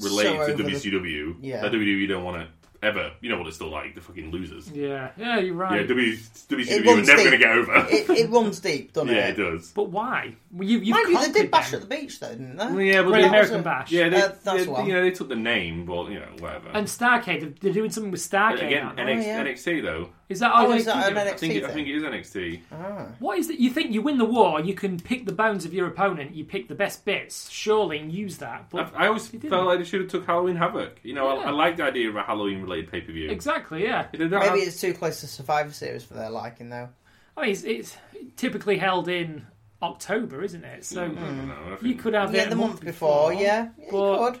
Speaker 3: related
Speaker 2: So over
Speaker 3: to
Speaker 2: the-
Speaker 3: WCW
Speaker 2: Yeah.
Speaker 3: that WWE don't want to ever. You know what it's still like the fucking losers.
Speaker 1: Yeah, yeah, you're
Speaker 3: Yeah,
Speaker 1: right.
Speaker 3: W
Speaker 2: It
Speaker 3: WCW are
Speaker 2: runs
Speaker 3: never going to
Speaker 2: deep.
Speaker 3: get over.
Speaker 2: it, it runs deep, doesn't
Speaker 3: yeah, it
Speaker 2: it?
Speaker 3: does.
Speaker 1: but why? Well, you, you've
Speaker 2: Mind you, they
Speaker 1: conquered
Speaker 2: did bash
Speaker 1: them.
Speaker 2: at the beach, though, didn't they?
Speaker 3: Yeah, but
Speaker 1: Well,
Speaker 3: they-
Speaker 1: the American
Speaker 2: also-
Speaker 1: Bash.
Speaker 3: Yeah, they,
Speaker 2: Uh, that's
Speaker 3: they-
Speaker 2: one.
Speaker 3: you know they took the name, but you know whatever.
Speaker 1: And Starcade, they're- they're doing something with Starcade.
Speaker 3: Again,
Speaker 1: aren't they?
Speaker 3: NXT,
Speaker 2: Oh, yeah.
Speaker 3: NXT though.
Speaker 1: is that all
Speaker 2: Oh,
Speaker 1: they
Speaker 2: is that
Speaker 1: keep
Speaker 2: an
Speaker 1: doing?
Speaker 3: I
Speaker 2: NXT
Speaker 3: think it, I
Speaker 2: thing?
Speaker 3: think it is NXT.
Speaker 1: What is it? You think you win the war, you can pick the bones of your opponent, you pick the best bits, surely, and use that. But
Speaker 3: I, I always
Speaker 1: didn't.
Speaker 3: felt like they should have took Halloween Havoc. You know,
Speaker 1: Yeah.
Speaker 3: I, I like the idea of a Halloween related pay per view.
Speaker 1: exactly, yeah.
Speaker 2: Maybe it's too close to Survivor Series for their liking, though.
Speaker 1: I mean, it's, it's typically held in October, isn't it? So
Speaker 2: Hmm.
Speaker 1: you could have
Speaker 2: Mm. yeah,
Speaker 1: it
Speaker 2: the month before, yeah, yeah you
Speaker 1: but-
Speaker 2: could.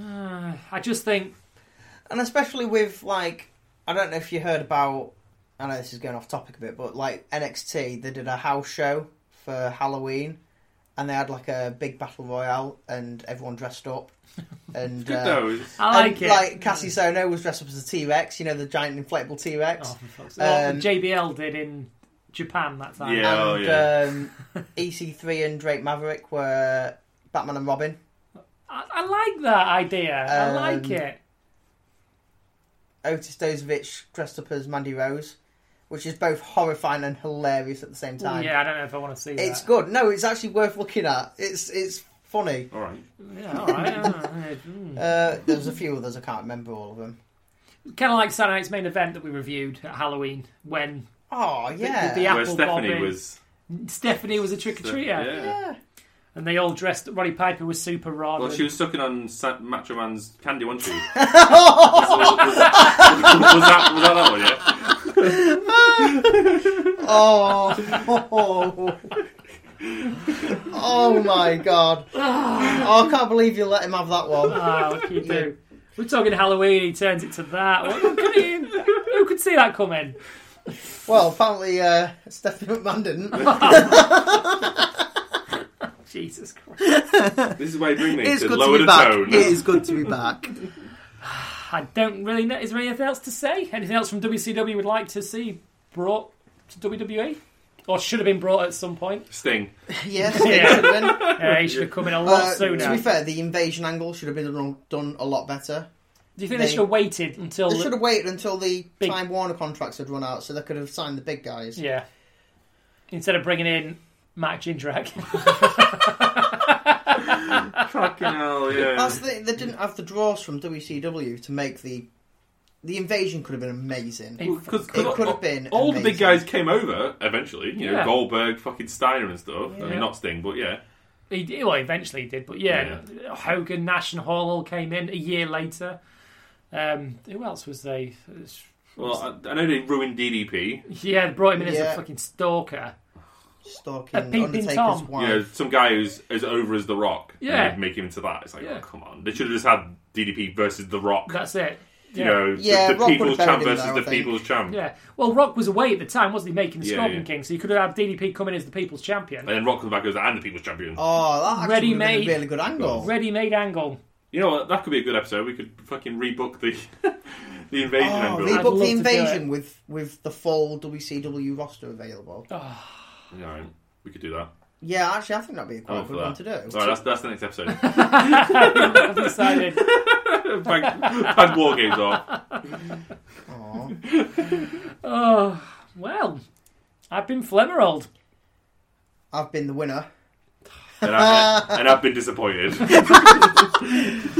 Speaker 1: Uh, I just think
Speaker 2: And especially with like, I don't know if you heard about. I know this is going off topic a bit, but like NXT, they did a house show for Halloween, and they had like a big battle royale, and everyone dressed up. And
Speaker 3: Good
Speaker 2: uh,
Speaker 3: though. it's-
Speaker 1: I like
Speaker 2: and,
Speaker 1: it.
Speaker 2: Like Cassie Sono was dressed up as a T Rex, you know, the giant inflatable T Rex.
Speaker 1: oh, for fuck's sake. What
Speaker 2: Um,
Speaker 1: the JBL did in Japan that time.
Speaker 3: Yeah. Oh,
Speaker 2: and um, EC3 and Drake Maverick were Batman and Robin.
Speaker 1: I, I like that idea. I
Speaker 2: Um,
Speaker 1: like it.
Speaker 2: Otis Dozovich dressed up as Mandy Rose, which is both horrifying and hilarious at the same time.
Speaker 1: Yeah, I don't know if I want to see
Speaker 2: It's
Speaker 1: that.
Speaker 2: good. No, it's actually worth looking at. It's it's funny.
Speaker 3: All right.
Speaker 1: Yeah, all right. yeah, mm.
Speaker 2: Uh, there's a few others I can't remember all of them.
Speaker 1: kind of like Saturday Night's main event that we reviewed at Halloween when
Speaker 2: Oh yeah,
Speaker 1: the- the-
Speaker 3: Where
Speaker 1: Apple
Speaker 3: Stephanie
Speaker 1: bobbing.
Speaker 3: was.
Speaker 1: Stephanie was a trick or treater,
Speaker 2: yeah.
Speaker 1: and they all dressed. Roddy Piper was super rod.
Speaker 3: Well,
Speaker 1: and-
Speaker 3: she was sucking on Sa- Macho Man's candy, wasn't she? was, was that, was that that one, yeah?
Speaker 2: Oh, oh, oh my god! Oh, I can't believe you let him have that one.
Speaker 1: Ah, what can you do? We're talking Halloween. He turns it to that. What, what could he- who could see that coming?
Speaker 2: Well, apparently uh, Stephanie McMahon didn't.
Speaker 1: Jesus Christ!
Speaker 3: This is why you bring me
Speaker 2: It's
Speaker 3: to
Speaker 2: good
Speaker 3: lower
Speaker 2: to
Speaker 3: the
Speaker 2: be back.
Speaker 3: tone.
Speaker 2: It is good to be back.
Speaker 1: I don't really know. Is there anything else to say? Anything else from WCW you would like to see brought to WWE, or should have been brought at some point?
Speaker 3: Sting.
Speaker 2: yes,
Speaker 1: Yeah.
Speaker 2: it should have been.
Speaker 1: Yeah, he should have come in a lot
Speaker 2: Uh,
Speaker 1: sooner.
Speaker 2: to be fair, the invasion angle should have been done, done a lot better.
Speaker 1: do you think they,
Speaker 2: they-
Speaker 1: should have waited until?
Speaker 2: They should have waited until the
Speaker 1: Big-
Speaker 2: Time Warner contracts had run out, so they could have signed the big guys.
Speaker 1: Yeah. Instead of bringing in Matt Jindrak.
Speaker 3: Fucking hell, yeah.
Speaker 2: That's the, they didn't have the draws from WCW to make the the invasion could have been amazing.
Speaker 1: It-
Speaker 3: Because
Speaker 2: It could have been
Speaker 3: all the
Speaker 2: amazing.
Speaker 3: big guys came over eventually. You know,
Speaker 1: Yeah.
Speaker 3: Goldberg, fucking Steiner, and stuff. I
Speaker 1: Yeah.
Speaker 3: mean, not Sting, but yeah.
Speaker 1: He did, well, eventually he did, but yeah, Hogan, Nash, and Hall all came in a year later. Um, who else was they?
Speaker 3: Well, I, I know they ruined DDP.
Speaker 1: Yeah, they brought him in as
Speaker 2: Yeah.
Speaker 1: a fucking stalker.
Speaker 2: Stalking
Speaker 1: A peeping
Speaker 2: Undertaker's
Speaker 1: uh, Tom.
Speaker 3: You
Speaker 2: wife.
Speaker 3: know, some guy who's as over as The Rock. and
Speaker 1: Yeah.
Speaker 3: they make him into that. It's like,
Speaker 1: Yeah.
Speaker 3: oh, come on. They should have just had DDP versus The Rock.
Speaker 1: That's it. Yeah.
Speaker 3: you know, the-
Speaker 2: Yeah,
Speaker 3: the,
Speaker 2: Rock
Speaker 3: people's
Speaker 2: would've
Speaker 3: champ
Speaker 2: buried him
Speaker 3: versus
Speaker 2: there, I
Speaker 3: the
Speaker 2: think.
Speaker 3: people's champ.
Speaker 1: Yeah. Well, Rock was away at the time, wasn't he, making the
Speaker 3: Yeah,
Speaker 1: Scorpion
Speaker 3: yeah.
Speaker 1: King? So you could have had DDP coming in as the People's Champion.
Speaker 3: And then Rock comes back and goes, I'm the people's champion.
Speaker 2: Oh, that actually would have
Speaker 1: Ready-made.
Speaker 2: been a really good angle.
Speaker 1: Ready made angle.
Speaker 3: You know what? That could be a good episode. We could fucking rebook the the invasion
Speaker 2: Oh,
Speaker 3: angle.
Speaker 1: I'd love
Speaker 2: rebook
Speaker 1: to
Speaker 2: the
Speaker 1: do it.
Speaker 2: invasion with with the full WCW roster available.
Speaker 1: Oh.
Speaker 3: You know, we could do that.
Speaker 2: Yeah, actually, I think that'd be a
Speaker 3: I'm
Speaker 2: quite
Speaker 3: up
Speaker 2: good
Speaker 3: Oh, for
Speaker 2: one
Speaker 3: that.
Speaker 2: to do.
Speaker 3: All right, that's, that's the next episode.
Speaker 1: I've decided.
Speaker 3: Pad, pad war games off.
Speaker 2: Aw.
Speaker 1: Well, I've been Flemmerold.
Speaker 2: I've been the winner,
Speaker 3: And, I, and I've been disappointed.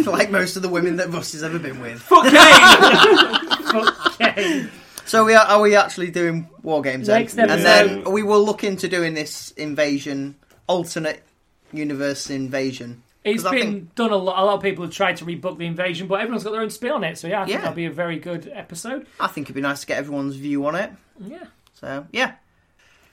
Speaker 2: like most of the women that Russ has ever been with.
Speaker 3: Fuck Kane!
Speaker 1: Okay.
Speaker 2: So we are, are we actually doing war games then?
Speaker 1: Next episode.
Speaker 2: And then we will look into doing this invasion, alternate universe invasion.
Speaker 1: It's
Speaker 2: 'Cause I
Speaker 1: been
Speaker 2: think-
Speaker 1: done a lot. A lot of people have tried to rebook the invasion, but everyone's got their own spin on it. So yeah, I think
Speaker 2: Yeah.
Speaker 1: that'll be a very good episode.
Speaker 2: I think it'd be nice to get everyone's view on it.
Speaker 1: Yeah.
Speaker 2: So yeah,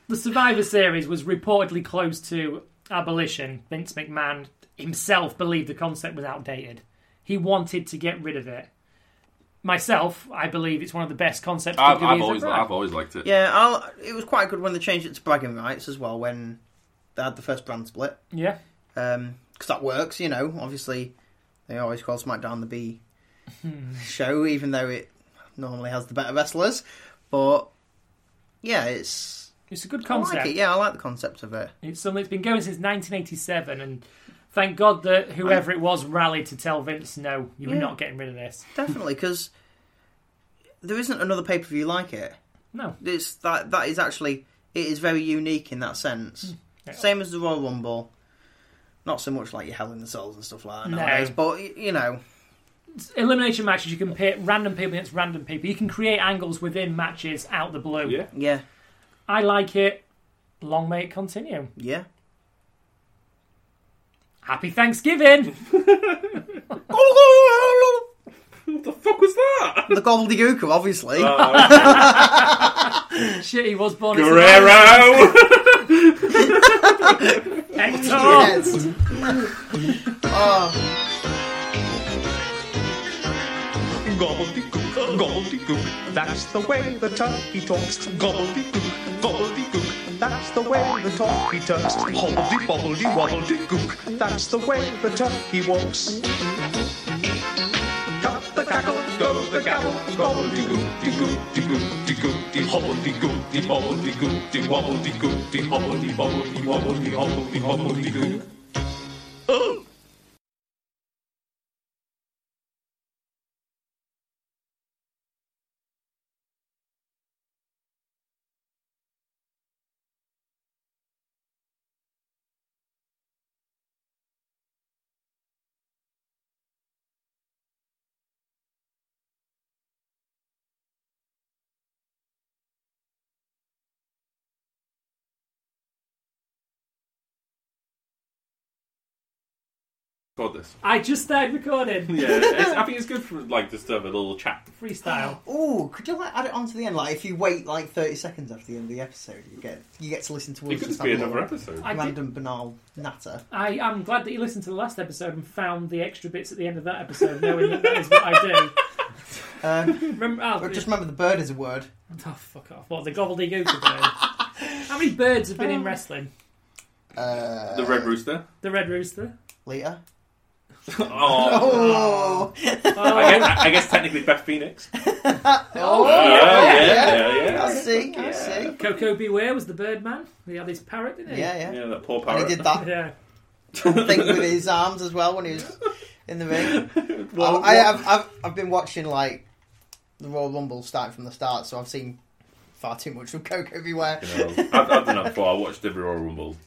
Speaker 1: The Survivor Series was reportedly close to abolition. Vince McMahon himself believed the concept was outdated. He wanted to get rid of it. Myself, I believe it's one of the best concepts.
Speaker 3: I've,
Speaker 1: WWE has
Speaker 3: I've, always,
Speaker 1: ever had.
Speaker 3: I've always liked it.
Speaker 2: yeah. I'll, it was quite good when they changed it to bragging rights as well when they had the first brand split
Speaker 1: yeah.
Speaker 2: because that works. You know, obviously they always call SmackDown the B
Speaker 1: Hmm.
Speaker 2: show, even though it normally has the better wrestlers. But yeah, it's
Speaker 1: It's a good
Speaker 2: I
Speaker 1: concept.
Speaker 2: like it. Yeah, I like the concept of it.
Speaker 1: It's something that's been going since 1987, and thank God that whoever it was rallied to tell Vince, no, you were
Speaker 2: Yeah.
Speaker 1: not getting rid of this.
Speaker 2: Definitely, because there isn't another pay per view like it.
Speaker 1: No.
Speaker 2: It's that that is actually it is very unique in that sense.
Speaker 3: Hmm.
Speaker 2: Same as the Royal Rumble. Not so much like your Hell in the Cells and stuff like that
Speaker 1: No.
Speaker 2: nowadays, but y- you know,
Speaker 1: Elimination matches, you can pit random people against random people. You can create angles within matches out the blue.
Speaker 3: Yeah.
Speaker 2: yeah,
Speaker 1: I like it. Long may it continue.
Speaker 2: yeah.
Speaker 1: Happy Thanksgiving!
Speaker 3: What the fuck was that?
Speaker 2: The gobbledygooker, obviously.
Speaker 3: Oh,
Speaker 1: Shit, he was born in Survivor.
Speaker 3: Guerrero!
Speaker 1: Hector!
Speaker 2: Yes.
Speaker 6: Gobbledygook, gobbledygook, that's the way the turkey talks. Gobbledygook, gobbledygook, that's the way the turkey talks. Hobbledy bobbledy wobbledygook, that's the way the turkey walks. Cut the cackle, go the gabble, gobbledygook, gobbledygook, gobbledygook, hobbledygook, bobbledygook, wobbledygook, hobbledy bobbledy wobbledy hobbledy hobbledygook.
Speaker 3: Called this.
Speaker 1: I just started recording.
Speaker 3: Yeah, it's, I think it's good for like just to have a little chat.
Speaker 1: Freestyle.
Speaker 2: Ooh, could you like add it on to the end? Like if you wait like thirty seconds after the end of the episode, you get you get to listen to us.
Speaker 3: It could
Speaker 2: just
Speaker 3: just be
Speaker 2: have a
Speaker 3: another
Speaker 2: little
Speaker 3: episode.
Speaker 1: I, did,
Speaker 2: Random banal natter.
Speaker 1: I am glad that you listened to the last episode and found the extra bits at the end of that episode, knowing that that is what I do.
Speaker 2: Um,
Speaker 1: Remember, oh,
Speaker 2: but just remember, the bird is a word.
Speaker 1: oh, fuck off. What, the gobbledygook bird? How many birds have been in wrestling?
Speaker 2: Uh,
Speaker 3: The Red Rooster.
Speaker 1: The red rooster?
Speaker 2: Leader. Oh,
Speaker 3: Oh, I, guess, I guess technically Beth Phoenix.
Speaker 2: oh,
Speaker 3: yeah,
Speaker 2: yeah.
Speaker 3: yeah,
Speaker 2: I
Speaker 3: yeah,
Speaker 2: see, I
Speaker 3: Yeah.
Speaker 2: see.
Speaker 1: Coco Beware was the bird man. He had his parrot, didn't he?
Speaker 2: Yeah,
Speaker 3: yeah.
Speaker 2: yeah.
Speaker 3: that poor
Speaker 2: And he
Speaker 3: parrot.
Speaker 2: did that
Speaker 1: Yeah.
Speaker 2: thing with his arms as well when he was in the ring.
Speaker 3: Well,
Speaker 2: I, I,
Speaker 3: what-
Speaker 2: have, I've, I've been watching like the Royal Rumble starting from the start, so I've seen far too much of Coco everywhere.
Speaker 3: You know, I've, I've done that before. I watched every Royal Rumble